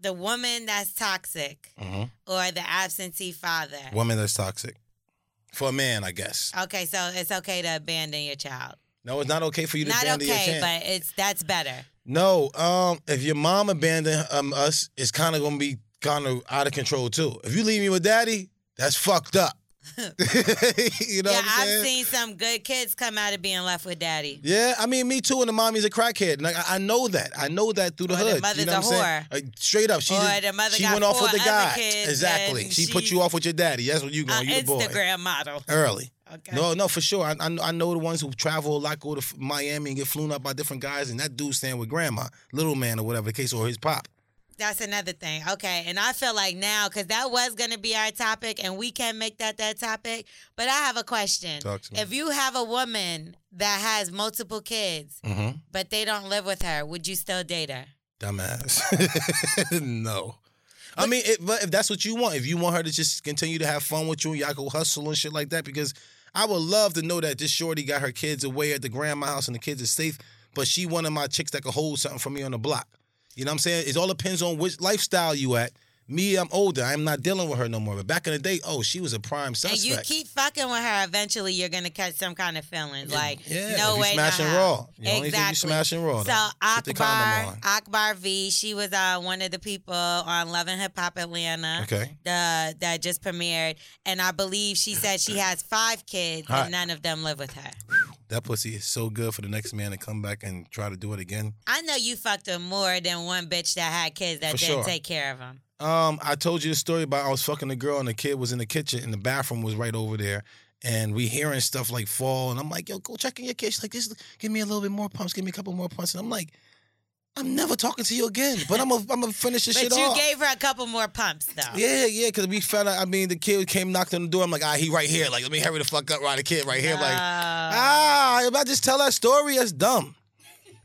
[SPEAKER 2] the woman that's toxic
[SPEAKER 3] Mm-hmm.
[SPEAKER 2] or the absentee father.
[SPEAKER 3] Woman that's toxic. For a man, I guess.
[SPEAKER 2] Okay, so it's okay to abandon your child.
[SPEAKER 3] No, it's not okay for you to
[SPEAKER 2] Not
[SPEAKER 3] abandon your
[SPEAKER 2] okay,
[SPEAKER 3] chance.
[SPEAKER 2] but it's that's better.
[SPEAKER 3] no, um, if your mom abandoned um, us, it's kind of gonna be kind of out of control too. If you leave me with daddy, that's fucked up. you know
[SPEAKER 2] yeah,
[SPEAKER 3] what I'm saying?
[SPEAKER 2] I've seen some good kids come out of being left with daddy.
[SPEAKER 3] Yeah, I mean, me too. And the mommy's a crackhead. Like I, I know that. I know that through the
[SPEAKER 2] Or the
[SPEAKER 3] hood.
[SPEAKER 2] mother's
[SPEAKER 3] you know
[SPEAKER 2] a
[SPEAKER 3] what I'm saying? Like, straight up, she
[SPEAKER 2] Or
[SPEAKER 3] just-
[SPEAKER 2] the mother
[SPEAKER 3] she
[SPEAKER 2] got
[SPEAKER 3] went off
[SPEAKER 2] four
[SPEAKER 3] with the
[SPEAKER 2] other
[SPEAKER 3] guy.
[SPEAKER 2] kids
[SPEAKER 3] exactly.
[SPEAKER 2] and
[SPEAKER 3] She, put
[SPEAKER 2] she's
[SPEAKER 3] you off with your daddy. That's what you
[SPEAKER 2] Uh,
[SPEAKER 3] going. you the boy.
[SPEAKER 2] Instagram model.
[SPEAKER 3] early.
[SPEAKER 2] Okay.
[SPEAKER 3] No, no, for sure. I, I know- I know the ones who travel a lot, go to f- Miami and get flown up by different guys, and that dude staying with grandma, little man or whatever the case, or his pop.
[SPEAKER 2] That's another thing. Okay. And I feel like now, because that was going to be our topic and we can make that that topic. But I have a question.
[SPEAKER 3] Talk to me.
[SPEAKER 2] If you have a woman that has multiple kids,
[SPEAKER 3] Mm-hmm.
[SPEAKER 2] but they don't live with her, would you still date her?
[SPEAKER 3] Dumbass. no. I mean, it, but if that's what you want, if you want her to just continue to have fun with you and y'all go hustle and shit like that, because I would love to know that this shorty got her kids away at the grandma house and the kids are safe, but she one of my chicks that could hold something for me on the block. You know what I'm saying? It all depends on which lifestyle you at. Me, I'm older. I'm not dealing with her no more. But back in the day, oh, she was a prime
[SPEAKER 2] And
[SPEAKER 3] suspect.
[SPEAKER 2] you keep fucking with her, eventually you're gonna catch some kind of feeling. Like
[SPEAKER 3] yeah,
[SPEAKER 2] no
[SPEAKER 3] if you
[SPEAKER 2] way,
[SPEAKER 3] smashing
[SPEAKER 2] no how.
[SPEAKER 3] raw. The only thing you
[SPEAKER 2] exactly.
[SPEAKER 3] smashing raw,
[SPEAKER 2] So
[SPEAKER 3] though. Put the condom
[SPEAKER 2] Akbar,
[SPEAKER 3] on.
[SPEAKER 2] Akbar V, she was uh, one of the people on Love and Hip Hop Atlanta.
[SPEAKER 3] Okay.
[SPEAKER 2] The, that just premiered, and I believe she said she has five kids,
[SPEAKER 3] Hot.
[SPEAKER 2] and none of them live with her.
[SPEAKER 3] that pussy is so good for the next man to come back and try to do it again.
[SPEAKER 2] I know you fucked with more than one bitch that had kids that
[SPEAKER 3] For
[SPEAKER 2] didn't
[SPEAKER 3] sure.
[SPEAKER 2] take care of them.
[SPEAKER 3] Um, I told you the story about I was fucking a girl and the kid was in the kitchen and the bathroom was right over there. And we hearing stuff like fall, and I'm like, yo, go check in your kid. She's like, just give me a little bit more pumps, give me a couple more pumps. And I'm like, I'm never talking to you again, but I'm gonna I'm gonna finish this
[SPEAKER 2] But
[SPEAKER 3] shit
[SPEAKER 2] you
[SPEAKER 3] off.
[SPEAKER 2] gave her a couple more pumps though.
[SPEAKER 3] yeah, yeah, because we found out. I mean, the kid came knocked on the door. I'm like, ah, he right here. Like, let me hurry the fuck up, right? The kid right here. Like, ah, if I just tell that story, that's dumb.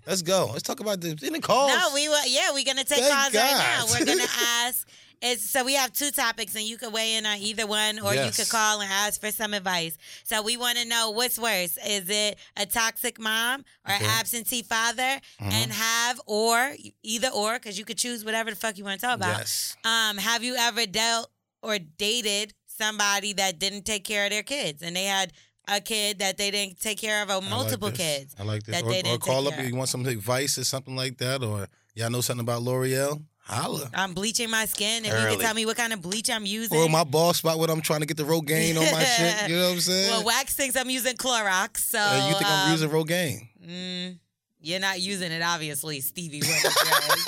[SPEAKER 3] Let's go. Let's talk about this in the calls.
[SPEAKER 2] No, we will. Yeah, we're gonna take
[SPEAKER 3] Thank
[SPEAKER 2] calls right now.
[SPEAKER 3] God.
[SPEAKER 2] We're gonna ask. It's, so we have two topics, and you can weigh in on either one, or
[SPEAKER 3] Yes.
[SPEAKER 2] you could call and ask for some advice. So we want to know what's worse: is it a toxic mom or
[SPEAKER 3] Okay. Uh-huh.
[SPEAKER 2] absentee father,
[SPEAKER 3] Mm-hmm.
[SPEAKER 2] and have or either or because you could choose whatever the fuck you want to talk about.
[SPEAKER 3] Yes.
[SPEAKER 2] Um, have you ever dealt or dated somebody that didn't take care of their kids, and they had a kid that they didn't take care of, or
[SPEAKER 3] I like
[SPEAKER 2] multiple
[SPEAKER 3] this.
[SPEAKER 2] kids?
[SPEAKER 3] I like this.
[SPEAKER 2] that
[SPEAKER 3] Or,
[SPEAKER 2] they
[SPEAKER 3] or
[SPEAKER 2] didn't
[SPEAKER 3] call
[SPEAKER 2] take
[SPEAKER 3] up
[SPEAKER 2] care
[SPEAKER 3] if
[SPEAKER 2] of.
[SPEAKER 3] you want some advice or something like that, or y'all know something about L'Oreal? Holla.
[SPEAKER 2] I'm bleaching my skin. If you
[SPEAKER 3] Early.
[SPEAKER 2] can tell me what kind of bleach I'm using.
[SPEAKER 3] Or my bald spot when I'm trying to get the Rogaine on my shit. You know what I'm saying?
[SPEAKER 2] Well, Wax thinks I'm using Clorox, so
[SPEAKER 3] And you think I'm
[SPEAKER 2] um,
[SPEAKER 3] using Rogaine?
[SPEAKER 2] mm, you're not using it, obviously, Stevie Wonder. does.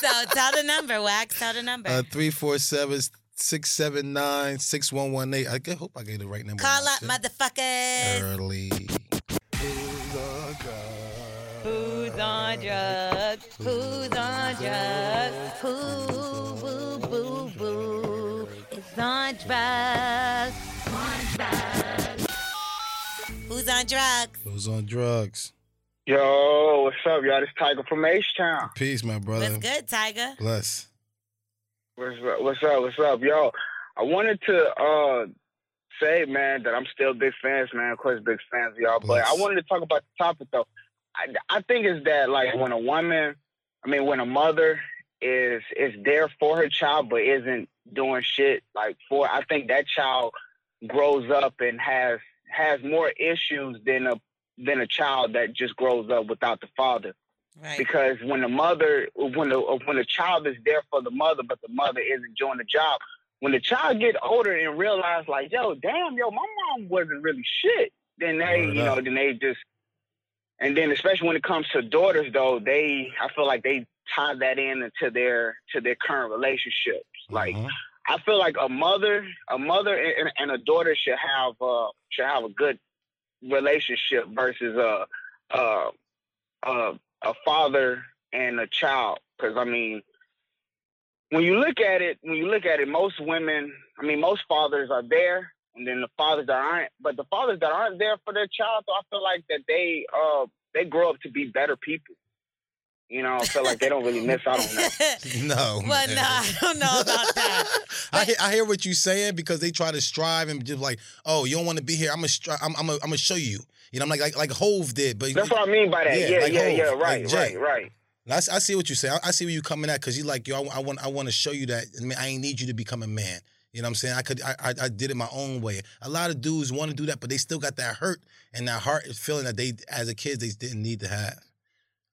[SPEAKER 2] so tell the number, Wax. Tell the number.
[SPEAKER 3] Uh, 347 679 6118. I g- hope I gave the right number.
[SPEAKER 2] Call up, motherfuckers.
[SPEAKER 3] Early.
[SPEAKER 2] Who's on drugs? Who's on drugs? Who boo boo boo is on drugs? Who's on drugs?
[SPEAKER 3] Who's on drugs?
[SPEAKER 9] Yo, what's up, y'all? This Tiger from H Town.
[SPEAKER 3] Peace, my brother.
[SPEAKER 2] What's good, Tiger?
[SPEAKER 3] Bless.
[SPEAKER 9] What's, what's up? What's up, yo? I wanted to uh say, man, that I'm still big fans, man. Of course, big fans of y'all. But I wanted to talk about the topic though. I, I think it's that like when a woman, I mean, when a mother is is there for her child but isn't doing shit like for, I think that child grows up and has has more issues than a than a child that just grows up without the father.
[SPEAKER 2] Right.
[SPEAKER 9] Because when the mother, when the when the child is there for the mother, but the mother isn't doing the job. When the child get older and realize, like, yo, damn, yo, my mom wasn't really shit. Then they,
[SPEAKER 11] Word
[SPEAKER 9] you know,
[SPEAKER 11] up.
[SPEAKER 9] then they just, and then especially when it comes to daughters, though, they, I feel like they tie that in into their to their current relationships. Like,
[SPEAKER 3] Uh-huh.
[SPEAKER 9] I feel like a mother, a mother and, and a daughter should have uh should have a good relationship versus a a a, a father and a child. Because I mean, when you look at it, when you look at it, most women, I mean, most fathers are there, and then the fathers that aren't. But the fathers that aren't there for their child, I feel like that they uh they grow up to be better people. You know, I feel like they don't really miss out on that.
[SPEAKER 3] No.
[SPEAKER 2] Well,
[SPEAKER 3] man.
[SPEAKER 2] no, I don't know about that.
[SPEAKER 3] I hear, I hear what you're saying because they try to strive and just like, oh, you don't want to be here. I'm gonna, stri- I'm, I'm gonna, I'm gonna show you. You know, I'm like, like, like Hove did, but
[SPEAKER 9] That's what I mean by that. Yeah, yeah,
[SPEAKER 3] Hov,
[SPEAKER 9] yeah, right,
[SPEAKER 3] Jay.
[SPEAKER 9] right, right.
[SPEAKER 3] I, s- I see what you say. I, I see where you coming at because you like, yo, I, I want, I want to show you that. I mean, I ain't need you to become a man. You know what I'm saying? I could, I, I, I did it my own way. A lot of dudes want to do that, but they still got that hurt and that heart feeling that they, as a kid, they didn't need to have.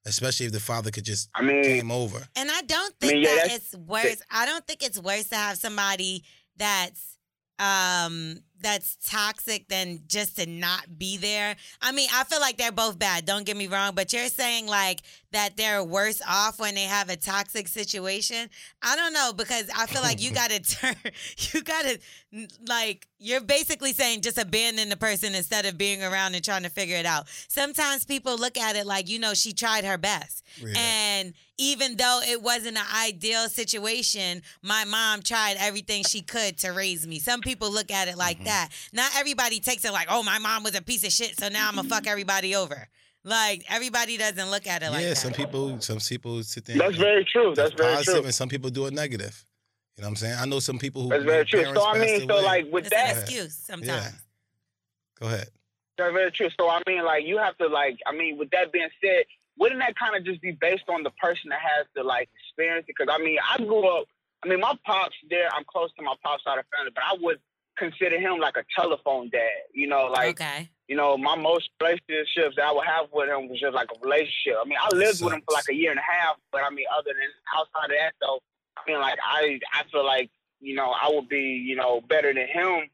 [SPEAKER 3] Especially if the father could just I
[SPEAKER 9] Mm.
[SPEAKER 3] mean, came over.
[SPEAKER 2] And I don't
[SPEAKER 3] I
[SPEAKER 2] think
[SPEAKER 3] mean, yeah,
[SPEAKER 2] that
[SPEAKER 3] that's-
[SPEAKER 2] it's worse. I don't think it's worse to have somebody that's um that's toxic than just to not be there. I mean, I feel like they're both bad, don't get me wrong, but you're saying like that they're worse off when they have a toxic situation. I don't know because I feel like you got to turn you got to like you're basically saying just abandon the person instead of being around and trying to figure it out. Sometimes people look at it like, you know, she tried her best.
[SPEAKER 12] Yeah.
[SPEAKER 2] And even though it wasn't an ideal situation, my mom tried everything she could to raise me. Some people look at it like
[SPEAKER 3] Mm-hmm.
[SPEAKER 2] that. Not everybody takes it like, oh, my mom was a piece of shit, so now I'm gonna fuck everybody over. Like everybody doesn't look at it like
[SPEAKER 3] yeah,
[SPEAKER 2] that.
[SPEAKER 3] some people, some people sit there.
[SPEAKER 9] That's very true. That's very
[SPEAKER 3] positive,
[SPEAKER 9] true.
[SPEAKER 3] and some people do it negative. You know what I'm saying? I know some people who.
[SPEAKER 9] That's very
[SPEAKER 3] their
[SPEAKER 9] true. So
[SPEAKER 3] parents
[SPEAKER 9] I mean,
[SPEAKER 3] passed
[SPEAKER 9] so
[SPEAKER 3] away.
[SPEAKER 9] like with
[SPEAKER 2] It's
[SPEAKER 9] that,
[SPEAKER 2] an excuse sometimes.
[SPEAKER 3] Yeah. Go ahead.
[SPEAKER 9] They're very true. So I mean, like you have to like. I mean, with that being said, wouldn't that kind of just be based on the person that has the like experience? Because I mean, I grew up. I mean, my pops there. I'm close to my pops side of family, but I would consider him like a telephone dad. You know, like
[SPEAKER 2] okay.
[SPEAKER 9] you know, my most relationships that I would have with him was just like a relationship. I mean, I lived with him for like a year and a half, but I mean, other than outside of that, though, I mean, like I I feel like you know I would be you know better than him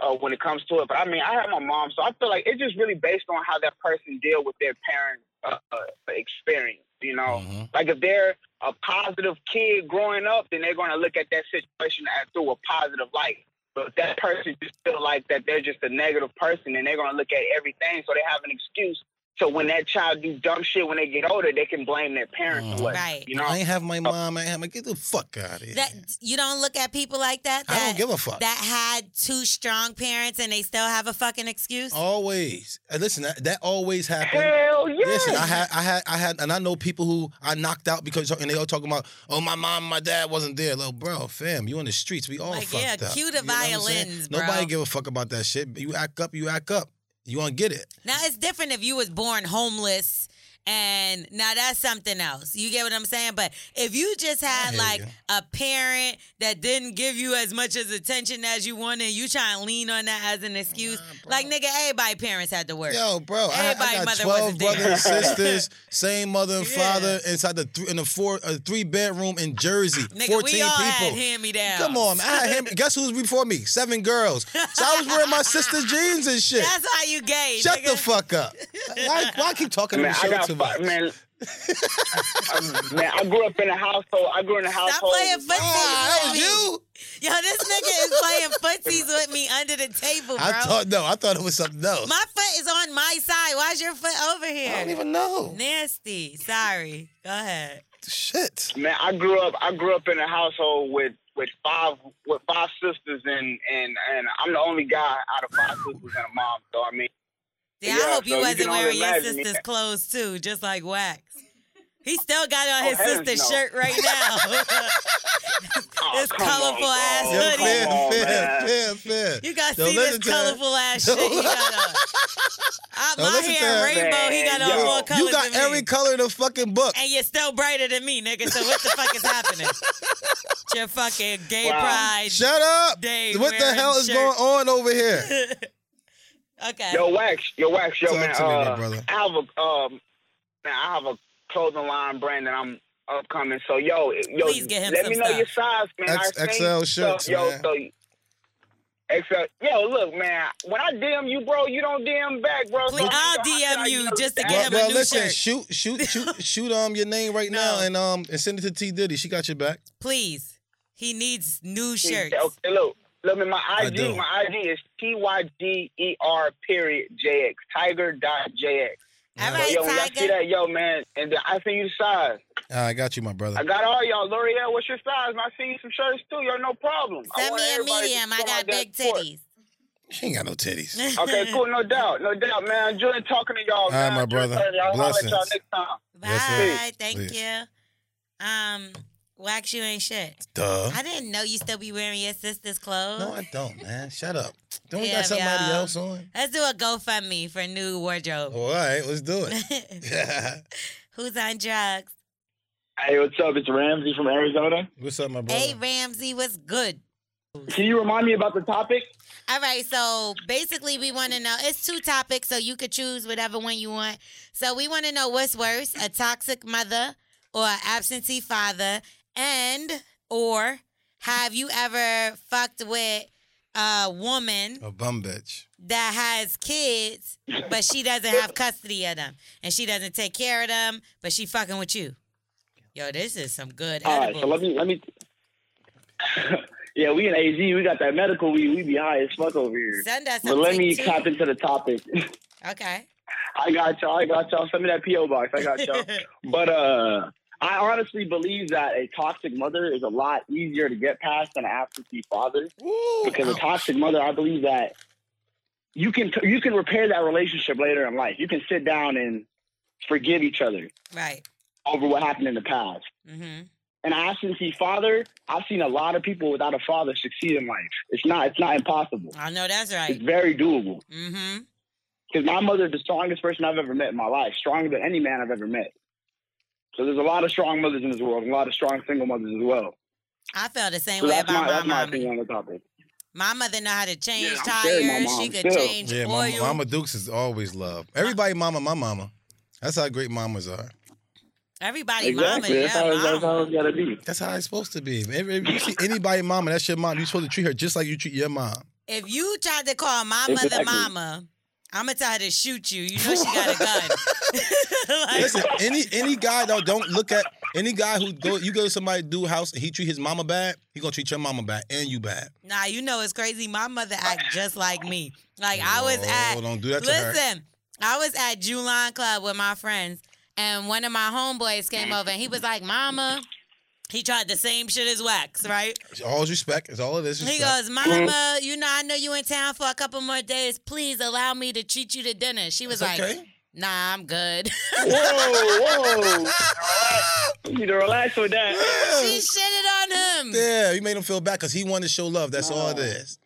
[SPEAKER 9] uh, when it comes to it. But I mean, I have my mom, so I feel like it's just really based on how that person deal with their parent uh, uh, experience. You know,
[SPEAKER 3] Mm-hmm.
[SPEAKER 9] like if they're a positive kid growing up, then they're going to look at that situation as through a positive light. But if that person just feel like that they're just a negative person, and they're going to look at everything, so they have an excuse. So when that child do dumb shit when they get older, they can blame their parents. for it, You know,
[SPEAKER 3] Mm.
[SPEAKER 9] uh,
[SPEAKER 3] I ain't have my mom. I ain't have my get the fuck out of here.
[SPEAKER 2] That you don't look at people like that.
[SPEAKER 3] I
[SPEAKER 2] that
[SPEAKER 3] don't give a fuck.
[SPEAKER 2] That had two strong parents and they still have a fucking excuse.
[SPEAKER 3] Always. And listen, that, that always happened.
[SPEAKER 2] Hell yes.
[SPEAKER 3] Listen, I had, I had, I had, and I know people who I knocked out because, and they all talking about, oh, my mom, and my dad wasn't there. Little bro, fam, you in the streets. We all
[SPEAKER 2] Like, yeah,
[SPEAKER 3] fucked up.
[SPEAKER 2] cue the
[SPEAKER 3] You know what I'm saying?
[SPEAKER 2] violins, bro.
[SPEAKER 3] Nobody give a fuck about that shit. You act up, you act up. You won't get it.
[SPEAKER 2] Now it's different if you was born homeless and now that's something else. You get what I'm saying? But if you just had
[SPEAKER 3] hear
[SPEAKER 2] like
[SPEAKER 3] you.
[SPEAKER 2] a parent that didn't give you as much as attention as you wanted, you try and lean on that as an excuse. like nigga, everybody parents had to work.
[SPEAKER 3] Yo, bro, I,
[SPEAKER 2] everybody
[SPEAKER 3] I got
[SPEAKER 2] mother
[SPEAKER 3] twelve
[SPEAKER 2] wasn't there.
[SPEAKER 3] brothers and sisters, same mother and father inside the three in a four a three bedroom in Jersey.
[SPEAKER 2] Nigga,
[SPEAKER 3] Fourteen
[SPEAKER 2] we all had
[SPEAKER 3] people.
[SPEAKER 2] hand me down.
[SPEAKER 3] Come on, man. I had him. Guess who's before me? Seven girls. So I was wearing my sister's jeans and shit.
[SPEAKER 2] That's how you gay.
[SPEAKER 3] Shut
[SPEAKER 2] nigga.
[SPEAKER 3] the fuck up. Why, why keep talking
[SPEAKER 9] Man,
[SPEAKER 3] to
[SPEAKER 9] I
[SPEAKER 3] the show
[SPEAKER 9] got
[SPEAKER 3] too
[SPEAKER 9] fi-
[SPEAKER 3] much?
[SPEAKER 9] man, I, Um, man, I grew up in a household. I grew in a
[SPEAKER 2] Stop
[SPEAKER 9] household.
[SPEAKER 2] playing footsies
[SPEAKER 3] Ah, that
[SPEAKER 2] with
[SPEAKER 3] was
[SPEAKER 2] me.
[SPEAKER 3] you.
[SPEAKER 2] Yo, this nigga is playing footsies with me under the table, bro.
[SPEAKER 3] I thought no, I thought it was something else.
[SPEAKER 2] My foot is on my side. Why's your foot over here? I don't
[SPEAKER 3] even know.
[SPEAKER 2] Nasty. Sorry. Go ahead.
[SPEAKER 3] Shit.
[SPEAKER 9] Man, I grew up. I grew up in a household with with five with five sisters, and and and I'm the only guy out of five sisters and a mom. So I mean,
[SPEAKER 2] Yeah, I
[SPEAKER 9] Yeah,
[SPEAKER 2] hope you
[SPEAKER 9] so you
[SPEAKER 2] wasn't
[SPEAKER 9] can only
[SPEAKER 2] wearing your
[SPEAKER 9] imagine
[SPEAKER 2] sister's
[SPEAKER 9] that.
[SPEAKER 2] clothes too, just like Wax. He still got on
[SPEAKER 9] Oh,
[SPEAKER 2] his
[SPEAKER 9] heavens
[SPEAKER 2] sister's
[SPEAKER 9] no.
[SPEAKER 2] shirt right now.
[SPEAKER 9] oh,
[SPEAKER 2] this colorful ass
[SPEAKER 3] Yo,
[SPEAKER 2] hoodie.
[SPEAKER 3] fair, fair, fair, fair.
[SPEAKER 2] You got to
[SPEAKER 3] Don't
[SPEAKER 2] see this
[SPEAKER 3] listen to her.
[SPEAKER 2] colorful ass
[SPEAKER 3] Don't-
[SPEAKER 2] shit he got on. I,
[SPEAKER 3] Don't
[SPEAKER 2] my
[SPEAKER 3] listen to
[SPEAKER 2] hair
[SPEAKER 3] her.
[SPEAKER 2] rainbow, he got on
[SPEAKER 3] Yo,
[SPEAKER 2] more colors
[SPEAKER 3] You got
[SPEAKER 2] than me.
[SPEAKER 3] every color in the fucking book.
[SPEAKER 2] and you're still brighter than me, nigga. So what the fuck is happening? It's your fucking gay pride.
[SPEAKER 3] Shut up.
[SPEAKER 2] Day
[SPEAKER 3] what the
[SPEAKER 2] wearing
[SPEAKER 3] hell is
[SPEAKER 2] shirt.
[SPEAKER 3] going on over here?
[SPEAKER 2] okay.
[SPEAKER 9] yo, wax, yo, wax, yo,
[SPEAKER 3] Talk
[SPEAKER 9] man.
[SPEAKER 3] to me, my
[SPEAKER 9] uh,
[SPEAKER 3] brother.
[SPEAKER 9] I have a um, man, I have a clothing line brand that I'm upcoming. So yo, yo,
[SPEAKER 2] Please get him
[SPEAKER 9] let
[SPEAKER 2] some
[SPEAKER 9] me know
[SPEAKER 2] stuff.
[SPEAKER 9] your size, man.
[SPEAKER 3] X-
[SPEAKER 9] I seen
[SPEAKER 3] XL shirts,
[SPEAKER 9] stuff, yo,
[SPEAKER 3] man.
[SPEAKER 9] So, XL, yo, look, man. When I DM you, bro, you don't DM back, bro.
[SPEAKER 2] Please, I'll DM you just to get
[SPEAKER 3] well,
[SPEAKER 2] him
[SPEAKER 3] well,
[SPEAKER 2] a new
[SPEAKER 3] listen,
[SPEAKER 2] shirt.
[SPEAKER 3] shoot, shoot, shoot, shoot um your name right now and um and send it to T Diddy. She got your back.
[SPEAKER 2] Please. He needs new shirts.
[SPEAKER 9] Okay, look, look, man, my
[SPEAKER 3] I
[SPEAKER 9] IG,
[SPEAKER 3] do.
[SPEAKER 9] my IG is T Y D E R period JX Tiger dot JX.
[SPEAKER 2] All
[SPEAKER 9] So,
[SPEAKER 2] right,
[SPEAKER 9] yo, when y'all see
[SPEAKER 2] Tiger.
[SPEAKER 9] that, yo, man, and then I see you size.
[SPEAKER 3] Ah, I got you, my brother.
[SPEAKER 9] I got all y'all. L'Oreal, what's your size? Man, I see you some shirts too. Yo, no problem. I
[SPEAKER 2] Send
[SPEAKER 9] want
[SPEAKER 2] me a
[SPEAKER 9] everybody to
[SPEAKER 2] medium. I
[SPEAKER 9] come out
[SPEAKER 2] got
[SPEAKER 9] there
[SPEAKER 2] big
[SPEAKER 9] and support.
[SPEAKER 2] titties.
[SPEAKER 3] She ain't got no titties.
[SPEAKER 9] okay, cool, no doubt, no doubt, man. Enjoying talking to y'all.
[SPEAKER 3] All right,
[SPEAKER 9] man.
[SPEAKER 3] my
[SPEAKER 9] Enjoy
[SPEAKER 3] brother.
[SPEAKER 9] talking to Y'all. I'll holler at y'all
[SPEAKER 3] Blessings.
[SPEAKER 9] next time.
[SPEAKER 2] Bye.
[SPEAKER 3] Yes, sir.
[SPEAKER 2] Thank
[SPEAKER 3] Please.
[SPEAKER 2] you. Um, wax you ain't shit.
[SPEAKER 3] Duh.
[SPEAKER 2] I didn't know you still be wearing your sister's clothes.
[SPEAKER 3] No, I don't, man. Shut up. Don't we
[SPEAKER 2] Yeah,
[SPEAKER 3] got somebody
[SPEAKER 2] y'all.
[SPEAKER 3] else on?
[SPEAKER 2] Let's do a GoFundMe for new wardrobe.
[SPEAKER 3] Well, all right, let's do it.
[SPEAKER 2] Who's on drugs?
[SPEAKER 11] Hey, what's up? It's Ramsey from Arizona.
[SPEAKER 3] What's up, my
[SPEAKER 2] Hey Ramsey, what's good?
[SPEAKER 11] Can you remind me about the topic?
[SPEAKER 2] All right, so basically, we want to know it's two topics, so you could choose whatever one you want. So, we want to know what's worse a toxic mother or an absentee father, and or have you ever fucked with a woman
[SPEAKER 3] A bum bitch.
[SPEAKER 2] that has kids, but she doesn't have custody of them and she doesn't take care of them, but she fucking with you? Yo, this is some good.
[SPEAKER 11] All right, so let me let me. yeah, we in AZ. We got that medical. We we be high as fuck over here.
[SPEAKER 2] Send us
[SPEAKER 11] But
[SPEAKER 2] some
[SPEAKER 11] let me
[SPEAKER 2] tea.
[SPEAKER 11] hop into the topic.
[SPEAKER 2] Okay.
[SPEAKER 11] I got y'all. I got y'all. Send me that PO box. I got y'all. but uh, I honestly believe that a toxic mother is a lot easier to get past than an absentee father. because a toxic mother, I believe that you can you can repair that relationship later in life. You can sit down and forgive each other
[SPEAKER 2] Right.
[SPEAKER 11] over what happened in the past.
[SPEAKER 2] Mm-hmm.
[SPEAKER 9] an absentee father, I've seen a lot of people without a father succeed in life. It's not it's not impossible.
[SPEAKER 2] I know that's right.
[SPEAKER 9] It's very doable.
[SPEAKER 2] Mm-hmm.
[SPEAKER 9] Because my mother is the strongest person I've ever met in my life, stronger than any man I've ever met. So there's a lot of strong mothers in this world, and a lot of strong single mothers as well.
[SPEAKER 2] I felt the same
[SPEAKER 9] So
[SPEAKER 2] way
[SPEAKER 9] that's
[SPEAKER 2] about
[SPEAKER 9] my,
[SPEAKER 2] my
[SPEAKER 9] that's my
[SPEAKER 2] mom.
[SPEAKER 9] opinion on the topic.
[SPEAKER 2] My mother know how to change
[SPEAKER 9] I'm
[SPEAKER 2] tires.
[SPEAKER 9] scared, my mom,
[SPEAKER 2] she could
[SPEAKER 9] still.
[SPEAKER 2] change
[SPEAKER 3] Yeah,
[SPEAKER 2] oil.
[SPEAKER 3] mama, mama Dukes is always love. Everybody, mama, my mama. That's how great mamas are.
[SPEAKER 2] Everybody,
[SPEAKER 3] Exactly.
[SPEAKER 2] mama,
[SPEAKER 3] That's
[SPEAKER 2] yeah,
[SPEAKER 3] how-
[SPEAKER 2] mama.
[SPEAKER 3] that's how That's how it's supposed to be. If, if you see anybody, mama, that's your mom. You're supposed to treat her just like you treat your mom.
[SPEAKER 2] If you tried to call my mother
[SPEAKER 3] Exactly.
[SPEAKER 2] mama, I'm gonna tell her to shoot you. You know she got a gun.
[SPEAKER 3] Listen, any any guy though, don't look at any guy who go. You go to somebody dude house and he treat his mama bad. He gonna treat your mama bad and you bad.
[SPEAKER 2] Nah, you know it's crazy. My mother act just like me. Like I was
[SPEAKER 3] Oh,
[SPEAKER 2] at.
[SPEAKER 3] don't do that to her.
[SPEAKER 2] listen, I was at Juline Club with my friends, and one of my homeboys came over, and he was like, "Mama." He tried the same shit as Wax, right?
[SPEAKER 3] It's all respect. It's all of this.
[SPEAKER 2] He
[SPEAKER 3] respect.
[SPEAKER 2] goes, Mama, you know, I know you in town for a couple more days. Please allow me to treat you to dinner. She was
[SPEAKER 3] That's
[SPEAKER 2] like,
[SPEAKER 3] okay.
[SPEAKER 2] Nah, I'm good.
[SPEAKER 9] whoa, whoa. You need to relax with that.
[SPEAKER 2] she shitted on him.
[SPEAKER 3] Yeah, you made him feel bad because he wanted to show love. That's all it is.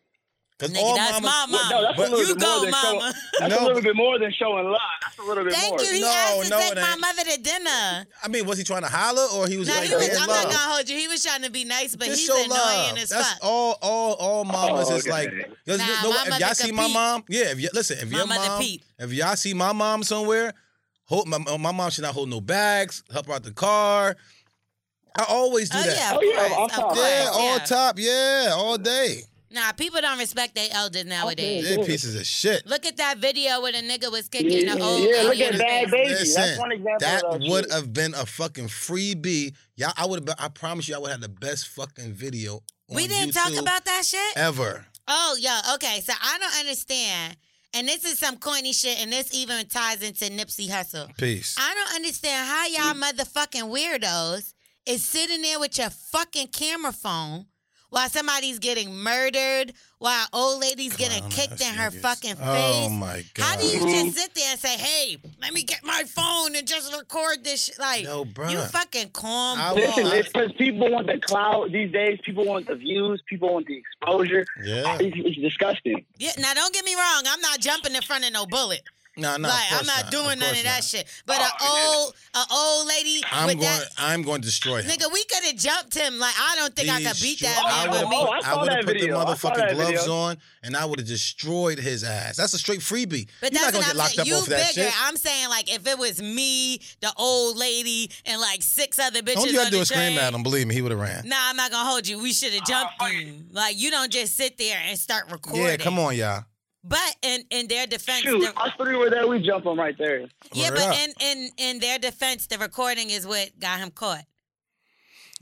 [SPEAKER 3] Because
[SPEAKER 2] Nigga, that's my mama.
[SPEAKER 9] No, that's a little bit more than showing. That's a little bit more than showing love. That's a little bit
[SPEAKER 2] Thank
[SPEAKER 9] more.
[SPEAKER 2] you. He asked to take my mother to dinner.
[SPEAKER 3] I mean, was he trying to holler or he was
[SPEAKER 2] Nah,
[SPEAKER 3] like,
[SPEAKER 2] he was,
[SPEAKER 3] "Show
[SPEAKER 2] I'm
[SPEAKER 3] love.
[SPEAKER 2] not gonna hold you. He was trying to be nice, but
[SPEAKER 3] Just
[SPEAKER 2] he's
[SPEAKER 3] show
[SPEAKER 2] annoying
[SPEAKER 3] love.
[SPEAKER 2] as
[SPEAKER 3] That's
[SPEAKER 2] fuck.
[SPEAKER 3] all, all, all mamas
[SPEAKER 9] Oh,
[SPEAKER 3] is
[SPEAKER 9] okay.
[SPEAKER 3] like. There's-
[SPEAKER 2] Nah,
[SPEAKER 3] you know
[SPEAKER 2] my
[SPEAKER 3] what? if
[SPEAKER 2] mother
[SPEAKER 3] y'all
[SPEAKER 2] could
[SPEAKER 3] see my
[SPEAKER 2] peep.
[SPEAKER 3] mom, yeah. If y- listen, if
[SPEAKER 2] My
[SPEAKER 3] your
[SPEAKER 2] mother
[SPEAKER 3] mom,
[SPEAKER 2] peep.
[SPEAKER 3] if y'all see my mom somewhere, hold my my mom should not hold no bags. Help her out the car. I always do
[SPEAKER 2] Oh,
[SPEAKER 3] that.
[SPEAKER 2] yeah, of Oh, yeah, course, of course,
[SPEAKER 3] yeah, all
[SPEAKER 2] yeah.
[SPEAKER 3] top, yeah, all day.
[SPEAKER 2] Nah, people don't respect their elders nowadays.
[SPEAKER 3] They're pieces of shit.
[SPEAKER 2] Look at that video where the nigga was kicking the
[SPEAKER 3] Yeah,
[SPEAKER 2] old.
[SPEAKER 9] yeah, look
[SPEAKER 2] lady
[SPEAKER 9] at
[SPEAKER 2] in the
[SPEAKER 9] Bad
[SPEAKER 2] face.
[SPEAKER 9] Baby. That's one example
[SPEAKER 3] That
[SPEAKER 9] of that
[SPEAKER 3] would
[SPEAKER 9] shit.
[SPEAKER 3] have been a fucking freebie. Y'all, I would have. I promise you, I would have the best fucking video. On
[SPEAKER 2] We didn't
[SPEAKER 3] YouTube
[SPEAKER 2] talk about that shit
[SPEAKER 3] ever.
[SPEAKER 2] Oh, yo, okay. So I don't understand. And this is some corny shit, and this even ties into Nipsey Hussle.
[SPEAKER 3] Peace.
[SPEAKER 2] I don't understand how y'all
[SPEAKER 3] Mm.
[SPEAKER 2] motherfucking weirdos is sitting there with your fucking camera phone while somebody's getting murdered, while old lady's getting kicked in her fucking
[SPEAKER 3] Oh
[SPEAKER 2] face.
[SPEAKER 3] my god.
[SPEAKER 2] How do you just sit there and say, "Hey, let me get my phone and just record this"? Shit? Like, you
[SPEAKER 9] bruh.
[SPEAKER 2] fucking calm.
[SPEAKER 9] Listen,
[SPEAKER 2] down.
[SPEAKER 9] it's because people want the clout these days. People want the views. People want the exposure.
[SPEAKER 3] Yeah,
[SPEAKER 9] it's, it's disgusting.
[SPEAKER 2] Yeah, now don't get me wrong. I'm not jumping in front of no bullet.
[SPEAKER 3] No, no, of
[SPEAKER 2] like I'm
[SPEAKER 3] course
[SPEAKER 2] not
[SPEAKER 3] not.
[SPEAKER 2] doing
[SPEAKER 3] Of
[SPEAKER 2] none
[SPEAKER 3] course
[SPEAKER 2] of that shit. But a
[SPEAKER 9] Oh,
[SPEAKER 2] old, a old lady
[SPEAKER 3] I'm
[SPEAKER 2] with
[SPEAKER 3] going.
[SPEAKER 2] that
[SPEAKER 3] I'm going to destroy him.
[SPEAKER 2] nigga, we could have jumped him. Like I don't think I could beat that
[SPEAKER 3] Destroy-
[SPEAKER 2] man
[SPEAKER 3] I
[SPEAKER 2] with
[SPEAKER 3] would've-
[SPEAKER 2] me.
[SPEAKER 3] I would have put the
[SPEAKER 9] I saw
[SPEAKER 3] motherfucking
[SPEAKER 9] that
[SPEAKER 3] gloves
[SPEAKER 9] video.
[SPEAKER 3] on, and I would have destroyed his ass. That's a straight freebie.
[SPEAKER 2] But
[SPEAKER 3] You're
[SPEAKER 2] that's
[SPEAKER 3] not gonna
[SPEAKER 2] what
[SPEAKER 3] get
[SPEAKER 2] I'm
[SPEAKER 3] locked
[SPEAKER 2] saying.
[SPEAKER 3] up
[SPEAKER 2] You
[SPEAKER 3] off of
[SPEAKER 2] bigger.
[SPEAKER 3] that shit.
[SPEAKER 2] I'm saying like if it was me, the old lady, and like six other bitches.
[SPEAKER 3] All you gotta
[SPEAKER 2] on
[SPEAKER 3] do
[SPEAKER 2] the
[SPEAKER 3] is scream
[SPEAKER 2] train,
[SPEAKER 3] at him. Believe me, he would have ran.
[SPEAKER 2] Nah, I'm not gonna hold you. We should
[SPEAKER 9] Oh,
[SPEAKER 2] have jumped you. Like you don't just sit there and start recording.
[SPEAKER 3] Yeah, come on, y'all.
[SPEAKER 2] But in in their defense,
[SPEAKER 9] Shoot,
[SPEAKER 2] the-
[SPEAKER 9] us three were there. We jump them right there.
[SPEAKER 2] Yeah, but in, in in their defense, the recording is what got him caught.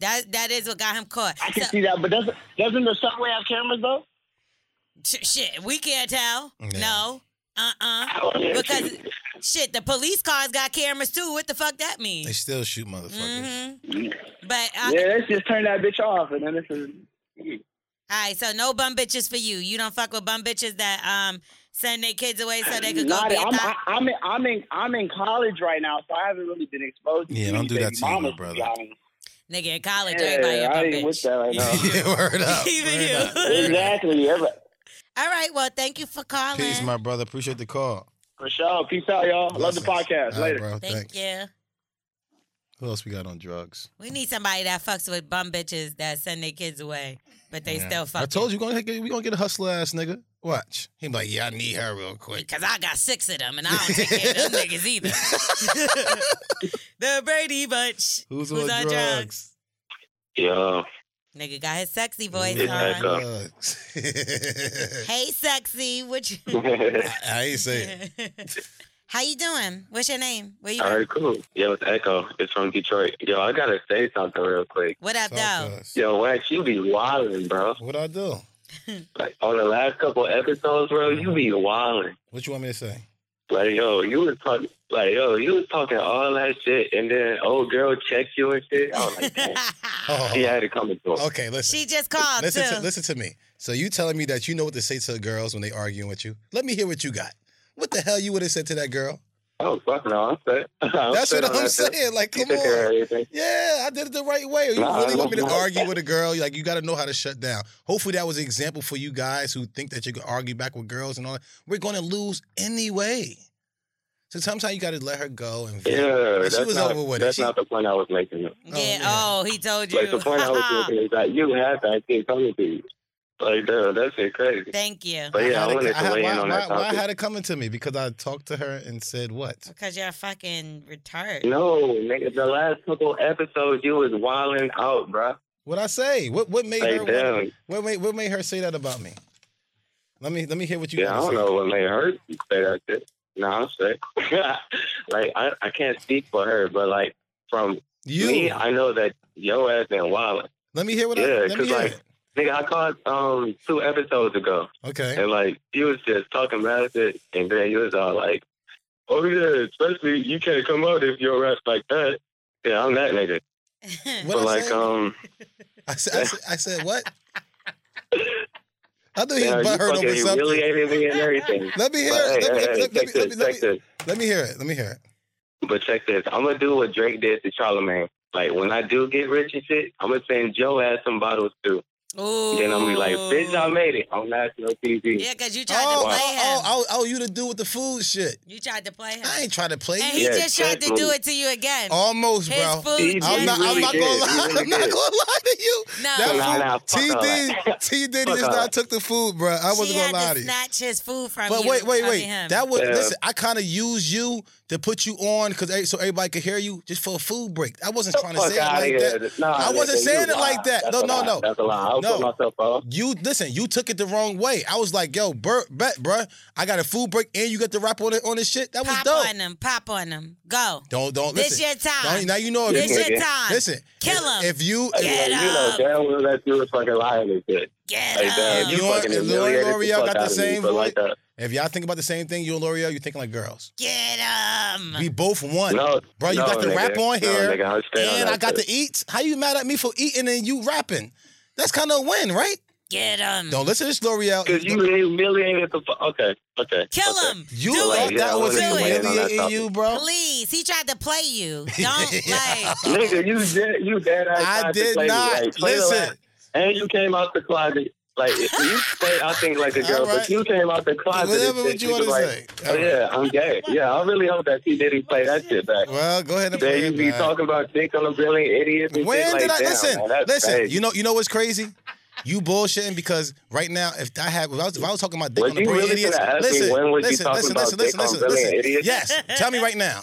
[SPEAKER 2] That that is what got him caught.
[SPEAKER 9] I can see that. But doesn't doesn't the subway have cameras though?
[SPEAKER 2] Sh- shit, we can't tell. No. Uh uh Because shit, the police cars got cameras too. What the fuck that mean?
[SPEAKER 3] They still shoot motherfuckers.
[SPEAKER 2] Mm-hmm. But uh, I,
[SPEAKER 9] yeah, let's just turn that bitch off, and then this is.
[SPEAKER 2] all right, so no bum bitches for you. You don't fuck with bum bitches that um send their kids away so they could go
[SPEAKER 9] Not,
[SPEAKER 2] be a
[SPEAKER 9] I'm,
[SPEAKER 2] thot.
[SPEAKER 9] I, I'm in I'm in I'm in college right now, so I haven't really been exposed. to
[SPEAKER 3] Yeah,
[SPEAKER 9] too
[SPEAKER 3] don't
[SPEAKER 9] many
[SPEAKER 3] do that
[SPEAKER 9] baby
[SPEAKER 3] to your
[SPEAKER 9] mamas,
[SPEAKER 3] little
[SPEAKER 9] be honest.
[SPEAKER 2] Nigga in college, everybody
[SPEAKER 9] Yeah,
[SPEAKER 2] a
[SPEAKER 9] I
[SPEAKER 2] bum
[SPEAKER 9] ain't
[SPEAKER 2] bitch.
[SPEAKER 9] with that right now.
[SPEAKER 3] yeah, word up.
[SPEAKER 2] Even
[SPEAKER 3] word
[SPEAKER 2] you.
[SPEAKER 3] up.
[SPEAKER 9] exactly. Every,
[SPEAKER 2] All right, well, thank you for calling.
[SPEAKER 3] Peace, my brother. Appreciate the call.
[SPEAKER 9] for sure. Peace out, y'all. Love the podcast.
[SPEAKER 3] All right,
[SPEAKER 9] Later.
[SPEAKER 3] bro.
[SPEAKER 2] Thank
[SPEAKER 3] Thanks.
[SPEAKER 2] you.
[SPEAKER 3] Who else we got on drugs?
[SPEAKER 2] We need somebody that fucks with bum bitches that send their kids away, but they
[SPEAKER 3] Yeah.
[SPEAKER 2] still
[SPEAKER 3] I
[SPEAKER 2] fuck.
[SPEAKER 3] told you, we gonna get, we gonna get a hustler ass nigga. Watch. He be like, yeah, I need her real quick.
[SPEAKER 2] Cause I got six of them, and I don't take care of them niggas either. the Brady Bunch.
[SPEAKER 3] Who's,
[SPEAKER 2] on, drugs?
[SPEAKER 5] Yeah.
[SPEAKER 2] Nigga got his sexy voice
[SPEAKER 5] It's back
[SPEAKER 2] on.
[SPEAKER 5] up.
[SPEAKER 2] Hey, sexy. What you?
[SPEAKER 3] I, I ain't say it.
[SPEAKER 2] How you doing? What's your name? Where you?
[SPEAKER 5] All right, cool. Yo, it's Echo. It's from Detroit. Yo, I gotta say something real quick.
[SPEAKER 2] What up, though?
[SPEAKER 5] Yo, Wax, you be wildin', bro.
[SPEAKER 3] What I do?
[SPEAKER 5] Like on the last couple episodes, bro, you be wildin'.
[SPEAKER 3] What you want me to say?
[SPEAKER 5] Like yo, you was talking, like yo, you was talking all that shit, and then old girl checked you and shit. I was like, damn. she had it coming to her.
[SPEAKER 3] Oh, Okay, listen.
[SPEAKER 2] Uh, She just called
[SPEAKER 3] Listen
[SPEAKER 2] too.
[SPEAKER 3] to, listen to me. So you telling me that you know what to say to the girls when they arguing with you? Let me hear what you got. What the hell you would have said to that girl?
[SPEAKER 5] Oh fuck no! I'm set.
[SPEAKER 3] That's what I'm saying. Like, come on.
[SPEAKER 5] Yeah.
[SPEAKER 3] Yeah, I did it the right way. You
[SPEAKER 5] Nah,
[SPEAKER 3] really want me to
[SPEAKER 5] nah, nah.
[SPEAKER 3] argue with a girl? Like, you got to know how to shut down. Hopefully, that was an example for you guys who think that you can argue back with girls and all that. We're going to lose anyway. So sometimes you got to let her go. And And
[SPEAKER 5] that's
[SPEAKER 3] she was
[SPEAKER 5] not,
[SPEAKER 3] over with it.
[SPEAKER 5] That's not the point I was making.
[SPEAKER 2] yeah. Oh, he told you.
[SPEAKER 5] Like the point I was making is that you have to actually come to you. Like, dude, that shit crazy.
[SPEAKER 2] Thank you.
[SPEAKER 5] But yeah, I,
[SPEAKER 3] had
[SPEAKER 5] wanted
[SPEAKER 3] it-
[SPEAKER 5] to weigh
[SPEAKER 3] why,
[SPEAKER 5] in on
[SPEAKER 3] why,
[SPEAKER 5] that
[SPEAKER 3] why
[SPEAKER 5] topic.
[SPEAKER 3] had it coming to me? Because I talked to her and said what?
[SPEAKER 2] Because you're a fucking retard.
[SPEAKER 5] No, nigga, the last couple episodes you was wilding out, bruh.
[SPEAKER 3] What I say? What what made
[SPEAKER 5] Hey,
[SPEAKER 3] her?
[SPEAKER 5] damn.
[SPEAKER 3] What, what made what made her say that about me? Let me let me hear what you.
[SPEAKER 5] yeah, I
[SPEAKER 3] gotta
[SPEAKER 5] don't
[SPEAKER 3] say.
[SPEAKER 5] know what made her say that shit. No, I'm sick. like I, I can't speak for her, but like from
[SPEAKER 3] you,
[SPEAKER 5] me, I know that your ass been wilding.
[SPEAKER 3] Let me hear what. I,
[SPEAKER 5] Yeah,
[SPEAKER 3] let me
[SPEAKER 5] because
[SPEAKER 3] hear
[SPEAKER 5] like
[SPEAKER 3] it.
[SPEAKER 5] nigga, I caught um two episodes ago.
[SPEAKER 3] Okay.
[SPEAKER 5] And like you was just talking mad shit, and then you was all like, "Oh yeah, especially you can't come out if you're rap like that." Yeah, I'm that nigga.
[SPEAKER 3] What
[SPEAKER 5] but
[SPEAKER 3] I
[SPEAKER 5] like
[SPEAKER 3] said?
[SPEAKER 5] um,
[SPEAKER 3] I said, I said, I said what? I thought he
[SPEAKER 5] yeah,
[SPEAKER 3] was
[SPEAKER 5] you
[SPEAKER 3] butthurt
[SPEAKER 5] fucking
[SPEAKER 3] over something.
[SPEAKER 5] humiliated me and everything.
[SPEAKER 3] Let me hear
[SPEAKER 5] But,
[SPEAKER 3] it.
[SPEAKER 5] hey,
[SPEAKER 3] Let
[SPEAKER 5] hey,
[SPEAKER 3] me- let me-
[SPEAKER 5] hey,
[SPEAKER 3] let me-
[SPEAKER 5] check
[SPEAKER 3] let me-
[SPEAKER 5] this,
[SPEAKER 3] let
[SPEAKER 5] check this.
[SPEAKER 3] Let me hear it. Let me hear it.
[SPEAKER 5] But check this. I'm gonna do what Drake did to Charlamagne. Like when I do get rich and shit, I'm gonna send Joe ass some bottles too. Then I'm gonna be like, bitch, I made it on national TV.
[SPEAKER 2] Yeah, because you tried
[SPEAKER 3] Oh,
[SPEAKER 2] to play
[SPEAKER 3] oh,
[SPEAKER 2] him.
[SPEAKER 3] oh, oh, oh, you to do with the food shit.
[SPEAKER 2] You tried to play him.
[SPEAKER 3] I ain't trying to play
[SPEAKER 2] And
[SPEAKER 3] you.
[SPEAKER 2] he just tried to do it to you again.
[SPEAKER 3] Almost,
[SPEAKER 2] His
[SPEAKER 3] Oh, bro.
[SPEAKER 2] food
[SPEAKER 3] I'm not, I'm
[SPEAKER 2] just-
[SPEAKER 3] not gonna lie. I'm not gonna lie to you.
[SPEAKER 2] No.
[SPEAKER 3] That
[SPEAKER 2] Nah,
[SPEAKER 3] food-
[SPEAKER 2] nah, fuck all
[SPEAKER 3] T
[SPEAKER 2] that.
[SPEAKER 3] D T Diddy
[SPEAKER 2] Fuck
[SPEAKER 3] just
[SPEAKER 2] all
[SPEAKER 3] not
[SPEAKER 2] that.
[SPEAKER 3] took the food, bro. I wasn't
[SPEAKER 2] she
[SPEAKER 3] gonna
[SPEAKER 2] had
[SPEAKER 3] lie to
[SPEAKER 2] to
[SPEAKER 3] you.
[SPEAKER 2] snatch his food from
[SPEAKER 3] But
[SPEAKER 2] you.
[SPEAKER 3] wait, wait,
[SPEAKER 2] I mean,
[SPEAKER 3] wait.
[SPEAKER 2] him.
[SPEAKER 3] That was listen. I kind of used you to put you on because so everybody could hear you just for a food break. I wasn't trying to
[SPEAKER 5] fuck
[SPEAKER 3] say it
[SPEAKER 5] outta
[SPEAKER 3] like
[SPEAKER 5] here.
[SPEAKER 3] that.
[SPEAKER 5] Nah,
[SPEAKER 3] I wasn't
[SPEAKER 5] listen, you
[SPEAKER 3] saying it
[SPEAKER 5] lie.
[SPEAKER 3] like that.
[SPEAKER 5] That's
[SPEAKER 3] no,
[SPEAKER 5] a
[SPEAKER 3] no,
[SPEAKER 5] lie.
[SPEAKER 3] no.
[SPEAKER 5] That's a lie. I'll put
[SPEAKER 3] no.
[SPEAKER 5] myself off.
[SPEAKER 3] You listen. You took it the wrong way. I was like, yo, Bert, bet, bruh, I got a food break and you got the rap on it on this shit. That was
[SPEAKER 2] Pop
[SPEAKER 3] dope.
[SPEAKER 2] on him. Pop on him. Go.
[SPEAKER 3] Don't don't
[SPEAKER 2] This
[SPEAKER 3] listen.
[SPEAKER 2] your time.
[SPEAKER 3] Don't- now you know if
[SPEAKER 2] This
[SPEAKER 3] you-
[SPEAKER 2] your time.
[SPEAKER 3] Listen,
[SPEAKER 2] Kill
[SPEAKER 3] if-
[SPEAKER 2] him.
[SPEAKER 3] If you
[SPEAKER 5] Like, you know, damn well that you was fucking lying and shit.
[SPEAKER 2] Get
[SPEAKER 5] like, damn,
[SPEAKER 3] If
[SPEAKER 5] you
[SPEAKER 3] you and-
[SPEAKER 5] fucking
[SPEAKER 3] if Lil and
[SPEAKER 5] humiliated the
[SPEAKER 3] L'Oreal
[SPEAKER 5] fuck
[SPEAKER 3] got the
[SPEAKER 5] out of me
[SPEAKER 3] same
[SPEAKER 5] for like
[SPEAKER 3] voice-
[SPEAKER 5] that.
[SPEAKER 3] if y'all think about the same thing, you and L'Oreal, you're thinking like girls.
[SPEAKER 2] Get him.
[SPEAKER 3] We both won,
[SPEAKER 5] No,
[SPEAKER 3] bro. You
[SPEAKER 5] no,
[SPEAKER 3] got the
[SPEAKER 5] nigga.
[SPEAKER 3] rap on
[SPEAKER 5] No,
[SPEAKER 3] here,
[SPEAKER 5] nigga, I stand on
[SPEAKER 3] and I
[SPEAKER 5] that
[SPEAKER 3] got
[SPEAKER 5] shit.
[SPEAKER 3] the eats. How you mad at me for eating and you rapping? That's kind of a win, right?
[SPEAKER 2] Get him.
[SPEAKER 3] Don't listen to this L'Oreal.
[SPEAKER 5] Because you humiliated the fuck. Okay, okay.
[SPEAKER 2] Kill
[SPEAKER 5] okay.
[SPEAKER 2] him.
[SPEAKER 3] You
[SPEAKER 2] Do
[SPEAKER 3] thought
[SPEAKER 2] it.
[SPEAKER 3] that was
[SPEAKER 2] Do it.
[SPEAKER 3] humiliating you, bro?
[SPEAKER 2] Please. He tried to play you. Don't like.
[SPEAKER 5] Nigga, you did, you dead ass.
[SPEAKER 3] I
[SPEAKER 5] tried to
[SPEAKER 3] did
[SPEAKER 5] play me,
[SPEAKER 3] not.
[SPEAKER 5] Like, play the
[SPEAKER 3] Listen.
[SPEAKER 5] rap. And you came out the closet. Like you played, I think like a girl,
[SPEAKER 3] All right.
[SPEAKER 5] but you came out the closet.
[SPEAKER 3] Whatever
[SPEAKER 5] and shit.
[SPEAKER 3] what you wanna
[SPEAKER 5] was like,
[SPEAKER 3] say.
[SPEAKER 5] Oh yeah, I'm gay. Yeah, I really hope that she didn't play that shit back.
[SPEAKER 3] Well, go ahead
[SPEAKER 5] Then
[SPEAKER 3] and play
[SPEAKER 5] you
[SPEAKER 3] it
[SPEAKER 5] be
[SPEAKER 3] back.
[SPEAKER 5] talking about dick on a billion idiots and
[SPEAKER 3] When
[SPEAKER 5] shit
[SPEAKER 3] did
[SPEAKER 5] like
[SPEAKER 3] I
[SPEAKER 5] damn,
[SPEAKER 3] listen?
[SPEAKER 5] man, that's
[SPEAKER 3] listen,
[SPEAKER 5] crazy.
[SPEAKER 3] you know, you know what's crazy? You bullshitting because right now, if I had, if I was, if I was talking about dick
[SPEAKER 5] Was
[SPEAKER 3] on the
[SPEAKER 5] you
[SPEAKER 3] brain,
[SPEAKER 5] really
[SPEAKER 3] idiots,
[SPEAKER 5] gonna ask me
[SPEAKER 3] listen,
[SPEAKER 5] when was you
[SPEAKER 3] listen,
[SPEAKER 5] talking
[SPEAKER 3] listen,
[SPEAKER 5] about
[SPEAKER 3] listen,
[SPEAKER 5] dick
[SPEAKER 3] listen,
[SPEAKER 5] on
[SPEAKER 3] listen,
[SPEAKER 5] Billy
[SPEAKER 3] listen.
[SPEAKER 5] and idiots?
[SPEAKER 3] Yes, tell me right now,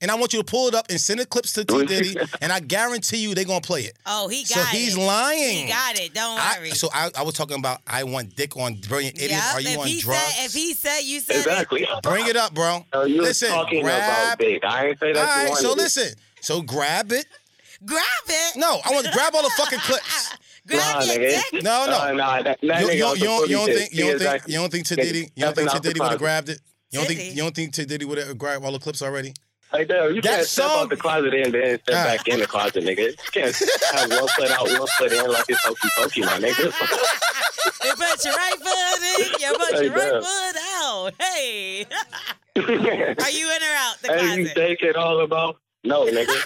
[SPEAKER 3] and I want you to pull it up and send the clips to T Diddy, and I guarantee you they're gonna play it.
[SPEAKER 2] Oh, he got
[SPEAKER 3] So
[SPEAKER 2] it.
[SPEAKER 3] he's lying.
[SPEAKER 2] He got it. Don't
[SPEAKER 3] I-
[SPEAKER 2] worry.
[SPEAKER 3] so I, I was talking about I want dick on brilliant idiots.
[SPEAKER 2] Yup,
[SPEAKER 3] Are you
[SPEAKER 2] if
[SPEAKER 3] on
[SPEAKER 2] he
[SPEAKER 3] drugs?
[SPEAKER 2] Said, if he said you said
[SPEAKER 5] Exactly.
[SPEAKER 3] Bring it up, bro.
[SPEAKER 5] So you
[SPEAKER 3] listen,
[SPEAKER 5] was talking
[SPEAKER 3] grab.
[SPEAKER 5] about dick. I ain't say
[SPEAKER 3] all
[SPEAKER 5] that. you
[SPEAKER 3] right, so
[SPEAKER 5] wanted it.
[SPEAKER 3] listen. So grab it.
[SPEAKER 2] it, grab it.
[SPEAKER 3] No, I want to grab all the fucking clips.
[SPEAKER 5] Nah, nigga. Uh,
[SPEAKER 3] No, no.
[SPEAKER 5] Nah, nah, that, that
[SPEAKER 3] You-
[SPEAKER 5] nigga
[SPEAKER 3] you-
[SPEAKER 5] on some
[SPEAKER 3] you don't- you don't
[SPEAKER 5] footy
[SPEAKER 3] think
[SPEAKER 5] shit.
[SPEAKER 3] you
[SPEAKER 5] Yeah,
[SPEAKER 3] don't think
[SPEAKER 5] exactly.
[SPEAKER 3] you don't think
[SPEAKER 5] Nigga,
[SPEAKER 3] Tididdy you don't
[SPEAKER 5] effing
[SPEAKER 3] think
[SPEAKER 5] out the
[SPEAKER 3] Tididdy would have
[SPEAKER 5] closet.
[SPEAKER 3] grabbed it? You don't think
[SPEAKER 2] Diddy?
[SPEAKER 3] you don't think Tididdy would have grabbed all the clips already?
[SPEAKER 5] Like, damn, you
[SPEAKER 3] That
[SPEAKER 5] can't step
[SPEAKER 3] song-
[SPEAKER 5] out the closet and then step back in the closet, nigga. You can't have one foot out, one foot in like it's hokey pokey, my nigga.
[SPEAKER 2] You put your right foot eh? in, you put your
[SPEAKER 5] Hey,
[SPEAKER 2] right
[SPEAKER 5] damn.
[SPEAKER 2] foot out. Hey. Are you in or out the
[SPEAKER 5] and you
[SPEAKER 2] closet?
[SPEAKER 5] take it all about? No, nigga.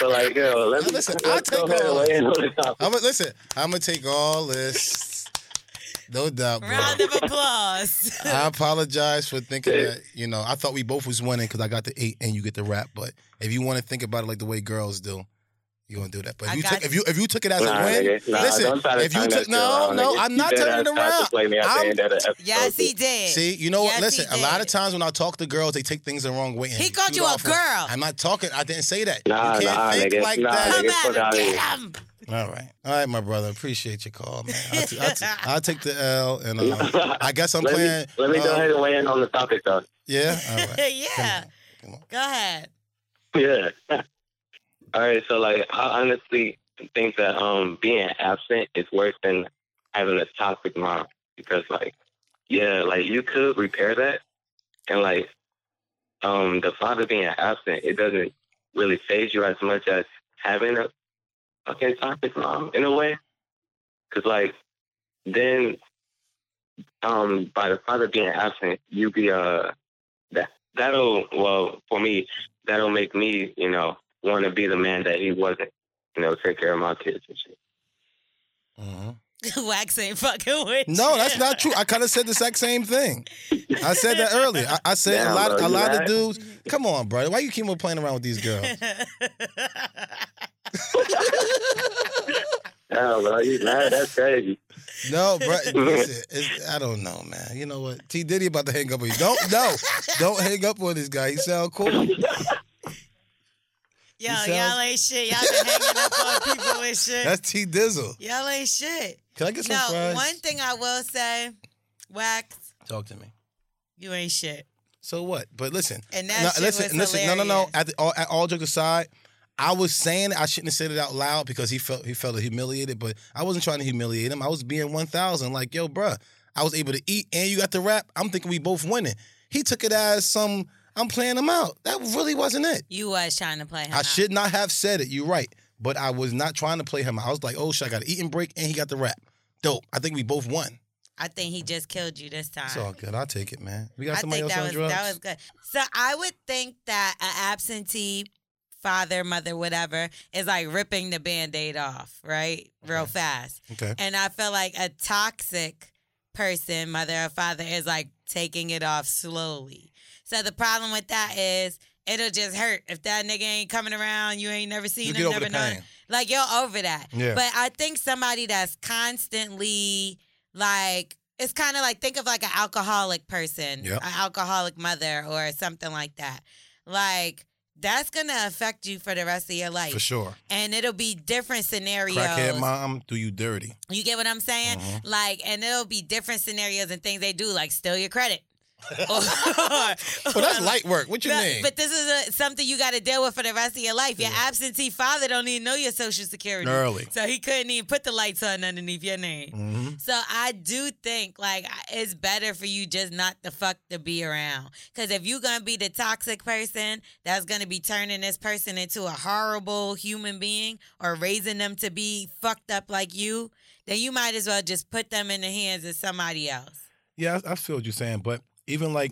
[SPEAKER 5] but like, yo, let me
[SPEAKER 3] Listen, I'll
[SPEAKER 5] let's
[SPEAKER 3] take
[SPEAKER 5] go ahead and
[SPEAKER 3] all.
[SPEAKER 5] weigh in on the topic.
[SPEAKER 3] I'm gonna listen. I'm gonna take all this. No doubt, bro.
[SPEAKER 2] Round of applause.
[SPEAKER 3] I apologize for thinking that. You know, I thought we both was winning because I got the eight and you get the rap. But if you want to think about it like the way girls do, you gonna do that. But if
[SPEAKER 2] I
[SPEAKER 3] you
[SPEAKER 2] got
[SPEAKER 3] took,
[SPEAKER 2] you.
[SPEAKER 3] if you if you took it as a
[SPEAKER 5] Nah,
[SPEAKER 3] win,
[SPEAKER 5] nigga. Nah,
[SPEAKER 3] listen.
[SPEAKER 5] don't try to
[SPEAKER 3] if you
[SPEAKER 5] turn
[SPEAKER 3] took
[SPEAKER 5] that shit
[SPEAKER 3] no,
[SPEAKER 5] around,
[SPEAKER 3] no,
[SPEAKER 5] nigga.
[SPEAKER 3] I'm
[SPEAKER 5] You
[SPEAKER 3] not
[SPEAKER 5] dead
[SPEAKER 3] turning it
[SPEAKER 5] ass tried to
[SPEAKER 3] around.
[SPEAKER 5] play me at the
[SPEAKER 3] I'm-
[SPEAKER 5] end of the episode.
[SPEAKER 2] Yes, he did.
[SPEAKER 3] See, you know what?
[SPEAKER 2] Yes,
[SPEAKER 3] Listen,
[SPEAKER 2] he
[SPEAKER 3] a lot
[SPEAKER 2] did.
[SPEAKER 3] of times when I talk to girls, they take things the wrong way. and
[SPEAKER 2] He called
[SPEAKER 3] shoot
[SPEAKER 2] you a
[SPEAKER 3] off on-
[SPEAKER 2] girl.
[SPEAKER 3] I'm not talking. I didn't say that.
[SPEAKER 5] Nah,
[SPEAKER 3] you can't
[SPEAKER 5] nah,
[SPEAKER 3] think
[SPEAKER 5] nigga.
[SPEAKER 3] like
[SPEAKER 5] Nah,
[SPEAKER 3] that.
[SPEAKER 2] Come
[SPEAKER 5] nigga.
[SPEAKER 2] at
[SPEAKER 5] Fuck
[SPEAKER 2] him.
[SPEAKER 5] outta
[SPEAKER 2] Get
[SPEAKER 5] here.
[SPEAKER 2] him.
[SPEAKER 3] All right, all right, my brother. Appreciate your call, man. I t- I t- I'll take the L, and uh, I guess I'm
[SPEAKER 5] let
[SPEAKER 3] playing.
[SPEAKER 5] me, let me go
[SPEAKER 3] uh,
[SPEAKER 5] ahead and weigh in on the topic, though.
[SPEAKER 3] Yeah. All right.
[SPEAKER 2] yeah. Go ahead.
[SPEAKER 5] Yeah. All right. So, like, I honestly think that um being absent is worse than having a toxic mom because, like, yeah, like you could repair that, and like, um, the father being absent, it doesn't really phase you as much as having a fucking toxic mom in a way, because like, then, um, by the father being absent, you be uh the
[SPEAKER 12] that'll well for me that'll make me you know want to be the man that he wasn't. You know, take care of my kids and shit.
[SPEAKER 2] Wax ain't fucking with.
[SPEAKER 3] Mm-hmm. No,
[SPEAKER 2] you.
[SPEAKER 3] that's not true. I kind of said the exact same thing. I said that earlier. I, I said
[SPEAKER 2] Damn,
[SPEAKER 3] a lot,
[SPEAKER 2] bro,
[SPEAKER 3] a
[SPEAKER 2] you
[SPEAKER 3] lot of
[SPEAKER 2] right.
[SPEAKER 3] dudes. Come on, brother. Why you keep on playing around with these girls?
[SPEAKER 12] Damn, bro, Oh, you mad? That's crazy.
[SPEAKER 3] No, bro. listen, it's- I don't know, man. You know what? T Diddy about to hang up on you. Don't no, don't hang up on this guy. He sound cool.
[SPEAKER 2] Yo,
[SPEAKER 3] sounds-
[SPEAKER 2] y'all ain't shit. Y'all been hanging up on people and shit.
[SPEAKER 3] That's T Dizzle.
[SPEAKER 2] y'all ain't shit.
[SPEAKER 3] Can I get some
[SPEAKER 2] no,
[SPEAKER 3] fries?
[SPEAKER 2] one thing I will say, Wax,
[SPEAKER 3] Talk to me.
[SPEAKER 2] you ain't shit.
[SPEAKER 3] So what? But listen,
[SPEAKER 2] And that
[SPEAKER 3] no,
[SPEAKER 2] shit
[SPEAKER 3] listen,
[SPEAKER 2] was
[SPEAKER 3] listen. No, no, no. At, the, all, at all jokes aside, I was saying it, I shouldn't have said it out loud because he felt he felt humiliated. But I wasn't trying to humiliate him. I was being one thousand. Like, yo, bruh, I was able to eat and you got the rap. I'm thinking we both winning. He took it as some. I'm playing him out. That really wasn't it.
[SPEAKER 2] You was trying to play him.
[SPEAKER 3] I should not have said it. You're right. But I was not trying to play him. out. I was like, oh shit, I got an eating break and he got the rap. Dope. I think we both won.
[SPEAKER 2] I think he just killed you this time.
[SPEAKER 3] It's all good. I'll take it, man. We got
[SPEAKER 2] I
[SPEAKER 3] somebody else
[SPEAKER 2] think that
[SPEAKER 3] on
[SPEAKER 2] was,
[SPEAKER 3] drugs.
[SPEAKER 2] That was good. So I would think that an absentee father, mother, whatever, is like ripping the band-aid off, right? Real fast.
[SPEAKER 13] Okay.
[SPEAKER 2] And I feel like a toxic person, mother or father, is like taking it off slowly. So the problem with that is it'll just hurt. If that nigga ain't coming around, you ain't never seen
[SPEAKER 13] You
[SPEAKER 2] him,
[SPEAKER 13] get over
[SPEAKER 2] never
[SPEAKER 13] the
[SPEAKER 2] known.
[SPEAKER 13] pain.
[SPEAKER 2] Like you're over that.
[SPEAKER 13] Yeah.
[SPEAKER 2] But I think somebody that's constantly like it's kind of like think of like an alcoholic person,
[SPEAKER 13] Yep.
[SPEAKER 2] an alcoholic mother or something like that. Like that's gonna affect you for the rest of your life
[SPEAKER 3] For sure.
[SPEAKER 2] and it'll be different scenarios.
[SPEAKER 3] Crackhead mom, do you dirty?
[SPEAKER 2] You get what I'm saying?
[SPEAKER 3] Mhm.
[SPEAKER 2] Like, and it'll be different scenarios and things they do, like steal your credit. well,
[SPEAKER 3] that's light work. What you mean?
[SPEAKER 2] But this is a, something you got to deal with for the rest of your life. Your absentee father don't even know your social security,
[SPEAKER 13] Early.
[SPEAKER 2] so he couldn't even put the lights on underneath your name.
[SPEAKER 3] Mm-hmm.
[SPEAKER 13] Mhm.
[SPEAKER 2] So I do think like it's better for you just not to fuck to be around. Cause if you're gonna be the toxic person that's gonna be turning this person into a horrible human being or raising them to be fucked up like you, then you might as well just put them in the hands of somebody else.
[SPEAKER 3] Yeah, I, I feel what you're saying, but even like,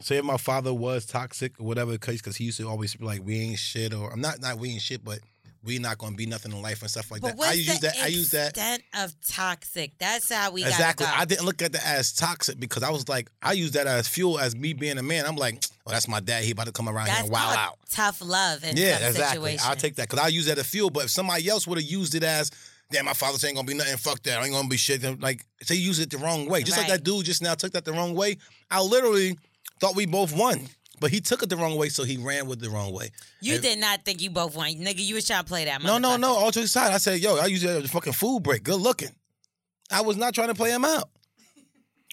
[SPEAKER 3] say if my father was toxic or whatever the case, because he used to always be like, "We ain't shit," or I'm not not we ain't shit, but we not gonna be nothing in life and stuff like
[SPEAKER 2] But
[SPEAKER 3] that.
[SPEAKER 2] what's
[SPEAKER 3] I use
[SPEAKER 2] the
[SPEAKER 3] that. I use that
[SPEAKER 2] extent of toxic? That's how we
[SPEAKER 3] exactly.
[SPEAKER 2] Gotta go.
[SPEAKER 3] I didn't look at that as toxic because I was like, I use that as fuel as me being a man. I'm like, oh, that's my dad. He about to come around here
[SPEAKER 2] That's
[SPEAKER 3] and wow
[SPEAKER 2] called
[SPEAKER 3] out.
[SPEAKER 2] tough love in
[SPEAKER 3] Yeah,
[SPEAKER 2] some
[SPEAKER 3] exactly.
[SPEAKER 2] situations.
[SPEAKER 3] I'll take that because I use that as fuel. But if somebody else would have used it as, damn, my father's ain't gonna be nothing. Fuck that. I ain't gonna be shit. Like they use it the wrong way. Just like
[SPEAKER 2] Right.
[SPEAKER 3] that dude just now took that the wrong way. I literally thought we both won, but he took it the wrong way, so he ran with the wrong way.
[SPEAKER 2] You
[SPEAKER 3] And-
[SPEAKER 2] did not think you both won, nigga. You was trying to play that.
[SPEAKER 3] No, no, no. All jokes aside, I said, yo, I use that as a fucking food break. Good looking. I was not trying to play him out.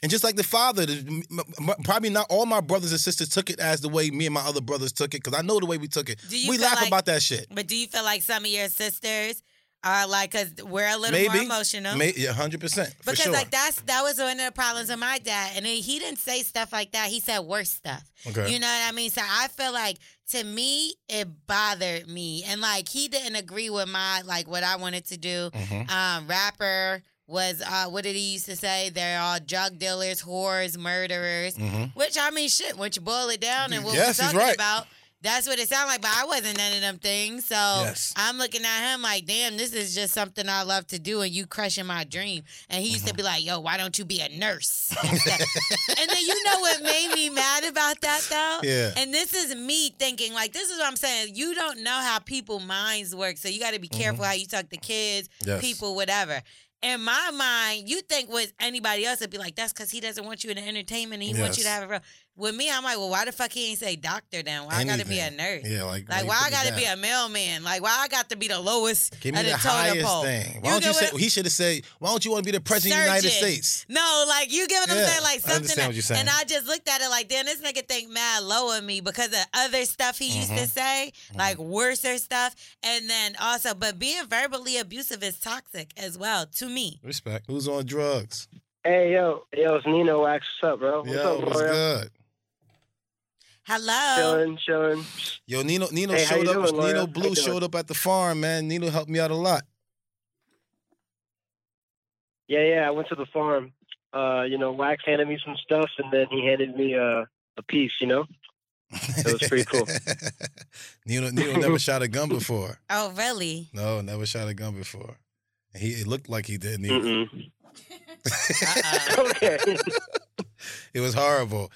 [SPEAKER 3] And just like the father, the- m- m- probably not all my brothers and sisters took it as the way me and my other brothers took it because I know the way we took it.
[SPEAKER 2] Do you
[SPEAKER 3] We
[SPEAKER 2] feel
[SPEAKER 3] laugh
[SPEAKER 2] like-
[SPEAKER 3] about that shit.
[SPEAKER 2] But do you feel like some of your sisters are like, cause we're a little more emotional?
[SPEAKER 3] May- yeah, hundred percent. For
[SPEAKER 2] Because
[SPEAKER 3] sure.
[SPEAKER 2] like that's that was one of the problems with my dad, and he he didn't say stuff like that. He said worse stuff.
[SPEAKER 13] Okay.
[SPEAKER 2] You know what I mean? So I feel like to me it bothered me, and like he didn't agree with my like what I wanted to do.
[SPEAKER 3] Mm-hmm,
[SPEAKER 13] Mhm.
[SPEAKER 2] Um, rapper was uh, what did he used to say? They're all drug dealers, whores, murderers.
[SPEAKER 3] mm-hmm.
[SPEAKER 13] Mhm.
[SPEAKER 2] Which I mean, shit. Once you boil it down and what
[SPEAKER 13] Yes, he's
[SPEAKER 2] we're talking
[SPEAKER 13] right.
[SPEAKER 2] about. That's what it sounded like, but I wasn't none of them things. So
[SPEAKER 13] Yes.
[SPEAKER 2] I'm looking at him like, damn, this is just something I love to do, and you crushing my dream. And he used
[SPEAKER 13] Mm-hmm.
[SPEAKER 2] to be like, yo, why don't you be a nurse? and then you know what made me mad about that though?
[SPEAKER 13] Yeah.
[SPEAKER 2] And this is me thinking, like, this is what I'm saying. You don't know how people minds work, so you got to be
[SPEAKER 13] Mm-hmm.
[SPEAKER 2] careful how you talk to kids,
[SPEAKER 13] Yes.
[SPEAKER 2] people, whatever. In my mind, you think with anybody else would be like, that's because he doesn't want you in the entertainment. He wants you to
[SPEAKER 3] Yes.
[SPEAKER 2] have it real. With me, I'm like, well, why the fuck he ain't say doctor then? Why I got to be a
[SPEAKER 3] Anything.
[SPEAKER 2] nurse?
[SPEAKER 3] Yeah, like
[SPEAKER 2] Like,
[SPEAKER 3] you
[SPEAKER 2] why I
[SPEAKER 3] put me
[SPEAKER 2] gotta be
[SPEAKER 3] down.
[SPEAKER 2] a mailman? Like, why I got to be the lowest
[SPEAKER 3] Give me
[SPEAKER 2] of the,
[SPEAKER 3] the
[SPEAKER 2] totem
[SPEAKER 3] highest
[SPEAKER 2] pole?
[SPEAKER 3] thing. Why don't
[SPEAKER 2] get
[SPEAKER 3] you say
[SPEAKER 2] what-
[SPEAKER 3] he should have said? Why don't you want to be the president of the United
[SPEAKER 2] Surgeon.
[SPEAKER 3] States?
[SPEAKER 2] No, like you get what I'm
[SPEAKER 3] Yeah,
[SPEAKER 2] saying. Like
[SPEAKER 3] I understand
[SPEAKER 2] something,
[SPEAKER 3] what you're saying.
[SPEAKER 2] and I just looked at it like, damn, this nigga think mad low of me because of other stuff he used to
[SPEAKER 3] Mm-hmm.
[SPEAKER 13] Mhm.
[SPEAKER 2] say, like worser stuff, and then also, but being verbally abusive is toxic as well to me.
[SPEAKER 3] Respect. Who's on drugs?
[SPEAKER 14] Hey yo, yo, it's Nino Wax. What's up, bro? What's
[SPEAKER 3] Yo,
[SPEAKER 14] up,
[SPEAKER 3] what's
[SPEAKER 14] L'Oreal?
[SPEAKER 3] good?
[SPEAKER 2] Hello.
[SPEAKER 14] Chilling, chilling.
[SPEAKER 3] Yo, Nino, Nino
[SPEAKER 14] Hey, how
[SPEAKER 3] showed
[SPEAKER 14] you
[SPEAKER 3] up.
[SPEAKER 14] doing, Laura?
[SPEAKER 3] Nino
[SPEAKER 14] How
[SPEAKER 3] Blue
[SPEAKER 14] you doing?
[SPEAKER 3] showed up at the farm, man. Nino helped me out a lot.
[SPEAKER 14] Yeah, yeah. I went to the farm. Uh, you know, Wax handed me some stuff, and then he handed me uh, a piece. You know, It was pretty cool.
[SPEAKER 3] Nino, Nino never shot a gun before.
[SPEAKER 2] Oh, really?
[SPEAKER 3] No, never shot a gun before. And He it looked like he did. Nino.
[SPEAKER 14] Uh-uh.
[SPEAKER 3] It was horrible.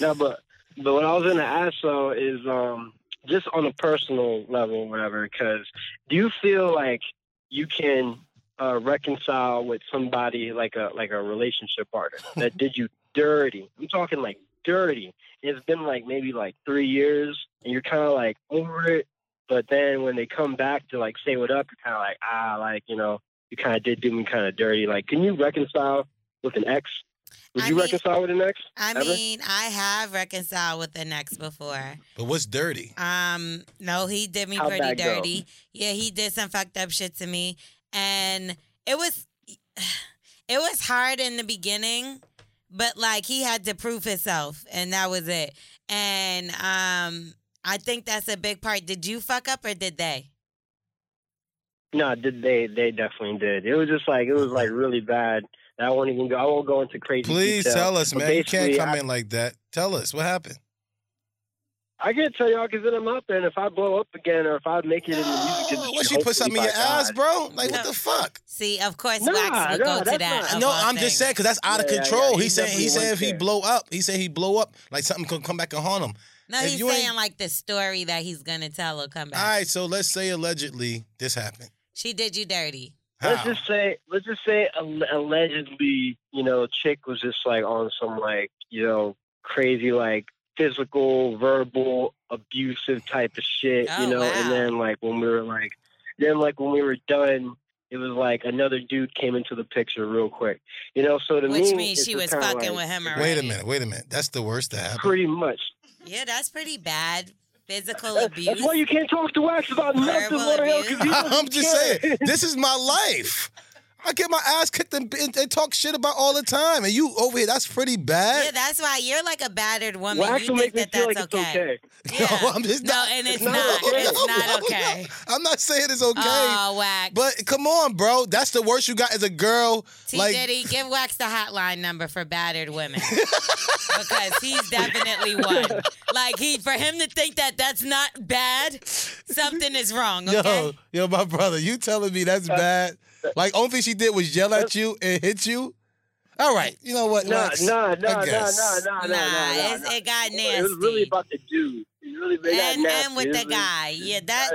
[SPEAKER 14] No, but but what I was gonna ask though is um just on a personal level, or whatever. Because do you feel like you can uh, reconcile with somebody like a like a relationship partner that did you dirty? I'm talking like dirty. It's been like maybe like three years, and you're kind of like over it. But then when they come back to like say what up, you're kind of like ah, like you know, you kind of did do me kind of dirty. Like, can you reconcile with an ex? Would you reconcile with an ex?
[SPEAKER 2] I
[SPEAKER 14] ever?
[SPEAKER 2] mean, I have reconciled with an ex before.
[SPEAKER 3] But what's dirty?
[SPEAKER 2] Um, no, he did me
[SPEAKER 3] How'd
[SPEAKER 2] pretty
[SPEAKER 3] that go?
[SPEAKER 2] dirty. Yeah, he did some fucked up shit to me, and it was it was hard in the beginning, but like he had to prove himself, and that was it. And um, I think that's a big part. Did you fuck up or did they?
[SPEAKER 14] No, did they? They definitely did. It was just like it was like really bad. And I won't even go. I won't go into crazy.
[SPEAKER 3] Please
[SPEAKER 14] detail.
[SPEAKER 3] tell us,
[SPEAKER 14] But
[SPEAKER 3] man. You can't
[SPEAKER 14] basically,
[SPEAKER 3] come
[SPEAKER 14] I,
[SPEAKER 3] in like that. Tell us what happened.
[SPEAKER 14] I can't tell y'all because then I'm out there, and if I blow up again, or if I make it in the music
[SPEAKER 3] What Ah,
[SPEAKER 14] industry,
[SPEAKER 3] you put something in your ass, bro? Like what the fuck?
[SPEAKER 2] See, of course,
[SPEAKER 14] Nah,
[SPEAKER 2] Wax would
[SPEAKER 14] nah,
[SPEAKER 2] go to
[SPEAKER 14] that's
[SPEAKER 2] that. of
[SPEAKER 3] no,
[SPEAKER 2] all
[SPEAKER 3] I'm just
[SPEAKER 2] things.
[SPEAKER 3] saying because that's out of
[SPEAKER 2] Yeah, yeah,
[SPEAKER 3] control.
[SPEAKER 2] yeah,
[SPEAKER 3] He
[SPEAKER 2] he
[SPEAKER 3] said he
[SPEAKER 2] definitely
[SPEAKER 3] said
[SPEAKER 2] went
[SPEAKER 3] if he
[SPEAKER 2] there.
[SPEAKER 3] blow up, he said he blow up like something could come back and haunt him.
[SPEAKER 2] No,
[SPEAKER 3] If
[SPEAKER 2] he's
[SPEAKER 3] you ain't-
[SPEAKER 2] saying like the story that he's gonna tell will come back.
[SPEAKER 3] All right, so let's say allegedly this happened.
[SPEAKER 2] She did you dirty.
[SPEAKER 14] Let's just say, let's just say, al- allegedly, you know, chick was just like on some like, you know, crazy like physical, verbal, abusive type of shit,
[SPEAKER 2] Oh,
[SPEAKER 14] you know. And then like when we were like, then like when we were done, it was like another dude came into the picture real quick, you know. So to
[SPEAKER 2] Which
[SPEAKER 14] me,
[SPEAKER 2] means
[SPEAKER 14] it's
[SPEAKER 2] she
[SPEAKER 14] just
[SPEAKER 2] was
[SPEAKER 14] kinda
[SPEAKER 2] fucking
[SPEAKER 14] like-
[SPEAKER 2] with him
[SPEAKER 3] Wait
[SPEAKER 2] already.
[SPEAKER 3] a minute, wait a minute. That's the worst that happened.
[SPEAKER 14] Pretty much.
[SPEAKER 2] Yeah, that's pretty bad. Physical abuse. That's
[SPEAKER 14] why you can't talk to Wax about
[SPEAKER 2] nothing. What the hell?
[SPEAKER 3] I'm just saying, this is my life. I get my ass kicked and, and, and talk shit about all the time, and you over here. That's pretty
[SPEAKER 2] Yeah,
[SPEAKER 3] bad.
[SPEAKER 2] that's why you're like a battered woman.
[SPEAKER 3] Wax
[SPEAKER 2] you
[SPEAKER 3] will make
[SPEAKER 2] think
[SPEAKER 3] me
[SPEAKER 2] that
[SPEAKER 3] feel
[SPEAKER 2] that's
[SPEAKER 3] like it's
[SPEAKER 2] okay.
[SPEAKER 3] No, I'm just
[SPEAKER 2] No,
[SPEAKER 3] not.
[SPEAKER 2] and it's not. It's not okay.
[SPEAKER 3] I'm not saying it's okay.
[SPEAKER 2] Oh, whack.
[SPEAKER 3] But come on, bro. That's the worst you got as a girl.
[SPEAKER 2] T
[SPEAKER 3] like,
[SPEAKER 2] Diddy, give Wax the hotline number for battered women because he's definitely one. Like he, for him to think that that's not bad, something is wrong. Okay.
[SPEAKER 3] yo, yo, my brother, you telling me that's bad? Like, only thing she did was yell at you and hit you. All right, you know what?
[SPEAKER 14] Nah,
[SPEAKER 3] Wax?
[SPEAKER 14] nah,
[SPEAKER 3] I
[SPEAKER 14] nah, nah,
[SPEAKER 3] guess.
[SPEAKER 14] nah, nah, nah, nah, nah,
[SPEAKER 2] it's-
[SPEAKER 14] nah.
[SPEAKER 2] it got
[SPEAKER 14] It was really about the dude. It really it got
[SPEAKER 2] and,
[SPEAKER 14] nasty.
[SPEAKER 2] and with
[SPEAKER 14] It
[SPEAKER 2] the
[SPEAKER 14] really-
[SPEAKER 2] guy. Yeah, that.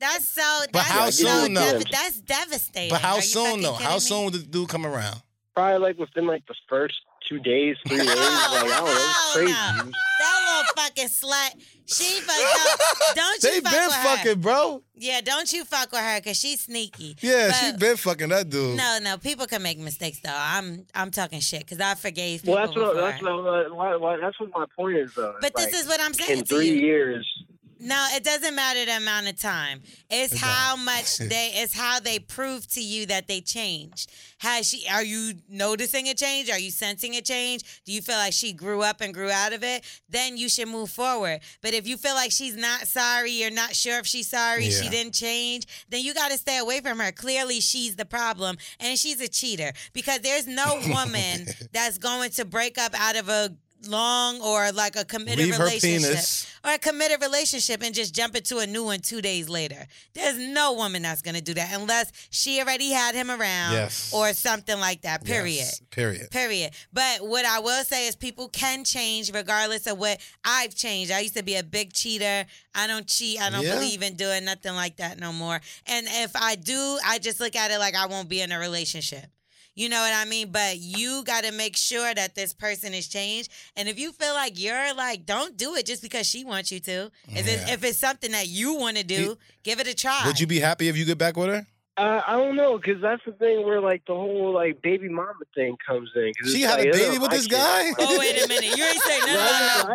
[SPEAKER 2] that's so.
[SPEAKER 3] But
[SPEAKER 2] that's
[SPEAKER 3] how
[SPEAKER 2] so
[SPEAKER 3] soon, though?
[SPEAKER 2] dev- that's devastating.
[SPEAKER 3] But how
[SPEAKER 2] Are you
[SPEAKER 3] soon
[SPEAKER 2] fucking
[SPEAKER 3] though? How
[SPEAKER 2] kidding me?
[SPEAKER 3] soon would the dude come around?
[SPEAKER 14] Probably like within like the first two days, three days. Like I don't know, it's crazy.
[SPEAKER 2] Oh, That little fucking slut. She fucked up. Don't you
[SPEAKER 3] They
[SPEAKER 2] fuck
[SPEAKER 3] been
[SPEAKER 2] with her.
[SPEAKER 3] fucking, bro.
[SPEAKER 2] Yeah, don't you fuck with her because she's sneaky.
[SPEAKER 3] Yeah,
[SPEAKER 2] But-
[SPEAKER 3] she been fucking that dude.
[SPEAKER 2] No, no, people can make mistakes though. I'm I'm talking shit because I forgave people
[SPEAKER 14] Well, that's what
[SPEAKER 2] before.
[SPEAKER 14] that's what, uh, why, why, that's what my point is though.
[SPEAKER 2] But
[SPEAKER 14] It's
[SPEAKER 2] this
[SPEAKER 14] like,
[SPEAKER 2] is what I'm saying
[SPEAKER 14] In
[SPEAKER 2] to
[SPEAKER 14] three
[SPEAKER 2] you.
[SPEAKER 14] years,
[SPEAKER 2] No, it doesn't matter the amount of time. It's how much they it's how they prove to you that they changed. Has she are you noticing a change? Are you sensing a change? Do you feel like she grew up and grew out of it? Then you should move forward. But if you feel like she's not sorry, you're not sure if she's sorry, she
[SPEAKER 13] Yeah.
[SPEAKER 2] didn't change, then you gotta stay away from her. Clearly she's the problem and she's a cheater. Because there's no woman that's going to break up out of a long or like a committed
[SPEAKER 3] Leave her
[SPEAKER 2] relationship
[SPEAKER 3] penis.
[SPEAKER 2] or a committed relationship and just jump into a new one two days later. There's no woman that's gonna do that unless she already had him around
[SPEAKER 3] Yes.
[SPEAKER 2] or something like that. Period.
[SPEAKER 3] Yes, period.
[SPEAKER 2] Period. But what I will say is people can change regardless of what I've changed. I used to be a big cheater. I don't cheat. I don't
[SPEAKER 13] Yeah.
[SPEAKER 2] believe in doing nothing like that no more. And if I do, I just look at it like I won't be in a relationship. You know what I mean? But you got to make sure that this person is changed. And if you feel like you're like, don't do it just because she wants you to. If, it's,
[SPEAKER 3] Yeah.
[SPEAKER 2] if it's something that you want to do, give it a try.
[SPEAKER 3] Would you be happy if you get back with her?
[SPEAKER 14] uh, I don't know because that's the thing where like the whole like baby mama thing comes in. 'cause
[SPEAKER 3] She
[SPEAKER 14] it's
[SPEAKER 3] had a
[SPEAKER 14] like,
[SPEAKER 3] baby
[SPEAKER 14] ugh,
[SPEAKER 3] with
[SPEAKER 14] I
[SPEAKER 3] this
[SPEAKER 14] can't-
[SPEAKER 3] guy?
[SPEAKER 2] Oh, wait a minute. You ain't saying nothing about no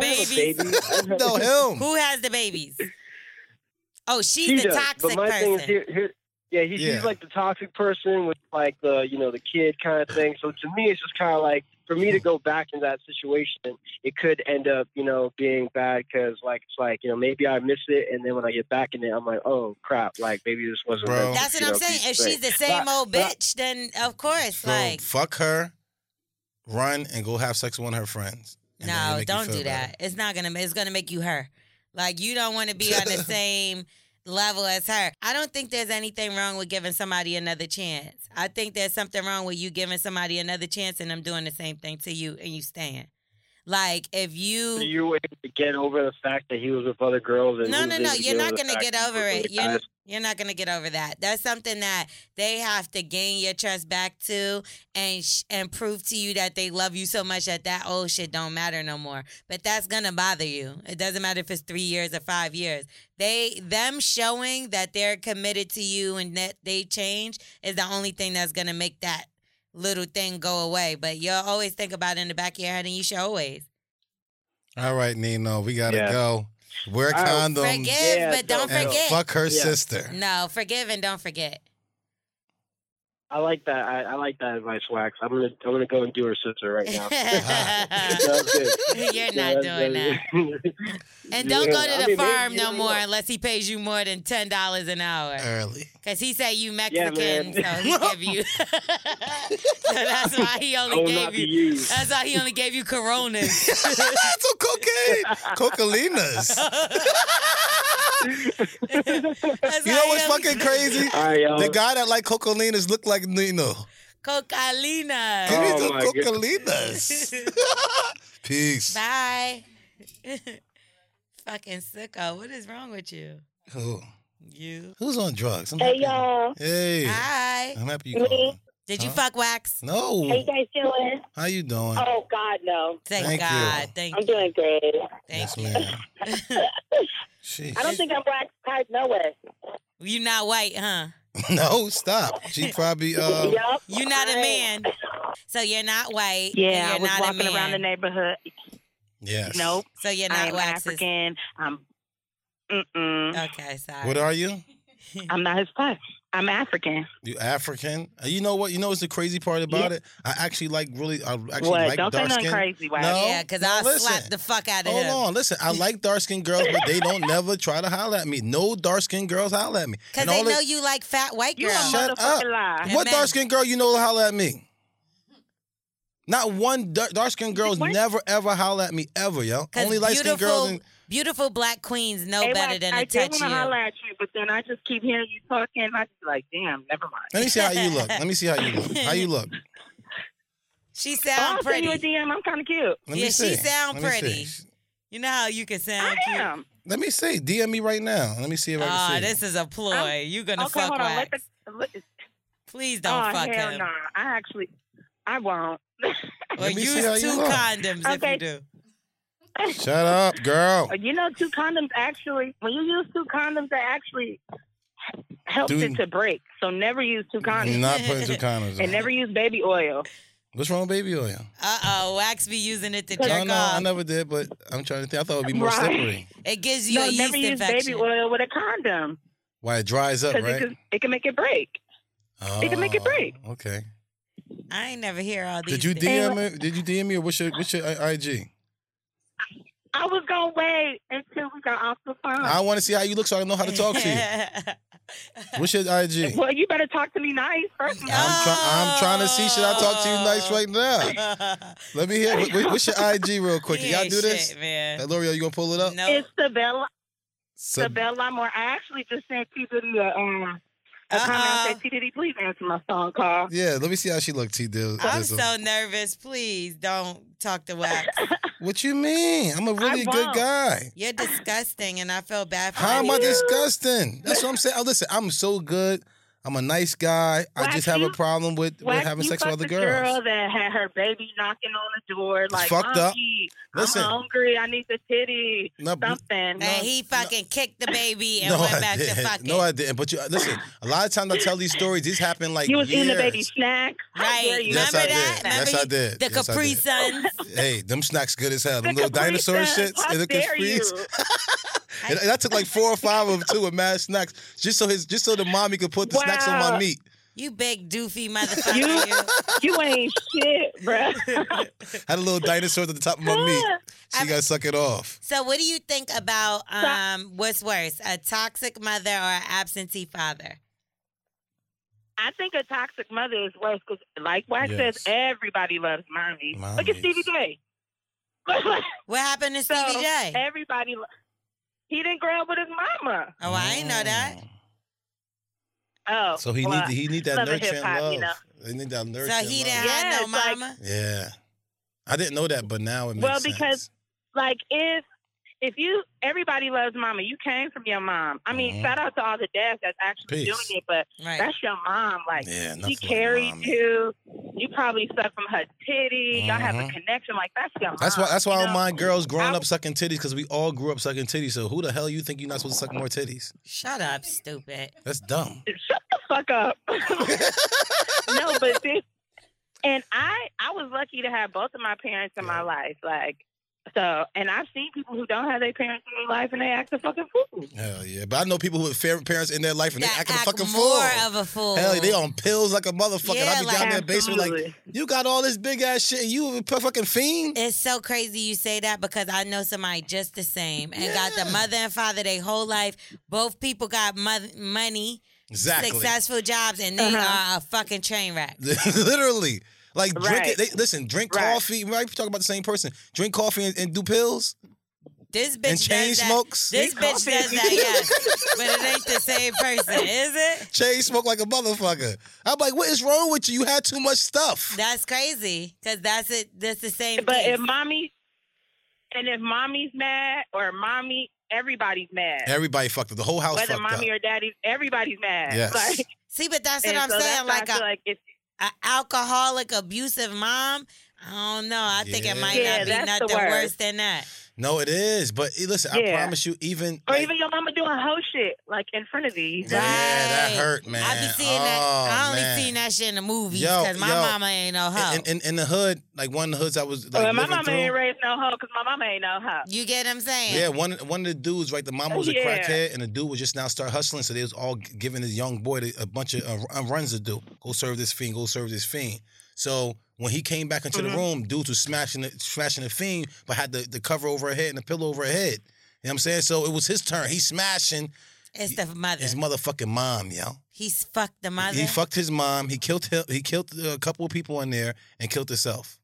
[SPEAKER 2] babies.
[SPEAKER 3] No, him.
[SPEAKER 2] Who has the babies? Oh, she's
[SPEAKER 14] He
[SPEAKER 2] the
[SPEAKER 14] does,
[SPEAKER 2] toxic
[SPEAKER 14] but my
[SPEAKER 2] person.
[SPEAKER 14] thing is here, here yeah, he,
[SPEAKER 3] Yeah.
[SPEAKER 14] he's like the toxic person with like the you know the kid kind of thing. So to me, it's just kind of like for me to go back in that situation, it could end up you know being bad because like it's like you know maybe I missed it, and then when I get back in it, I'm like oh crap, like maybe this wasn't. meant to,
[SPEAKER 2] That's what
[SPEAKER 14] you
[SPEAKER 2] I'm
[SPEAKER 14] know, be
[SPEAKER 2] saying. If
[SPEAKER 14] straight.
[SPEAKER 2] she's the same old bitch, then of course,
[SPEAKER 3] So
[SPEAKER 2] like,
[SPEAKER 3] fuck her, run and go have sex with one of her friends. And then they
[SPEAKER 2] no,
[SPEAKER 3] make you
[SPEAKER 2] don't
[SPEAKER 3] feel
[SPEAKER 2] do that. It's not gonna. It's gonna make you her. Like you don't want to be on the same level as her. I don't think there's anything wrong with giving somebody another chance. I think there's something wrong with you giving somebody another chance and them doing the same thing to you and you staying. Like if you
[SPEAKER 14] So you were able to get over the fact that he was with other girls. And
[SPEAKER 2] no,
[SPEAKER 14] he
[SPEAKER 2] no,
[SPEAKER 14] was
[SPEAKER 2] no.
[SPEAKER 14] able to
[SPEAKER 2] You're not
[SPEAKER 14] the
[SPEAKER 2] going to
[SPEAKER 14] fact
[SPEAKER 2] get
[SPEAKER 14] that he was
[SPEAKER 2] over
[SPEAKER 14] with
[SPEAKER 2] it.
[SPEAKER 14] other
[SPEAKER 2] You're,
[SPEAKER 14] guys.
[SPEAKER 2] you're not going to get over that. That's something that they have to gain your trust back to and sh- and prove to you that they love you so much that that old shit don't matter no more. But that's going to bother you. It doesn't matter if it's 3 years or 5 years. They them showing that they're committed to you and that they change is the only thing that's going to make that little thing go away. But you'll always think about it in the back of your head and you should always
[SPEAKER 3] All right, Nino, we gotta
[SPEAKER 14] Yeah.
[SPEAKER 3] go. Wear
[SPEAKER 14] All right.
[SPEAKER 3] condoms.
[SPEAKER 2] Forgive, but don't
[SPEAKER 3] and
[SPEAKER 2] forget.
[SPEAKER 3] Um, Fuck her sister.
[SPEAKER 2] No, forgive and don't forget.
[SPEAKER 14] I like that. I, I like that advice, Wax. I'm gonna I'm gonna go and do her sister right now. That's it.
[SPEAKER 2] You're
[SPEAKER 14] Yeah,
[SPEAKER 2] not
[SPEAKER 14] that's-
[SPEAKER 2] doing that. And don't go to the farm no more unless he pays you more than ten dollars an hour.
[SPEAKER 3] Early.
[SPEAKER 2] Cause he say you
[SPEAKER 14] Yeah,
[SPEAKER 2] Mexican,
[SPEAKER 14] man.
[SPEAKER 2] so he give you. so that's why he only
[SPEAKER 3] Oh, not
[SPEAKER 2] gave
[SPEAKER 3] to
[SPEAKER 2] you.
[SPEAKER 3] use.
[SPEAKER 2] That's why he only gave you Coronas.
[SPEAKER 3] Some cocaine, cocalinas. you know what's fucking crazy?
[SPEAKER 14] y'all.
[SPEAKER 3] the guy that like cocalinas look like Nino.
[SPEAKER 2] Cocalina.
[SPEAKER 3] Give me
[SPEAKER 14] Oh
[SPEAKER 3] some cocalinas. Peace.
[SPEAKER 2] Bye. Fucking sicko. What is wrong with you?
[SPEAKER 3] Who?
[SPEAKER 2] You.
[SPEAKER 3] Who's on drugs? I'm
[SPEAKER 13] Hey
[SPEAKER 3] happy-
[SPEAKER 13] y'all.
[SPEAKER 3] Hey.
[SPEAKER 2] Hi.
[SPEAKER 3] I'm happy you
[SPEAKER 13] Me?
[SPEAKER 3] called.
[SPEAKER 2] Did
[SPEAKER 3] you
[SPEAKER 2] fuck wax?
[SPEAKER 3] No.
[SPEAKER 13] How you guys doing?
[SPEAKER 3] How you doing?
[SPEAKER 13] Oh God, no.
[SPEAKER 3] Thank Thank God. you.
[SPEAKER 2] Thank
[SPEAKER 13] I'm doing great.
[SPEAKER 3] yes, ma'am.
[SPEAKER 13] I don't think I'm black type no way.
[SPEAKER 2] You not white, huh?
[SPEAKER 3] no, stop. She probably uh
[SPEAKER 2] You not a man. So you're not white. and
[SPEAKER 15] Yeah, I
[SPEAKER 2] you're
[SPEAKER 15] was
[SPEAKER 2] not a
[SPEAKER 15] walking
[SPEAKER 2] man.
[SPEAKER 15] around the neighborhood.
[SPEAKER 3] Yes.
[SPEAKER 15] Nope.
[SPEAKER 2] So you're
[SPEAKER 15] I
[SPEAKER 2] not
[SPEAKER 15] am
[SPEAKER 2] waxes.
[SPEAKER 15] African. I'm. Mm-mm.
[SPEAKER 2] Okay, sorry.
[SPEAKER 3] What are you?
[SPEAKER 15] I'm not his type. I'm African.
[SPEAKER 3] You African? Uh, You know what? You know what's the crazy part about it? I actually like really. I actually
[SPEAKER 15] What?
[SPEAKER 3] like
[SPEAKER 15] Don't say
[SPEAKER 3] dark
[SPEAKER 15] nothing
[SPEAKER 3] skin.
[SPEAKER 15] crazy, Waz.
[SPEAKER 3] No,
[SPEAKER 15] Yeah, 'cause
[SPEAKER 3] no,
[SPEAKER 15] I'll
[SPEAKER 3] listen.
[SPEAKER 2] Slap the fuck out of
[SPEAKER 3] Hold
[SPEAKER 2] him.
[SPEAKER 3] on, listen. I like dark skinned girls, but they don't never try to holler at me. No dark skinned girls holler at me.
[SPEAKER 2] Because
[SPEAKER 3] And
[SPEAKER 2] they
[SPEAKER 3] all
[SPEAKER 2] know you like fat white girls.
[SPEAKER 3] Shut
[SPEAKER 14] uh,
[SPEAKER 3] up. What dark skinned girl you know holler at me? Not one dark skinned girls never ever holler at me ever, yo.
[SPEAKER 2] 'Cause
[SPEAKER 3] Only light skinned
[SPEAKER 2] beautiful-
[SPEAKER 3] girls. And,
[SPEAKER 2] Beautiful black queens know
[SPEAKER 15] Hey,
[SPEAKER 2] better
[SPEAKER 15] Wax,
[SPEAKER 2] than to
[SPEAKER 15] I did
[SPEAKER 2] touch
[SPEAKER 15] want
[SPEAKER 2] you.
[SPEAKER 15] to holler at you, but then I just keep hearing you talking. I just like, damn, never mind.
[SPEAKER 3] let me see how you look. Let me see how you look. How you look?
[SPEAKER 2] She sound
[SPEAKER 15] oh, I'll
[SPEAKER 2] pretty.
[SPEAKER 15] send you a DM. I'm kind of cute.
[SPEAKER 3] Let me
[SPEAKER 2] yeah,
[SPEAKER 3] see.
[SPEAKER 2] she sound
[SPEAKER 3] Let me
[SPEAKER 2] pretty.
[SPEAKER 3] see.
[SPEAKER 2] You know how you can sound
[SPEAKER 15] I
[SPEAKER 2] cute.
[SPEAKER 15] am.
[SPEAKER 3] Let me see. DM me right now. Let me see if I can
[SPEAKER 2] Oh,
[SPEAKER 3] see.
[SPEAKER 2] this is a ploy. you gonna
[SPEAKER 15] okay,
[SPEAKER 2] fuck
[SPEAKER 15] hold on. Let
[SPEAKER 2] wax.
[SPEAKER 15] the, let,
[SPEAKER 2] Please don't
[SPEAKER 15] oh,
[SPEAKER 2] fuck
[SPEAKER 15] hell
[SPEAKER 2] him.
[SPEAKER 15] Nah. I actually, I won't.
[SPEAKER 2] Or
[SPEAKER 3] Let me see how
[SPEAKER 2] use
[SPEAKER 3] you
[SPEAKER 2] two
[SPEAKER 3] look.
[SPEAKER 2] condoms if
[SPEAKER 15] Okay.
[SPEAKER 2] you do.
[SPEAKER 3] Shut up, girl.
[SPEAKER 15] You know, two condoms actually, when you use two condoms, that actually helps
[SPEAKER 3] Dude.
[SPEAKER 15] it to break. So never use two condoms.
[SPEAKER 3] Not putting two condoms on.
[SPEAKER 15] and never use baby oil.
[SPEAKER 3] What's wrong with baby oil?
[SPEAKER 2] Uh oh, wax be using it to jerk
[SPEAKER 3] No, no,
[SPEAKER 2] off.
[SPEAKER 3] I never did, but I'm trying to think. I thought it would be more
[SPEAKER 15] Right.
[SPEAKER 3] slippery.
[SPEAKER 2] It gives you
[SPEAKER 15] no,
[SPEAKER 2] a yeast
[SPEAKER 15] never use
[SPEAKER 2] infection.
[SPEAKER 15] baby oil with a condom
[SPEAKER 3] Why it dries up,
[SPEAKER 15] because it,
[SPEAKER 3] right?
[SPEAKER 15] can- it can make it break. It can make it
[SPEAKER 3] Oh,
[SPEAKER 15] break.
[SPEAKER 3] Okay.
[SPEAKER 2] I ain't never hear all these.
[SPEAKER 3] Did you
[SPEAKER 2] things.
[SPEAKER 3] DM it? Did you DM me or what's your what's your uh, I- IG?
[SPEAKER 15] I was gonna wait until we got off the phone.
[SPEAKER 3] I want to see how you look so I know how to talk to you. What's your IG?
[SPEAKER 15] Well, you better talk to me nice first. of all.
[SPEAKER 3] I'm, try- I'm trying
[SPEAKER 2] Oh.
[SPEAKER 3] to see. Should I talk to you nice right now? Let me hear. What, what's your IG real quick? Can y'all do this?
[SPEAKER 2] Shit, man.
[SPEAKER 3] Uh, L'Oreal, you gonna pull it up?
[SPEAKER 15] It's the Bella,
[SPEAKER 3] Sub-
[SPEAKER 15] the Bella Moore. I actually just sent T Diddy a, um, a
[SPEAKER 2] Uh-uh.
[SPEAKER 15] comment. I said, T Diddy, please answer my phone call.
[SPEAKER 3] yeah, let me see how she looked. T. Dizzle.
[SPEAKER 2] I'm so nervous. Please don't talk to wax.
[SPEAKER 3] What you mean? I'm a really good
[SPEAKER 2] won't.
[SPEAKER 3] guy.
[SPEAKER 2] You're disgusting, and I feel bad for
[SPEAKER 3] How am I
[SPEAKER 2] you.
[SPEAKER 3] disgusting? That's what I'm saying. Oh, listen, I'm so good. I'm a nice guy. I just have a problem with, with
[SPEAKER 15] Wax,
[SPEAKER 3] having
[SPEAKER 15] you
[SPEAKER 3] sex with
[SPEAKER 15] fucked
[SPEAKER 3] other
[SPEAKER 15] a girl
[SPEAKER 3] girls.
[SPEAKER 15] that had her baby knocking on the door, like
[SPEAKER 3] fucked up.
[SPEAKER 15] "Mommy,
[SPEAKER 3] Listen.
[SPEAKER 15] I'm hungry. I need the titty.
[SPEAKER 3] No, bl-
[SPEAKER 15] something.
[SPEAKER 2] And he fucking kicked the baby and
[SPEAKER 3] No,
[SPEAKER 2] went
[SPEAKER 3] I
[SPEAKER 2] back to
[SPEAKER 3] didn't.
[SPEAKER 2] fucking.
[SPEAKER 3] No, I didn't. But you listen, a lot of times I tell these stories. These happen like
[SPEAKER 15] you was
[SPEAKER 3] years.
[SPEAKER 15] eating the baby snack.
[SPEAKER 2] Right.
[SPEAKER 3] Yes,
[SPEAKER 2] Remember
[SPEAKER 3] I did.
[SPEAKER 2] that?
[SPEAKER 3] Yes,
[SPEAKER 2] Remember
[SPEAKER 3] I did.
[SPEAKER 2] The
[SPEAKER 3] Yes, I
[SPEAKER 2] Capri
[SPEAKER 3] did.
[SPEAKER 2] Suns.
[SPEAKER 3] Hey, them snacks good as hell. Them
[SPEAKER 2] The
[SPEAKER 3] little
[SPEAKER 2] Capri
[SPEAKER 3] dinosaur
[SPEAKER 2] Suns.
[SPEAKER 3] shits.
[SPEAKER 2] How
[SPEAKER 3] and the
[SPEAKER 2] dare
[SPEAKER 3] Capri
[SPEAKER 2] you.
[SPEAKER 3] Suns. and, and I took like four or five of them too with mad snacks, just so his, just so the mommy could put the snacks on my
[SPEAKER 2] Wow.
[SPEAKER 3] meat.
[SPEAKER 2] You big doofy motherfucker.
[SPEAKER 15] You-
[SPEAKER 2] you.
[SPEAKER 15] You ain't shit, bruh.
[SPEAKER 3] Had a little dinosaur at the top of my meat. She got to suck it off.
[SPEAKER 2] So, what do you think about um, what's worse, a toxic mother or an absentee father?
[SPEAKER 15] I think a toxic mother is worse because, like Wax
[SPEAKER 2] Yes.
[SPEAKER 15] says, everybody loves mommy. Look at Stevie J.
[SPEAKER 2] what happened to
[SPEAKER 15] So, eh,
[SPEAKER 2] Stevie J?
[SPEAKER 15] Everybody, he didn't grow up with his mama.
[SPEAKER 2] Oh, I didn't know that.
[SPEAKER 3] Mm,
[SPEAKER 15] Oh,
[SPEAKER 3] So he
[SPEAKER 15] well,
[SPEAKER 3] need he need that
[SPEAKER 15] love and
[SPEAKER 3] nurture and
[SPEAKER 15] hip-hop,
[SPEAKER 3] love.
[SPEAKER 15] you know.
[SPEAKER 3] They need that nurture.
[SPEAKER 15] So
[SPEAKER 3] and
[SPEAKER 15] he
[SPEAKER 3] love.
[SPEAKER 15] didn't have no Yes, like- mama?
[SPEAKER 3] Yeah, I didn't know that, but now it makes
[SPEAKER 15] well,
[SPEAKER 3] sense.
[SPEAKER 15] because like if if you everybody loves mama, you came from your mom. I mean,
[SPEAKER 3] Mhm.
[SPEAKER 15] shout out to all the dads that's actually
[SPEAKER 3] Peace.
[SPEAKER 15] doing it, but
[SPEAKER 3] Right.
[SPEAKER 15] that's your mom. Like
[SPEAKER 3] Yeah, nothing
[SPEAKER 15] she
[SPEAKER 3] like
[SPEAKER 15] carried
[SPEAKER 3] mom.
[SPEAKER 15] you. You probably sucked from her titty. Y'all have a
[SPEAKER 3] Mhm.
[SPEAKER 15] connection. Like that's your mom.
[SPEAKER 3] That's why. That's why I
[SPEAKER 15] you
[SPEAKER 3] don't
[SPEAKER 15] know?
[SPEAKER 3] mind girls growing up sucking titties because we all grew up sucking titties. So who the hell you think you're not supposed to suck more titties?
[SPEAKER 2] Shut up, stupid.
[SPEAKER 3] That's dumb.
[SPEAKER 15] Shut the fuck up. no, but this and I I was lucky to have both of my parents in my life. Like so and I've seen people who don't have their parents in their life and they act a fucking fool.
[SPEAKER 3] Hell yeah! But I know people with fair parents in their life and they
[SPEAKER 15] That
[SPEAKER 3] acting a
[SPEAKER 15] act
[SPEAKER 3] fucking
[SPEAKER 15] more
[SPEAKER 3] fool.
[SPEAKER 2] of a fool.
[SPEAKER 3] Hell, they on pills like a motherfucker. and I
[SPEAKER 2] Yeah,
[SPEAKER 3] be
[SPEAKER 2] like-
[SPEAKER 3] down there in the basement like,
[SPEAKER 2] Absolutely.
[SPEAKER 3] you got all this big ass shit. and You a fucking fiend.
[SPEAKER 2] It's so crazy you say that because I know somebody just the same and got the mother and father their whole life. Both people got mother, money,
[SPEAKER 3] Exactly.
[SPEAKER 2] successful jobs, and they
[SPEAKER 3] Uh-huh.
[SPEAKER 2] are a fucking train wreck.
[SPEAKER 3] literally. Like drink
[SPEAKER 2] Right.
[SPEAKER 3] it. They, listen, drink
[SPEAKER 2] Right.
[SPEAKER 3] coffee. Right, we talking about the same person. Drink coffee and, and do pills.
[SPEAKER 2] This bitch
[SPEAKER 3] And chain
[SPEAKER 2] does that.
[SPEAKER 3] smokes.
[SPEAKER 2] This
[SPEAKER 3] They
[SPEAKER 2] bitch
[SPEAKER 3] confident.
[SPEAKER 2] does that, yes. but it ain't the same person, is it?
[SPEAKER 3] Chain smoke like a motherfucker. I'm like, what is wrong with you? You had too much stuff.
[SPEAKER 2] That's crazy because that's it. That's the same.
[SPEAKER 15] But
[SPEAKER 2] case.
[SPEAKER 15] if mommy and if mommy's mad or mommy everybody's mad.
[SPEAKER 3] Everybody fucked up. The whole house
[SPEAKER 15] Whether
[SPEAKER 3] fucked up.
[SPEAKER 15] mommy or daddy, everybody's mad.
[SPEAKER 3] Yes.
[SPEAKER 15] Like
[SPEAKER 2] See, but that's what
[SPEAKER 15] And
[SPEAKER 2] I'm
[SPEAKER 15] so
[SPEAKER 2] saying.
[SPEAKER 15] that's why I
[SPEAKER 2] Like uh,
[SPEAKER 15] feel
[SPEAKER 2] a, a alcoholic, abusive mom. I don't know. I think it might
[SPEAKER 15] Yeah,
[SPEAKER 2] not be
[SPEAKER 15] that's
[SPEAKER 2] nothing
[SPEAKER 15] the worst.
[SPEAKER 2] worse than that.
[SPEAKER 3] no, it is. But eh, listen, I
[SPEAKER 15] Yeah.
[SPEAKER 3] promise you, even
[SPEAKER 15] or even your mama doing hoe shit, like in front of you.
[SPEAKER 3] yeah, that hurt, man.
[SPEAKER 2] I be seeing that. I
[SPEAKER 3] Oh,
[SPEAKER 2] only
[SPEAKER 3] man.
[SPEAKER 2] seen that shit in the movies
[SPEAKER 3] Yo,
[SPEAKER 2] because my
[SPEAKER 3] yo.
[SPEAKER 2] mama ain't no hoe.
[SPEAKER 3] In, in, in the hood, like one of the hoods I was like
[SPEAKER 15] Well, Oh, my
[SPEAKER 3] living
[SPEAKER 15] mama
[SPEAKER 3] through.
[SPEAKER 15] ain't raised no hoe because my mama ain't no hoe.
[SPEAKER 2] You get what I'm saying?
[SPEAKER 3] Yeah, one one of the dudes, right? The mama was a
[SPEAKER 15] Oh, Yeah.
[SPEAKER 3] crackhead, and the dude was just now start hustling. So they was all g- giving this young boy the- a bunch of uh, runs to do. Go serve this fiend. Go serve this fiend. So when he came back into
[SPEAKER 15] Mhm.
[SPEAKER 3] the room, dudes was smashing the, smashing the fiend, but had the, the cover over her head and the pillow over her head. You know what I'm saying? So it was his turn. He's smashing
[SPEAKER 2] It's the mother.
[SPEAKER 3] his motherfucking mom, yo.
[SPEAKER 2] He's fucked the mother.
[SPEAKER 3] He fucked his mom. He killed him. He killed a couple of people in there and killed himself.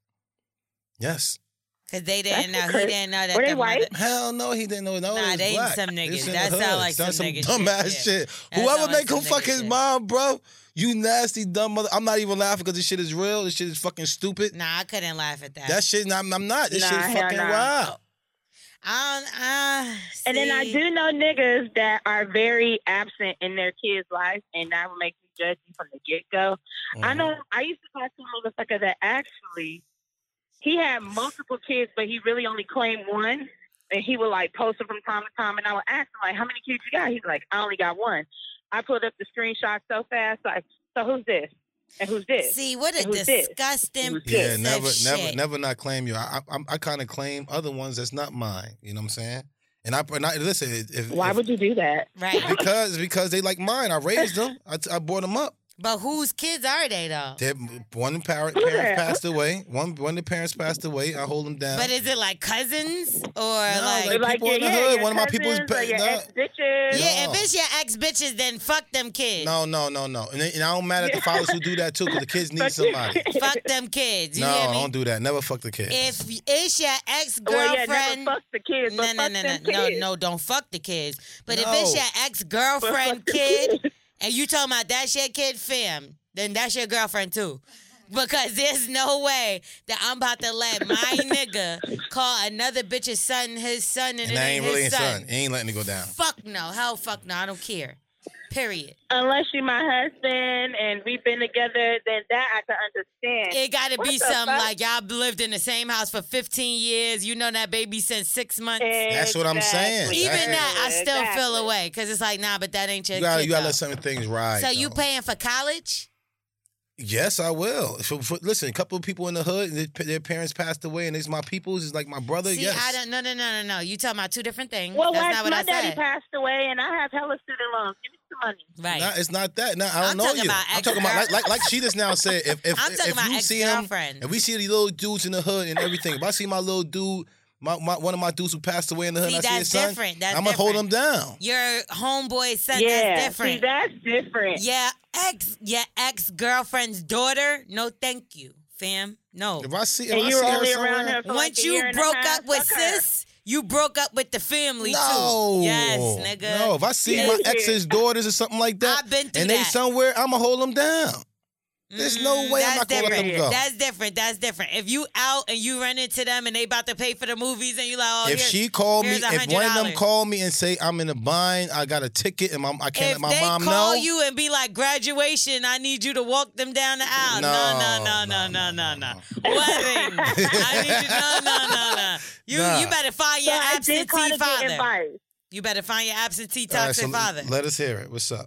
[SPEAKER 3] Yes.
[SPEAKER 2] Because they
[SPEAKER 3] That's
[SPEAKER 2] didn't know. He
[SPEAKER 3] crazy.
[SPEAKER 2] didn't know that.
[SPEAKER 3] Were they
[SPEAKER 2] the
[SPEAKER 3] white?
[SPEAKER 2] Mother...
[SPEAKER 3] Hell no, he didn't know. No,
[SPEAKER 2] nah,
[SPEAKER 3] it was
[SPEAKER 2] they
[SPEAKER 3] black.
[SPEAKER 2] some
[SPEAKER 3] It was
[SPEAKER 2] niggas.
[SPEAKER 3] in
[SPEAKER 2] That
[SPEAKER 3] the
[SPEAKER 2] sound
[SPEAKER 3] hood.
[SPEAKER 2] like some,
[SPEAKER 3] Sound some
[SPEAKER 2] nigga
[SPEAKER 3] dumbass
[SPEAKER 2] shit.
[SPEAKER 3] shit.
[SPEAKER 2] That
[SPEAKER 3] Whoever
[SPEAKER 2] sound
[SPEAKER 3] make
[SPEAKER 2] like
[SPEAKER 3] him
[SPEAKER 2] some
[SPEAKER 3] fuck
[SPEAKER 2] nigga
[SPEAKER 3] his
[SPEAKER 2] shit.
[SPEAKER 3] mom, bro, you nasty dumb mother. I'm not even laughing because this shit is real. This shit is fucking stupid.
[SPEAKER 2] Nah, I couldn't laugh at that.
[SPEAKER 3] That shit, nah, I'm, I'm not. This
[SPEAKER 2] Nah,
[SPEAKER 3] shit is
[SPEAKER 2] hell
[SPEAKER 3] fucking
[SPEAKER 2] nah.
[SPEAKER 3] wild.
[SPEAKER 2] Um, I
[SPEAKER 15] And then I do know niggas that are very absent in their kids' life, and that will make me judge you from the get go.
[SPEAKER 2] Mm-hmm.
[SPEAKER 15] I know
[SPEAKER 3] Mm-hmm.
[SPEAKER 15] I used to talk to a motherfucker that actually he had multiple kids, but he really only claimed one. And he would like post them from time to time, and I would ask him like, "How many kids you got?" He's like, "I only got one." I pulled up the screenshot so fast, like, "So who's this? And who's this?"
[SPEAKER 2] See, what a
[SPEAKER 15] And who's this?
[SPEAKER 2] disgusting
[SPEAKER 3] Yeah,
[SPEAKER 2] piece
[SPEAKER 3] never,
[SPEAKER 2] of
[SPEAKER 3] never,
[SPEAKER 2] shit.
[SPEAKER 3] never not claim you. I, I, I kind of claim other ones that's not mine. You know what I'm saying? And I, and I listen. If,
[SPEAKER 15] Why
[SPEAKER 3] if-
[SPEAKER 15] would you do that?
[SPEAKER 2] Right.
[SPEAKER 3] Because because they like mine. I raised them. I, t- I brought them up.
[SPEAKER 2] But whose kids are they though?
[SPEAKER 3] They, one parent,
[SPEAKER 2] Yeah.
[SPEAKER 3] parent passed away. One one of the parents passed away. I hold them down.
[SPEAKER 2] But is it like cousins or like,
[SPEAKER 3] like Like people your- in the yeah, hood, your one of my people's cousins or pa- your nah.
[SPEAKER 15] bitches?
[SPEAKER 2] Yeah,
[SPEAKER 3] No.
[SPEAKER 2] if it's your ex bitches, then fuck them kids.
[SPEAKER 3] no, no, no, no. And, they- and I don't mad at the fathers who do that too, because the kids need somebody.
[SPEAKER 2] Fuck them kids. You
[SPEAKER 3] no,
[SPEAKER 2] hear me?
[SPEAKER 3] don't do that. Never fuck the kid.
[SPEAKER 2] If it's your ex
[SPEAKER 15] Well, yeah,
[SPEAKER 2] girlfriend,
[SPEAKER 15] never fuck the kids.
[SPEAKER 2] No,
[SPEAKER 15] but
[SPEAKER 2] no,
[SPEAKER 15] fuck
[SPEAKER 2] no, no,
[SPEAKER 15] them
[SPEAKER 2] no,
[SPEAKER 15] kids.
[SPEAKER 2] no, don't fuck the kids. But if
[SPEAKER 15] No.
[SPEAKER 2] it's your ex girlfriend kid, and you talking about that's your kid, fam, then that's your girlfriend too. Because there's no way that I'm about to let my nigga call another bitch's son his son, and,
[SPEAKER 3] and
[SPEAKER 2] it
[SPEAKER 3] I
[SPEAKER 2] ain't,
[SPEAKER 3] ain't really
[SPEAKER 2] his
[SPEAKER 3] his
[SPEAKER 2] son.
[SPEAKER 3] son. He ain't letting it go down.
[SPEAKER 2] Fuck no, hell, fuck no, I don't care. Period.
[SPEAKER 15] Unless you my husband and we've been together, then that I can understand.
[SPEAKER 2] It gotta
[SPEAKER 15] What
[SPEAKER 2] be
[SPEAKER 15] the
[SPEAKER 2] something
[SPEAKER 15] fuck?
[SPEAKER 2] like y'all lived in the same house for 15 years. You know that baby since six months.
[SPEAKER 3] That's what I'm saying.
[SPEAKER 2] Even
[SPEAKER 3] That's-
[SPEAKER 2] that, I still feel
[SPEAKER 15] Exactly.
[SPEAKER 2] away because it's like, nah, but that ain't your
[SPEAKER 3] You gotta,
[SPEAKER 2] kid.
[SPEAKER 3] you gotta
[SPEAKER 2] though.
[SPEAKER 3] let some things ride.
[SPEAKER 2] so you paying for college?
[SPEAKER 3] Yes, I will. So, for, listen, a couple of people in the hood, their, their parents passed away, and it's my people's. It's like my brother.
[SPEAKER 2] See,
[SPEAKER 3] Oh, yes,
[SPEAKER 2] I don't. No, no, no, no, no. You talking about two different things.
[SPEAKER 15] Well,
[SPEAKER 2] That's
[SPEAKER 15] Wax,
[SPEAKER 2] not what
[SPEAKER 15] my
[SPEAKER 2] I
[SPEAKER 15] daddy
[SPEAKER 2] said.
[SPEAKER 15] passed away, and I have hella student loans. Give me some money.
[SPEAKER 2] Right.
[SPEAKER 3] Nah, it's not that. Nah, I don't
[SPEAKER 2] I'm
[SPEAKER 3] know
[SPEAKER 2] talking
[SPEAKER 3] you.
[SPEAKER 2] about
[SPEAKER 3] I'm talking about like, like like she just now said. If if,
[SPEAKER 2] I'm
[SPEAKER 3] if, if
[SPEAKER 2] talking about
[SPEAKER 3] you see him,
[SPEAKER 2] ex-girlfriends.
[SPEAKER 3] if we see these little dudes in the hood and everything, if I see my little dude, my, my one of my dudes who passed away in the hood,
[SPEAKER 2] See,
[SPEAKER 3] and I see his
[SPEAKER 2] that's
[SPEAKER 3] son,
[SPEAKER 2] different. That's
[SPEAKER 3] I'm gonna hold him down.
[SPEAKER 2] Your homeboy's son.
[SPEAKER 3] Yeah, see,
[SPEAKER 2] That's different.
[SPEAKER 15] that's different.
[SPEAKER 2] Yeah. Ex. Your ex girlfriend's daughter. No, thank you, fam. No.
[SPEAKER 3] If I see, if
[SPEAKER 2] And
[SPEAKER 3] I
[SPEAKER 2] you
[SPEAKER 3] see
[SPEAKER 2] were
[SPEAKER 3] her
[SPEAKER 2] only around
[SPEAKER 3] somewhere,
[SPEAKER 2] her for like Once a you year and a broke half, up with fuck her. sis, you broke up with the family
[SPEAKER 3] no.
[SPEAKER 2] too. Yes, nigga.
[SPEAKER 3] No, if I see my
[SPEAKER 2] Yes.
[SPEAKER 3] ex's daughters or something like that,
[SPEAKER 2] I've been through
[SPEAKER 3] and they
[SPEAKER 2] that.
[SPEAKER 3] somewhere, I'ma hold them down. There's no way I'm
[SPEAKER 2] Mm-hmm.
[SPEAKER 3] not
[SPEAKER 2] That's
[SPEAKER 3] gonna let
[SPEAKER 2] different.
[SPEAKER 3] them go.
[SPEAKER 2] That's different. That's different. If you out and you run into them and they about to pay for the movies and you like, oh,
[SPEAKER 3] if
[SPEAKER 2] here's-
[SPEAKER 3] she called me,
[SPEAKER 2] here's
[SPEAKER 3] if one of them
[SPEAKER 2] $100.
[SPEAKER 3] called me and say I'm in a bind, I got a ticket, and my, I can't let
[SPEAKER 2] if
[SPEAKER 3] my
[SPEAKER 2] they
[SPEAKER 3] mom
[SPEAKER 2] call
[SPEAKER 3] know.
[SPEAKER 2] you and be like graduation, I need you to walk them down the aisle. No, no, no, no, no, no, no. Wedding. I need you. No, no, no, no. You
[SPEAKER 3] Nah.
[SPEAKER 2] you better find
[SPEAKER 15] So
[SPEAKER 2] your
[SPEAKER 15] I did
[SPEAKER 2] absentee
[SPEAKER 15] kinda get
[SPEAKER 2] father.
[SPEAKER 15] advice.
[SPEAKER 2] You better find your absentee
[SPEAKER 3] All right,
[SPEAKER 2] toxic
[SPEAKER 3] so
[SPEAKER 2] father.
[SPEAKER 3] Let us hear it. What's up?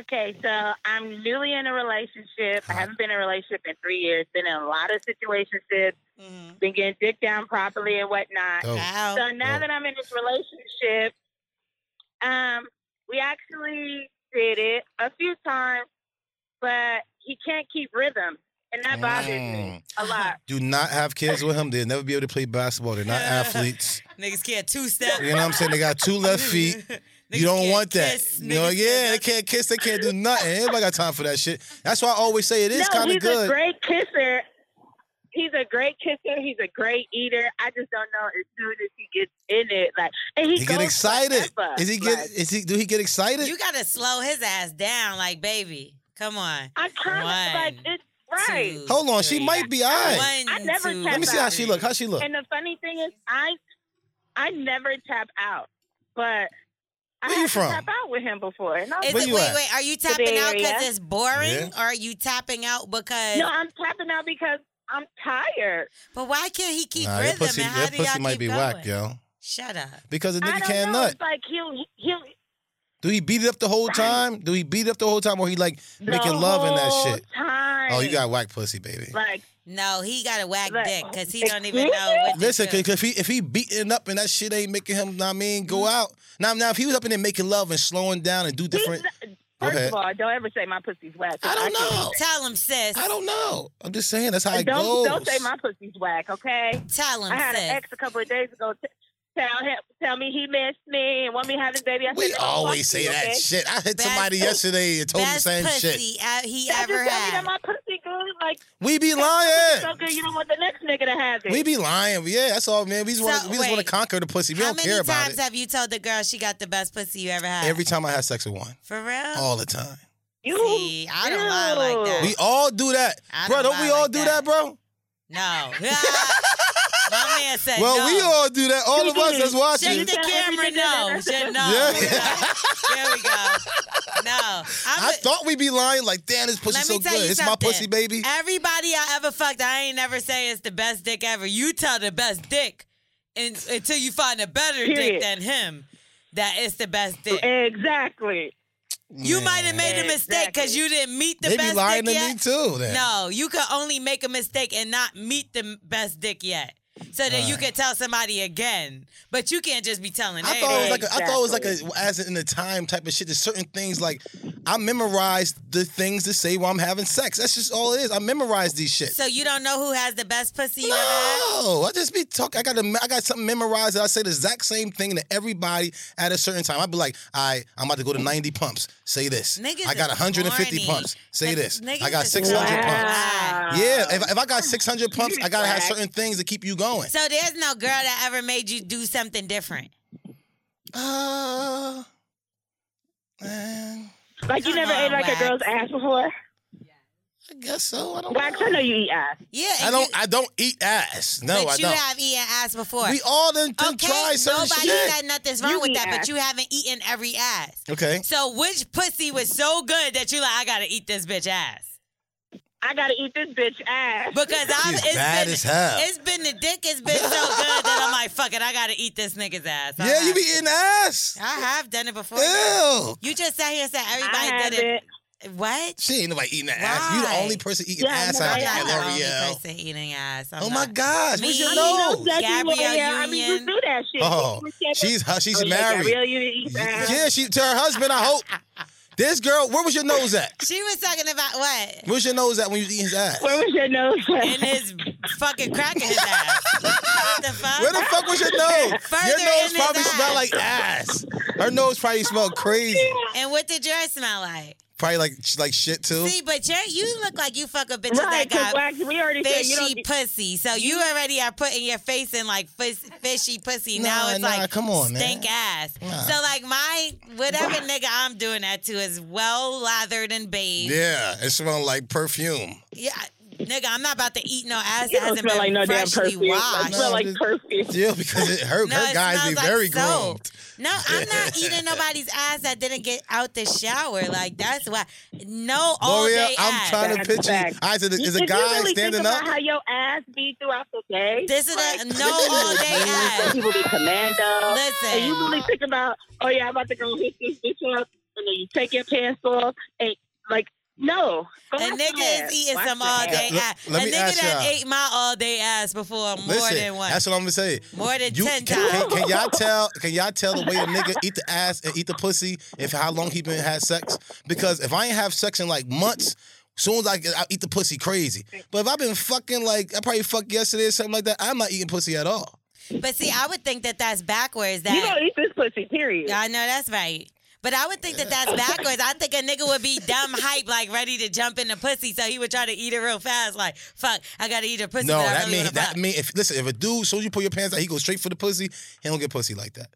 [SPEAKER 15] Okay, so I'm newly in a relationship. I haven't been in a relationship in three years. Been in a lot of situationships.
[SPEAKER 2] Mm-hmm.
[SPEAKER 15] Been getting dick down properly and whatnot.
[SPEAKER 13] Dope.
[SPEAKER 2] Oh.
[SPEAKER 13] Wow.
[SPEAKER 15] So now
[SPEAKER 13] Dope.
[SPEAKER 15] that I'm in this relationship, um, we actually did it a few times, but he can't keep rhythm, and that bothers
[SPEAKER 2] Mm.
[SPEAKER 15] me a lot.
[SPEAKER 3] Do not have kids with him. They'll never be able to play basketball. They're not athletes.
[SPEAKER 2] Niggas can't two step.
[SPEAKER 3] You know what I'm saying? They got two left feet. You don't want that. you know, yeah, they can't kiss. They can't do nothing. Everybody got time for that shit. That's why I always say it is
[SPEAKER 15] no,
[SPEAKER 3] kind
[SPEAKER 15] he's
[SPEAKER 3] of good.
[SPEAKER 15] a great kisser. He's a great kisser. He's a great eater. I just don't know as soon as he gets in it, like and he,
[SPEAKER 3] he get
[SPEAKER 15] goes
[SPEAKER 3] excited.
[SPEAKER 15] forever.
[SPEAKER 3] Is he get?
[SPEAKER 15] Like,
[SPEAKER 3] Is he? Do he get excited?
[SPEAKER 2] You gotta slow his ass down, like baby. Come on.
[SPEAKER 15] I kind
[SPEAKER 2] of like
[SPEAKER 15] it's right.
[SPEAKER 3] Hold on, she might be all right.
[SPEAKER 15] I never tap
[SPEAKER 3] Let me see how
[SPEAKER 15] out.
[SPEAKER 3] she look. How she look?
[SPEAKER 15] And the funny thing is, I I never tap out, but I
[SPEAKER 3] Where you
[SPEAKER 15] had
[SPEAKER 3] from?
[SPEAKER 15] to tap out with him before. And I
[SPEAKER 2] Is
[SPEAKER 3] Where
[SPEAKER 2] it,
[SPEAKER 3] you
[SPEAKER 2] wait,
[SPEAKER 3] at?
[SPEAKER 2] wait. Are you
[SPEAKER 15] The
[SPEAKER 2] tapping
[SPEAKER 15] Bay
[SPEAKER 2] out because
[SPEAKER 15] Area.
[SPEAKER 2] it's boring,
[SPEAKER 3] Yeah.
[SPEAKER 2] or are you tapping out because?
[SPEAKER 15] No, I'm tapping out because I'm tired.
[SPEAKER 2] But why can't he keep
[SPEAKER 3] Nah, your
[SPEAKER 2] rhythm?
[SPEAKER 3] pussy,
[SPEAKER 2] and how
[SPEAKER 3] your
[SPEAKER 2] do
[SPEAKER 3] pussy
[SPEAKER 2] y'all
[SPEAKER 3] might
[SPEAKER 2] keep
[SPEAKER 3] be
[SPEAKER 2] going?
[SPEAKER 3] whack, yo.
[SPEAKER 2] Shut up.
[SPEAKER 3] Because the
[SPEAKER 15] I
[SPEAKER 3] nigga
[SPEAKER 15] don't
[SPEAKER 3] can't
[SPEAKER 15] know.
[SPEAKER 3] nut.
[SPEAKER 15] It's like he'll he'll
[SPEAKER 3] Do he beat it up the whole time? Do he beat it up the whole time, or he like making love in that shit?
[SPEAKER 15] Time.
[SPEAKER 3] Oh, you got whack pussy, baby.
[SPEAKER 15] Like
[SPEAKER 2] no, he got a whack dick because he don't even know what. to
[SPEAKER 3] Listen,
[SPEAKER 2] do.
[SPEAKER 3] cause if he if he beating up and that shit ain't making him, know what I mean, go
[SPEAKER 15] Mm-hmm.
[SPEAKER 3] out. Now, now if he was up in there making love and slowing down and do different. Go
[SPEAKER 15] First
[SPEAKER 3] ahead.
[SPEAKER 15] of all, don't ever say my pussy's whack. I don't know.
[SPEAKER 2] Tell him, sis.
[SPEAKER 3] I don't know. I'm just saying that's how
[SPEAKER 15] And
[SPEAKER 3] it
[SPEAKER 15] don't
[SPEAKER 3] goes.
[SPEAKER 15] don't say my pussy's whack, okay?
[SPEAKER 2] Tell him,
[SPEAKER 15] I had
[SPEAKER 2] sis.
[SPEAKER 15] an ex a couple of days ago. T- tell him, tell me he missed me and want me to have his baby. I
[SPEAKER 3] we
[SPEAKER 15] said, "No,
[SPEAKER 3] always
[SPEAKER 15] fuck
[SPEAKER 3] say
[SPEAKER 15] you,
[SPEAKER 3] that
[SPEAKER 15] bitch."
[SPEAKER 3] shit. I hit somebody yesterday and told them the
[SPEAKER 15] best
[SPEAKER 3] same
[SPEAKER 15] pussy
[SPEAKER 3] shit.
[SPEAKER 2] I, he
[SPEAKER 15] That just tell
[SPEAKER 2] ever
[SPEAKER 15] me
[SPEAKER 2] had.
[SPEAKER 15] that my pussy good. Like
[SPEAKER 3] We be
[SPEAKER 15] that pussy's
[SPEAKER 3] lying.
[SPEAKER 15] So good, you don't want the next nigga to have it.
[SPEAKER 3] We be lying. Yeah, that's all, man. We just
[SPEAKER 2] So,
[SPEAKER 3] want we just want
[SPEAKER 2] wait.
[SPEAKER 3] to conquer the pussy. We
[SPEAKER 2] How
[SPEAKER 3] don't
[SPEAKER 2] many
[SPEAKER 3] care about
[SPEAKER 2] times
[SPEAKER 3] it.
[SPEAKER 2] have you told the girl she got the best pussy you ever had?
[SPEAKER 3] Every Oh, time I have sex with one,
[SPEAKER 2] For real?
[SPEAKER 3] all the time.
[SPEAKER 2] See, I don't lie like
[SPEAKER 15] Oh.
[SPEAKER 2] that.
[SPEAKER 3] We all do that,
[SPEAKER 2] I
[SPEAKER 3] bro.
[SPEAKER 2] don't
[SPEAKER 3] Don't we
[SPEAKER 2] lie
[SPEAKER 3] all
[SPEAKER 2] like
[SPEAKER 3] do that,
[SPEAKER 2] that.
[SPEAKER 3] bro?
[SPEAKER 2] No. Ah. My man said
[SPEAKER 3] Well,
[SPEAKER 2] no.
[SPEAKER 3] we all do that. All of us that's watching.
[SPEAKER 2] Shake the camera no. Shake- no.
[SPEAKER 3] Yeah.
[SPEAKER 2] There we go. No.
[SPEAKER 3] I thought we'd be lying. Like, damn, this pussy's so
[SPEAKER 2] Let me tell
[SPEAKER 3] good.
[SPEAKER 2] you
[SPEAKER 3] It's my
[SPEAKER 2] something.
[SPEAKER 3] pussy, baby.
[SPEAKER 2] Everybody I ever fucked, I ain't never say it's the best dick ever. You tell the best dick in, until you find a better dick
[SPEAKER 15] Period.
[SPEAKER 2] than him that it's the best dick.
[SPEAKER 15] Exactly.
[SPEAKER 2] You might have made a mistake because you didn't meet the
[SPEAKER 3] They be
[SPEAKER 2] best
[SPEAKER 3] lying
[SPEAKER 2] dick
[SPEAKER 3] to me
[SPEAKER 2] yet.
[SPEAKER 3] too, then.
[SPEAKER 2] No, you could only make a mistake and not meet the m- best dick yet. So that you
[SPEAKER 3] Right.
[SPEAKER 2] could tell somebody again, but you can't just be telling.
[SPEAKER 3] I thought it was like a, I thought it was like
[SPEAKER 2] everybody.
[SPEAKER 3] a as in the time type of shit. There's certain things like I memorized the things to say while I'm having sex. That's just all it is. I memorized these shit.
[SPEAKER 2] So you don't know who has the best pussy you ever had?
[SPEAKER 3] No, I just be talking. I got a, I got something memorized. That I say the exact same thing to everybody at a certain time. I'd be like, I I'm about to go to 90 pumps. Say this.
[SPEAKER 2] Niggas
[SPEAKER 3] I got
[SPEAKER 2] is
[SPEAKER 3] 150
[SPEAKER 2] corny.
[SPEAKER 3] pumps. Say this.
[SPEAKER 2] niggas
[SPEAKER 3] I got
[SPEAKER 2] is
[SPEAKER 3] 600
[SPEAKER 2] corny.
[SPEAKER 3] pumps. Yeah. If, if I got 600 pumps, I gotta have certain things to keep you going.
[SPEAKER 2] So there's no girl that ever made you do something different.
[SPEAKER 3] Uh,
[SPEAKER 15] Like you never ate like a girl's ass before.
[SPEAKER 3] I guess so. I don't.
[SPEAKER 15] Wax, I know you eat ass.
[SPEAKER 2] Yeah.
[SPEAKER 3] I don't. I don't eat ass. No,
[SPEAKER 2] but
[SPEAKER 3] I
[SPEAKER 2] you
[SPEAKER 3] don't.
[SPEAKER 2] have eaten ass before.
[SPEAKER 3] We all done- done
[SPEAKER 2] okay,
[SPEAKER 3] tried certain
[SPEAKER 2] nobody
[SPEAKER 3] shit.
[SPEAKER 2] said nothing's wrong
[SPEAKER 3] You
[SPEAKER 2] with
[SPEAKER 3] eat
[SPEAKER 2] that, but
[SPEAKER 3] ass.
[SPEAKER 2] you haven't eaten every ass.
[SPEAKER 3] okay.
[SPEAKER 2] So which pussy was so good that you like, I gotta eat this bitch ass?
[SPEAKER 15] I gotta eat this bitch ass.
[SPEAKER 2] Because I'm
[SPEAKER 3] She's
[SPEAKER 2] it's
[SPEAKER 3] bad
[SPEAKER 2] been
[SPEAKER 3] as hell.
[SPEAKER 2] it's been the dick has been so good that I'm like, fuck it, I gotta eat this nigga's ass. I
[SPEAKER 3] Yeah, you
[SPEAKER 2] have
[SPEAKER 3] be
[SPEAKER 2] to.
[SPEAKER 3] eating ass.
[SPEAKER 2] I have done it before.
[SPEAKER 3] Ew.
[SPEAKER 2] You just sat here and said everybody did it. What?
[SPEAKER 3] She ain't nobody eating that ass. You the
[SPEAKER 2] Why?
[SPEAKER 3] only person eating
[SPEAKER 2] Yeah,
[SPEAKER 3] ass
[SPEAKER 2] no,
[SPEAKER 3] out
[SPEAKER 2] I'm
[SPEAKER 3] of
[SPEAKER 2] not the only
[SPEAKER 3] L'Oreal.
[SPEAKER 2] person eating ass. I'm
[SPEAKER 3] Oh my
[SPEAKER 2] not.
[SPEAKER 3] gosh,
[SPEAKER 2] Me,
[SPEAKER 3] what's your
[SPEAKER 2] I
[SPEAKER 3] nose?
[SPEAKER 2] mean, that's exactly what-
[SPEAKER 3] Gabrielle
[SPEAKER 2] yeah, I mean, you
[SPEAKER 3] Union.
[SPEAKER 2] do that shit.
[SPEAKER 3] Oh,
[SPEAKER 2] You can't-
[SPEAKER 3] she's hu- she's
[SPEAKER 2] Oh, yeah,
[SPEAKER 3] married.
[SPEAKER 2] Gabrielle Union eats ass.
[SPEAKER 3] yeah, she to her husband. I hope. This girl, where was your nose at?
[SPEAKER 2] She was talking about what?
[SPEAKER 3] Where's your nose at when you was eating his ass?
[SPEAKER 15] Where was your nose?
[SPEAKER 2] In his fucking crack in his ass. What the fuck?
[SPEAKER 3] Where the fuck was your nose?
[SPEAKER 2] Further
[SPEAKER 3] your nose
[SPEAKER 2] in his
[SPEAKER 3] probably
[SPEAKER 2] ass.
[SPEAKER 3] smelled like ass. Her nose probably smelled crazy.
[SPEAKER 2] And what did yours smell like?
[SPEAKER 3] Probably like like shit too.
[SPEAKER 2] See, but you you look like you fuck a bitch
[SPEAKER 15] Right, 'cause
[SPEAKER 2] that got
[SPEAKER 15] Wax, we already said
[SPEAKER 2] fishy
[SPEAKER 15] you don't get-
[SPEAKER 2] pussy. So you, already are putting your face in like fis- fishy pussy. now
[SPEAKER 3] Nah,
[SPEAKER 2] it's
[SPEAKER 3] nah,
[SPEAKER 2] like
[SPEAKER 3] come on, man.
[SPEAKER 2] stink ass. So like my whatever nigga I'm doing that to is well lathered and bathed.
[SPEAKER 3] Yeah, it smells like perfume.
[SPEAKER 2] Yeah, nigga, I'm not about to eat no ass
[SPEAKER 3] You
[SPEAKER 2] that
[SPEAKER 3] don't
[SPEAKER 2] hasn't
[SPEAKER 3] smell
[SPEAKER 2] been
[SPEAKER 3] like no damn
[SPEAKER 2] freshly
[SPEAKER 3] perfume.
[SPEAKER 2] washed.
[SPEAKER 3] I smell like
[SPEAKER 15] perfume.
[SPEAKER 3] Yeah, because it, her
[SPEAKER 2] No,
[SPEAKER 3] her
[SPEAKER 2] it
[SPEAKER 3] guys be
[SPEAKER 2] smells
[SPEAKER 3] very
[SPEAKER 2] like soap.
[SPEAKER 3] groomed.
[SPEAKER 2] No, I'm not eating nobody's ass that didn't get out the shower. Like that's why. No all
[SPEAKER 3] L'Oreal,
[SPEAKER 2] day.
[SPEAKER 3] I'm
[SPEAKER 2] ass.
[SPEAKER 3] trying to That's picture- facts. I said, is a
[SPEAKER 15] Did
[SPEAKER 3] guy
[SPEAKER 15] you really
[SPEAKER 3] standing
[SPEAKER 15] think about
[SPEAKER 3] up?
[SPEAKER 15] How your ass be throughout the day?
[SPEAKER 2] This is a no all day ass.
[SPEAKER 15] People be commando.
[SPEAKER 2] Listen.
[SPEAKER 15] and you really think about, oh yeah, I'm about to go hit this bitch up, and then you take your pants off, and like, no, go
[SPEAKER 2] A nigga is eating some all day
[SPEAKER 3] Let-
[SPEAKER 2] ass. A
[SPEAKER 3] let me
[SPEAKER 2] nigga
[SPEAKER 3] ask
[SPEAKER 2] that
[SPEAKER 3] y'all.
[SPEAKER 2] ate my all day ass before more
[SPEAKER 3] Listen,
[SPEAKER 2] than one.
[SPEAKER 3] that's what I'm gonna say.
[SPEAKER 2] More than 10
[SPEAKER 3] can,
[SPEAKER 2] times.
[SPEAKER 3] Can, can y'all tell? Can y'all tell the way a nigga eat the ass and eat the pussy if how long he been had sex? Because if I ain't have sex in like months. Soon as I, get- I eat the pussy crazy, but if I've been fucking like I probably fucked yesterday or something like that, I'm not eating pussy at all.
[SPEAKER 2] But see, I would think that that's backwards. That
[SPEAKER 15] You don't eat this pussy, period.
[SPEAKER 2] I know that's right. But I would think that that's backwards. I think a nigga would be dumb hype, like ready to jump in the pussy, so he would try to eat it real fast. Like, fuck, I gotta eat a pussy.
[SPEAKER 3] no,
[SPEAKER 2] that, I
[SPEAKER 3] that
[SPEAKER 2] really
[SPEAKER 3] mean
[SPEAKER 2] wanna
[SPEAKER 3] that mean if listen if a dude soon as you pull your pants out he goes straight for the pussy he don't get pussy like that.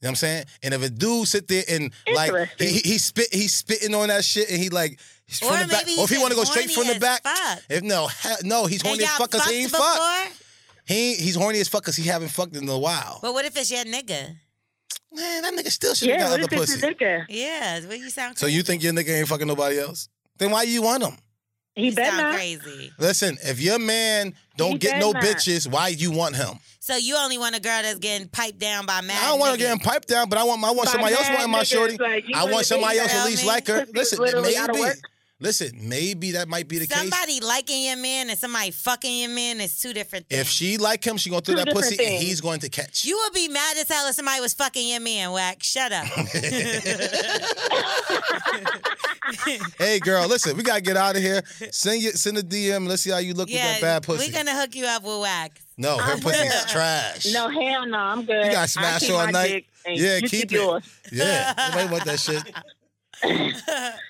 [SPEAKER 3] You know what I'm saying? And if a dude sit there and like he, he he spit he's spitting on that shit and he like he's
[SPEAKER 2] Or
[SPEAKER 3] from the back
[SPEAKER 2] maybe
[SPEAKER 3] or if he
[SPEAKER 2] he's
[SPEAKER 3] want to go straight
[SPEAKER 2] horny
[SPEAKER 3] from the
[SPEAKER 2] as
[SPEAKER 3] back
[SPEAKER 2] fuck.
[SPEAKER 3] if no he- no he's
[SPEAKER 2] And
[SPEAKER 3] horny as
[SPEAKER 2] y'all
[SPEAKER 3] fuck 'cause
[SPEAKER 2] fucked
[SPEAKER 3] he ain't
[SPEAKER 2] before?
[SPEAKER 3] fucked. He ain't- he's horny as fuck because he haven't fucked in a while.
[SPEAKER 2] But what if it's your nigga?
[SPEAKER 3] Man, that nigga still should've Yeah, got what other if it's his pussy.
[SPEAKER 15] nigga?
[SPEAKER 2] Yeah, what you sound
[SPEAKER 3] So you think your nigga ain't fucking nobody else? Then why you want him?
[SPEAKER 15] He
[SPEAKER 2] sound crazy.
[SPEAKER 3] Listen, if your man don't
[SPEAKER 2] He
[SPEAKER 3] get no
[SPEAKER 2] better not.
[SPEAKER 3] bitches, why you want him?
[SPEAKER 2] So you only want a girl that's getting piped down by mad.
[SPEAKER 3] I don't want to get him piped down, but I want my, I want
[SPEAKER 2] By
[SPEAKER 3] somebody else
[SPEAKER 2] mad
[SPEAKER 3] wanting my
[SPEAKER 2] niggas,
[SPEAKER 3] shorty.
[SPEAKER 2] like, you
[SPEAKER 3] I
[SPEAKER 2] wanna
[SPEAKER 3] want somebody
[SPEAKER 2] be
[SPEAKER 3] else at
[SPEAKER 2] around
[SPEAKER 3] least
[SPEAKER 2] me?
[SPEAKER 3] like her.
[SPEAKER 2] Pussy
[SPEAKER 3] Listen,
[SPEAKER 2] literally out of
[SPEAKER 3] maybe,
[SPEAKER 2] work.
[SPEAKER 3] listen, maybe that might be the case.
[SPEAKER 2] Somebody liking your man and somebody fucking your man is two different things.
[SPEAKER 3] If she like him, she gonna throw
[SPEAKER 2] Two
[SPEAKER 3] that pussy,
[SPEAKER 2] different
[SPEAKER 3] and
[SPEAKER 2] things.
[SPEAKER 3] he's going to catch.
[SPEAKER 2] You would be mad as hell if somebody was fucking your man, Wack. Shut up.
[SPEAKER 3] hey, girl, listen, we gotta get out of here. Send you, send a DM. Let's see how you look
[SPEAKER 2] yeah,
[SPEAKER 3] at that bad pussy.
[SPEAKER 2] We're gonna hook you up with Wack.
[SPEAKER 3] No, her pussy's trash.
[SPEAKER 15] No, hell no, I'm good.
[SPEAKER 3] You got smashed all night. Yeah, keep it. Yeah, nobody want that shit.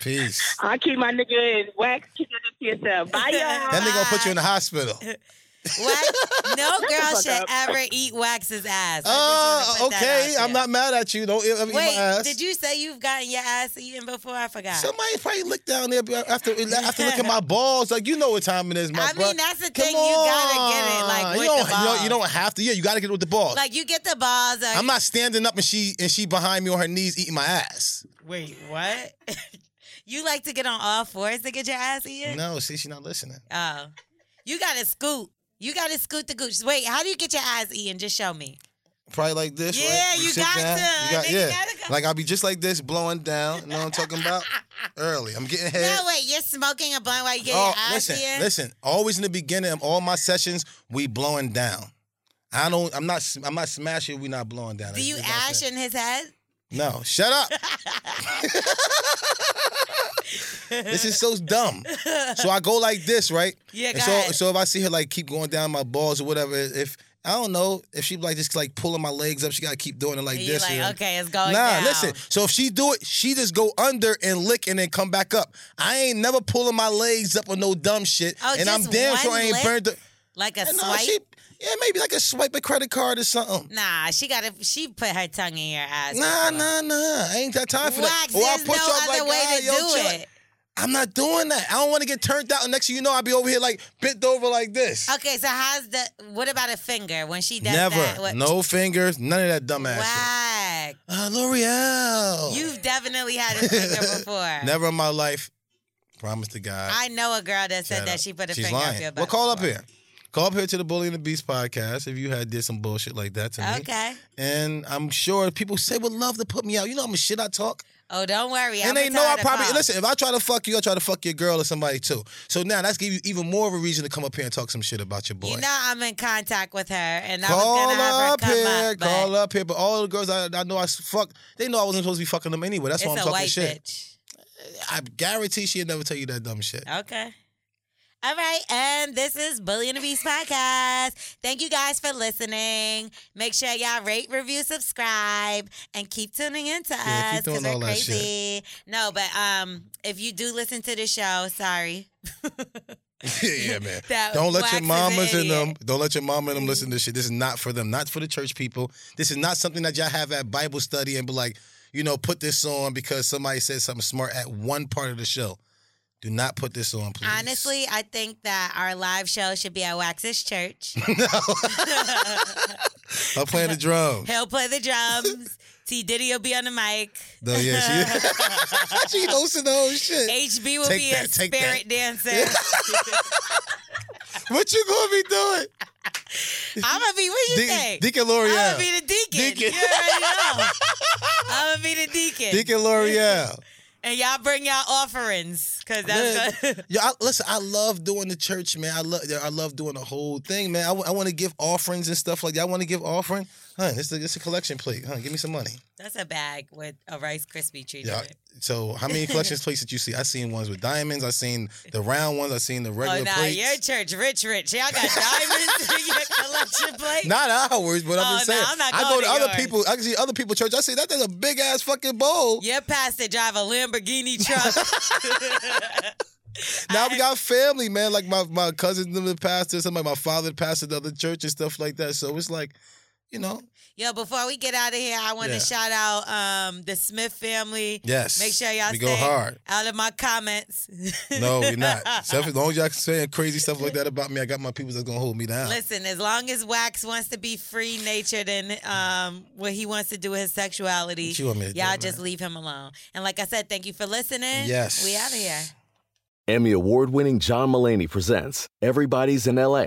[SPEAKER 3] Peace.
[SPEAKER 15] I keep my nigga in wax. Keep it to yourself. Bye, y'all.
[SPEAKER 3] That nigga gonna put you in
[SPEAKER 2] Ah.
[SPEAKER 3] the hospital.
[SPEAKER 2] No
[SPEAKER 15] Shut the
[SPEAKER 2] girl
[SPEAKER 15] fuck
[SPEAKER 2] should
[SPEAKER 15] up.
[SPEAKER 2] ever eat Wax's ass. I
[SPEAKER 3] Oh,
[SPEAKER 2] just wanna put that
[SPEAKER 3] okay.
[SPEAKER 2] out
[SPEAKER 3] I'm not mad at you. Don't eat eat
[SPEAKER 2] there.
[SPEAKER 3] my
[SPEAKER 2] Wait,
[SPEAKER 3] ass.
[SPEAKER 2] did you say you've gotten your ass eaten before? I forgot.
[SPEAKER 3] Somebody probably licked down there after after looking at my balls. Like you know what time it is, my
[SPEAKER 2] I mean,
[SPEAKER 3] bro.
[SPEAKER 2] that's the
[SPEAKER 3] Come
[SPEAKER 2] thing, you gotta get it,
[SPEAKER 3] on.
[SPEAKER 2] like, with
[SPEAKER 3] you don't
[SPEAKER 2] the
[SPEAKER 3] you
[SPEAKER 2] balls.
[SPEAKER 3] don't- you don't have to. Yeah, you gotta get it with the balls.
[SPEAKER 2] Like you get the balls. Or
[SPEAKER 3] I'm not standing up and she and she behind me on her knees eating my ass.
[SPEAKER 2] Wait, what? you like to get on all fours to get your ass eaten?
[SPEAKER 3] No, see, she's not listening.
[SPEAKER 2] Oh, you gotta scoot. You gotta scoot the gooch. Wait, how do you get your ass eaten? Just show me.
[SPEAKER 3] Probably like this.
[SPEAKER 2] Yeah,
[SPEAKER 3] right?
[SPEAKER 2] you
[SPEAKER 3] sit
[SPEAKER 2] got
[SPEAKER 3] down.
[SPEAKER 2] to.
[SPEAKER 3] You got,
[SPEAKER 2] Nigga,
[SPEAKER 3] yeah,
[SPEAKER 2] gotta
[SPEAKER 3] like I'll be just like this, blowing down. You know what I'm talking about? Early, I'm getting head.
[SPEAKER 2] No, wait, you're smoking a blunt while you get
[SPEAKER 3] oh,
[SPEAKER 2] your ass
[SPEAKER 3] listen,
[SPEAKER 2] eaten.
[SPEAKER 3] listen. Always in the beginning of all my sessions, we blowing down. I don't. I'm not. I'm not smashing. We not blowing down.
[SPEAKER 2] Do
[SPEAKER 3] It's-
[SPEAKER 2] you
[SPEAKER 3] it's not
[SPEAKER 2] ash in his head?
[SPEAKER 3] No, shut up. this is so dumb. So I go like this, right?
[SPEAKER 2] Yeah,
[SPEAKER 3] And
[SPEAKER 2] go
[SPEAKER 3] so
[SPEAKER 2] ahead.
[SPEAKER 3] so if I see her like keep going down my balls or whatever, if I don't know if she like just like pulling my legs up, she gotta keep doing it like
[SPEAKER 2] And you're
[SPEAKER 3] this.
[SPEAKER 2] like,
[SPEAKER 3] you know?
[SPEAKER 2] okay, it's going
[SPEAKER 3] Nah,
[SPEAKER 2] down.
[SPEAKER 3] listen. So if she do it, she just go under and lick and then come back up. I ain't never pulling my legs up or no dumb shit.
[SPEAKER 2] Oh,
[SPEAKER 3] and I'm
[SPEAKER 2] just
[SPEAKER 3] damn sure
[SPEAKER 2] one
[SPEAKER 3] I ain't
[SPEAKER 2] lick?
[SPEAKER 3] burned. The,
[SPEAKER 2] Like a
[SPEAKER 3] No,
[SPEAKER 2] swipe?
[SPEAKER 3] she- yeah, maybe like a swipe a credit card or something.
[SPEAKER 2] Nah, she got to She put her tongue in your ass.
[SPEAKER 3] Nah, nah, nah. I ain't got time for
[SPEAKER 2] Wax,
[SPEAKER 3] that. Or I
[SPEAKER 2] there's
[SPEAKER 3] push
[SPEAKER 2] no
[SPEAKER 3] up
[SPEAKER 2] other
[SPEAKER 3] like,
[SPEAKER 2] way
[SPEAKER 3] "Ah,
[SPEAKER 2] to
[SPEAKER 3] yo,
[SPEAKER 2] do
[SPEAKER 3] chill."
[SPEAKER 2] it.
[SPEAKER 3] I'm not doing that. I don't want to get turned out. And next thing you know, I'll be over here like bent over like this.
[SPEAKER 2] Okay, so how's the? What about a finger when she does
[SPEAKER 3] Never.
[SPEAKER 2] that? What,
[SPEAKER 3] No fingers. None of that dumbass
[SPEAKER 2] Whack.
[SPEAKER 3] Uh, L'Oreal.
[SPEAKER 2] You've definitely had a finger before.
[SPEAKER 3] shit. Oh. Never in my life. Promise to God.
[SPEAKER 2] I know a girl that said
[SPEAKER 3] Shut
[SPEAKER 2] that
[SPEAKER 3] up.
[SPEAKER 2] she put a
[SPEAKER 3] She's
[SPEAKER 2] finger up
[SPEAKER 3] lying.
[SPEAKER 2] your butt.
[SPEAKER 3] Well, call up here. Call up here to the Bully and the Beast podcast if you had did some bullshit like that to me.
[SPEAKER 2] Okay.
[SPEAKER 3] And I'm sure people say would love to put me out. You know how much shit I talk.
[SPEAKER 2] Oh, don't worry.
[SPEAKER 3] and
[SPEAKER 2] I'ma
[SPEAKER 3] they
[SPEAKER 2] tell
[SPEAKER 3] know
[SPEAKER 2] her
[SPEAKER 3] I
[SPEAKER 2] to
[SPEAKER 3] probably
[SPEAKER 2] call.
[SPEAKER 3] listen. If I try to fuck you, I try to fuck your girl or somebody too. So now that's give you even more of a reason to come up here and talk some shit about your boy.
[SPEAKER 2] You know I'm in contact with her, and I was
[SPEAKER 3] call
[SPEAKER 2] gonna have her
[SPEAKER 3] up
[SPEAKER 2] come
[SPEAKER 3] here,
[SPEAKER 2] up, but
[SPEAKER 3] call up here. But all the girls I, I know I s- fuck, they know I wasn't supposed to be fucking them anyway. That's why
[SPEAKER 2] It's
[SPEAKER 3] I'm
[SPEAKER 2] a
[SPEAKER 3] talking
[SPEAKER 2] white
[SPEAKER 3] shit. I guarantee she'd never tell you that dumb shit.
[SPEAKER 2] okay. All right, and this is Bully and the Beast podcast. Thank you guys for listening. Make sure y'all rate, review, subscribe, and keep tuning in to
[SPEAKER 3] Yeah, keep
[SPEAKER 2] us because
[SPEAKER 3] doing
[SPEAKER 2] we're
[SPEAKER 3] all that shit.
[SPEAKER 2] crazy. No, but um, if you do listen to the show, sorry.
[SPEAKER 3] yeah, yeah, man.
[SPEAKER 2] That
[SPEAKER 3] don't let
[SPEAKER 2] wax
[SPEAKER 3] your
[SPEAKER 2] is an
[SPEAKER 3] mamas and
[SPEAKER 2] idiot.
[SPEAKER 3] them. Don't let your mama and them listen to this shit. This is not for them. Not for the church people. This is not something that y'all have at Bible study and be like, you know, put this on because somebody said something smart at one part of the show. Do not put this on, please.
[SPEAKER 2] Honestly, I think that our live show should be at Wax's Church.
[SPEAKER 3] I'm playing the drums.
[SPEAKER 2] He'll play the drums. T Diddy will be on the mic.
[SPEAKER 3] No, yeah, she, she hosting the whole shit.
[SPEAKER 2] HB will
[SPEAKER 3] Take
[SPEAKER 2] be a
[SPEAKER 3] that, take
[SPEAKER 2] spirit dancer.
[SPEAKER 3] what you gonna be doing?
[SPEAKER 2] I'm gonna be. What you
[SPEAKER 3] Deacon-
[SPEAKER 2] think?
[SPEAKER 3] Deacon L'Oreal.
[SPEAKER 2] I'm gonna be the deacon.
[SPEAKER 3] Deacon.
[SPEAKER 2] You already know. I'm gonna be the deacon.
[SPEAKER 3] Deacon L'Oreal.
[SPEAKER 2] And y'all bring y'all offerings, cause
[SPEAKER 3] Man,
[SPEAKER 2] that's good.
[SPEAKER 3] yo, I, listen, I love doing the church, man. I love, I love doing the whole thing, man. I, want to give offerings and stuff like that. I want to give offering, huh? This is this a collection plate, huh? Give me some money.
[SPEAKER 2] That's a bag with a Rice Krispie treat.
[SPEAKER 3] Yeah.
[SPEAKER 2] in
[SPEAKER 3] I-
[SPEAKER 2] it.
[SPEAKER 3] So how many collections plates did you see? I seen ones with diamonds. I seen the round ones. I seen the
[SPEAKER 2] Oh,
[SPEAKER 3] regular
[SPEAKER 2] nah,
[SPEAKER 3] plates.
[SPEAKER 2] your church rich, rich. Y'all got diamonds in your collection plate.
[SPEAKER 3] Not ours, but
[SPEAKER 2] Oh,
[SPEAKER 3] I'm just
[SPEAKER 2] nah,
[SPEAKER 3] saying.
[SPEAKER 2] I'm not
[SPEAKER 3] I go
[SPEAKER 2] going
[SPEAKER 3] to,
[SPEAKER 2] to
[SPEAKER 3] other
[SPEAKER 2] yours.
[SPEAKER 3] people. I can see other people church. I see that there's a big ass fucking bowl.
[SPEAKER 2] Your pastor drive a Lamborghini truck.
[SPEAKER 3] Now we got family, man. Like my my cousins, the pastor, somebody, my father, the pastor, the other church and stuff like that. So it's like, you know,
[SPEAKER 2] Yo, before we get out of here, I want
[SPEAKER 3] Yeah.
[SPEAKER 2] to shout out um, the Smith family.
[SPEAKER 3] Yes.
[SPEAKER 2] Make sure y'all
[SPEAKER 3] We
[SPEAKER 2] stay
[SPEAKER 3] go hard.
[SPEAKER 2] out of my comments.
[SPEAKER 3] No, we're not. Stuff, as long as y'all saying crazy stuff like that about me, I got my people that's gonna hold me down.
[SPEAKER 2] Listen, as long as Wax wants to be free natured and um, what he wants to do with his sexuality,
[SPEAKER 16] What you want me to do,
[SPEAKER 2] all
[SPEAKER 16] man?
[SPEAKER 2] just leave him alone. And like I said, thank you for listening.
[SPEAKER 16] Yes.
[SPEAKER 2] We out of here.
[SPEAKER 16] Emmy award winning John Mullaney presents Everybody's in LA,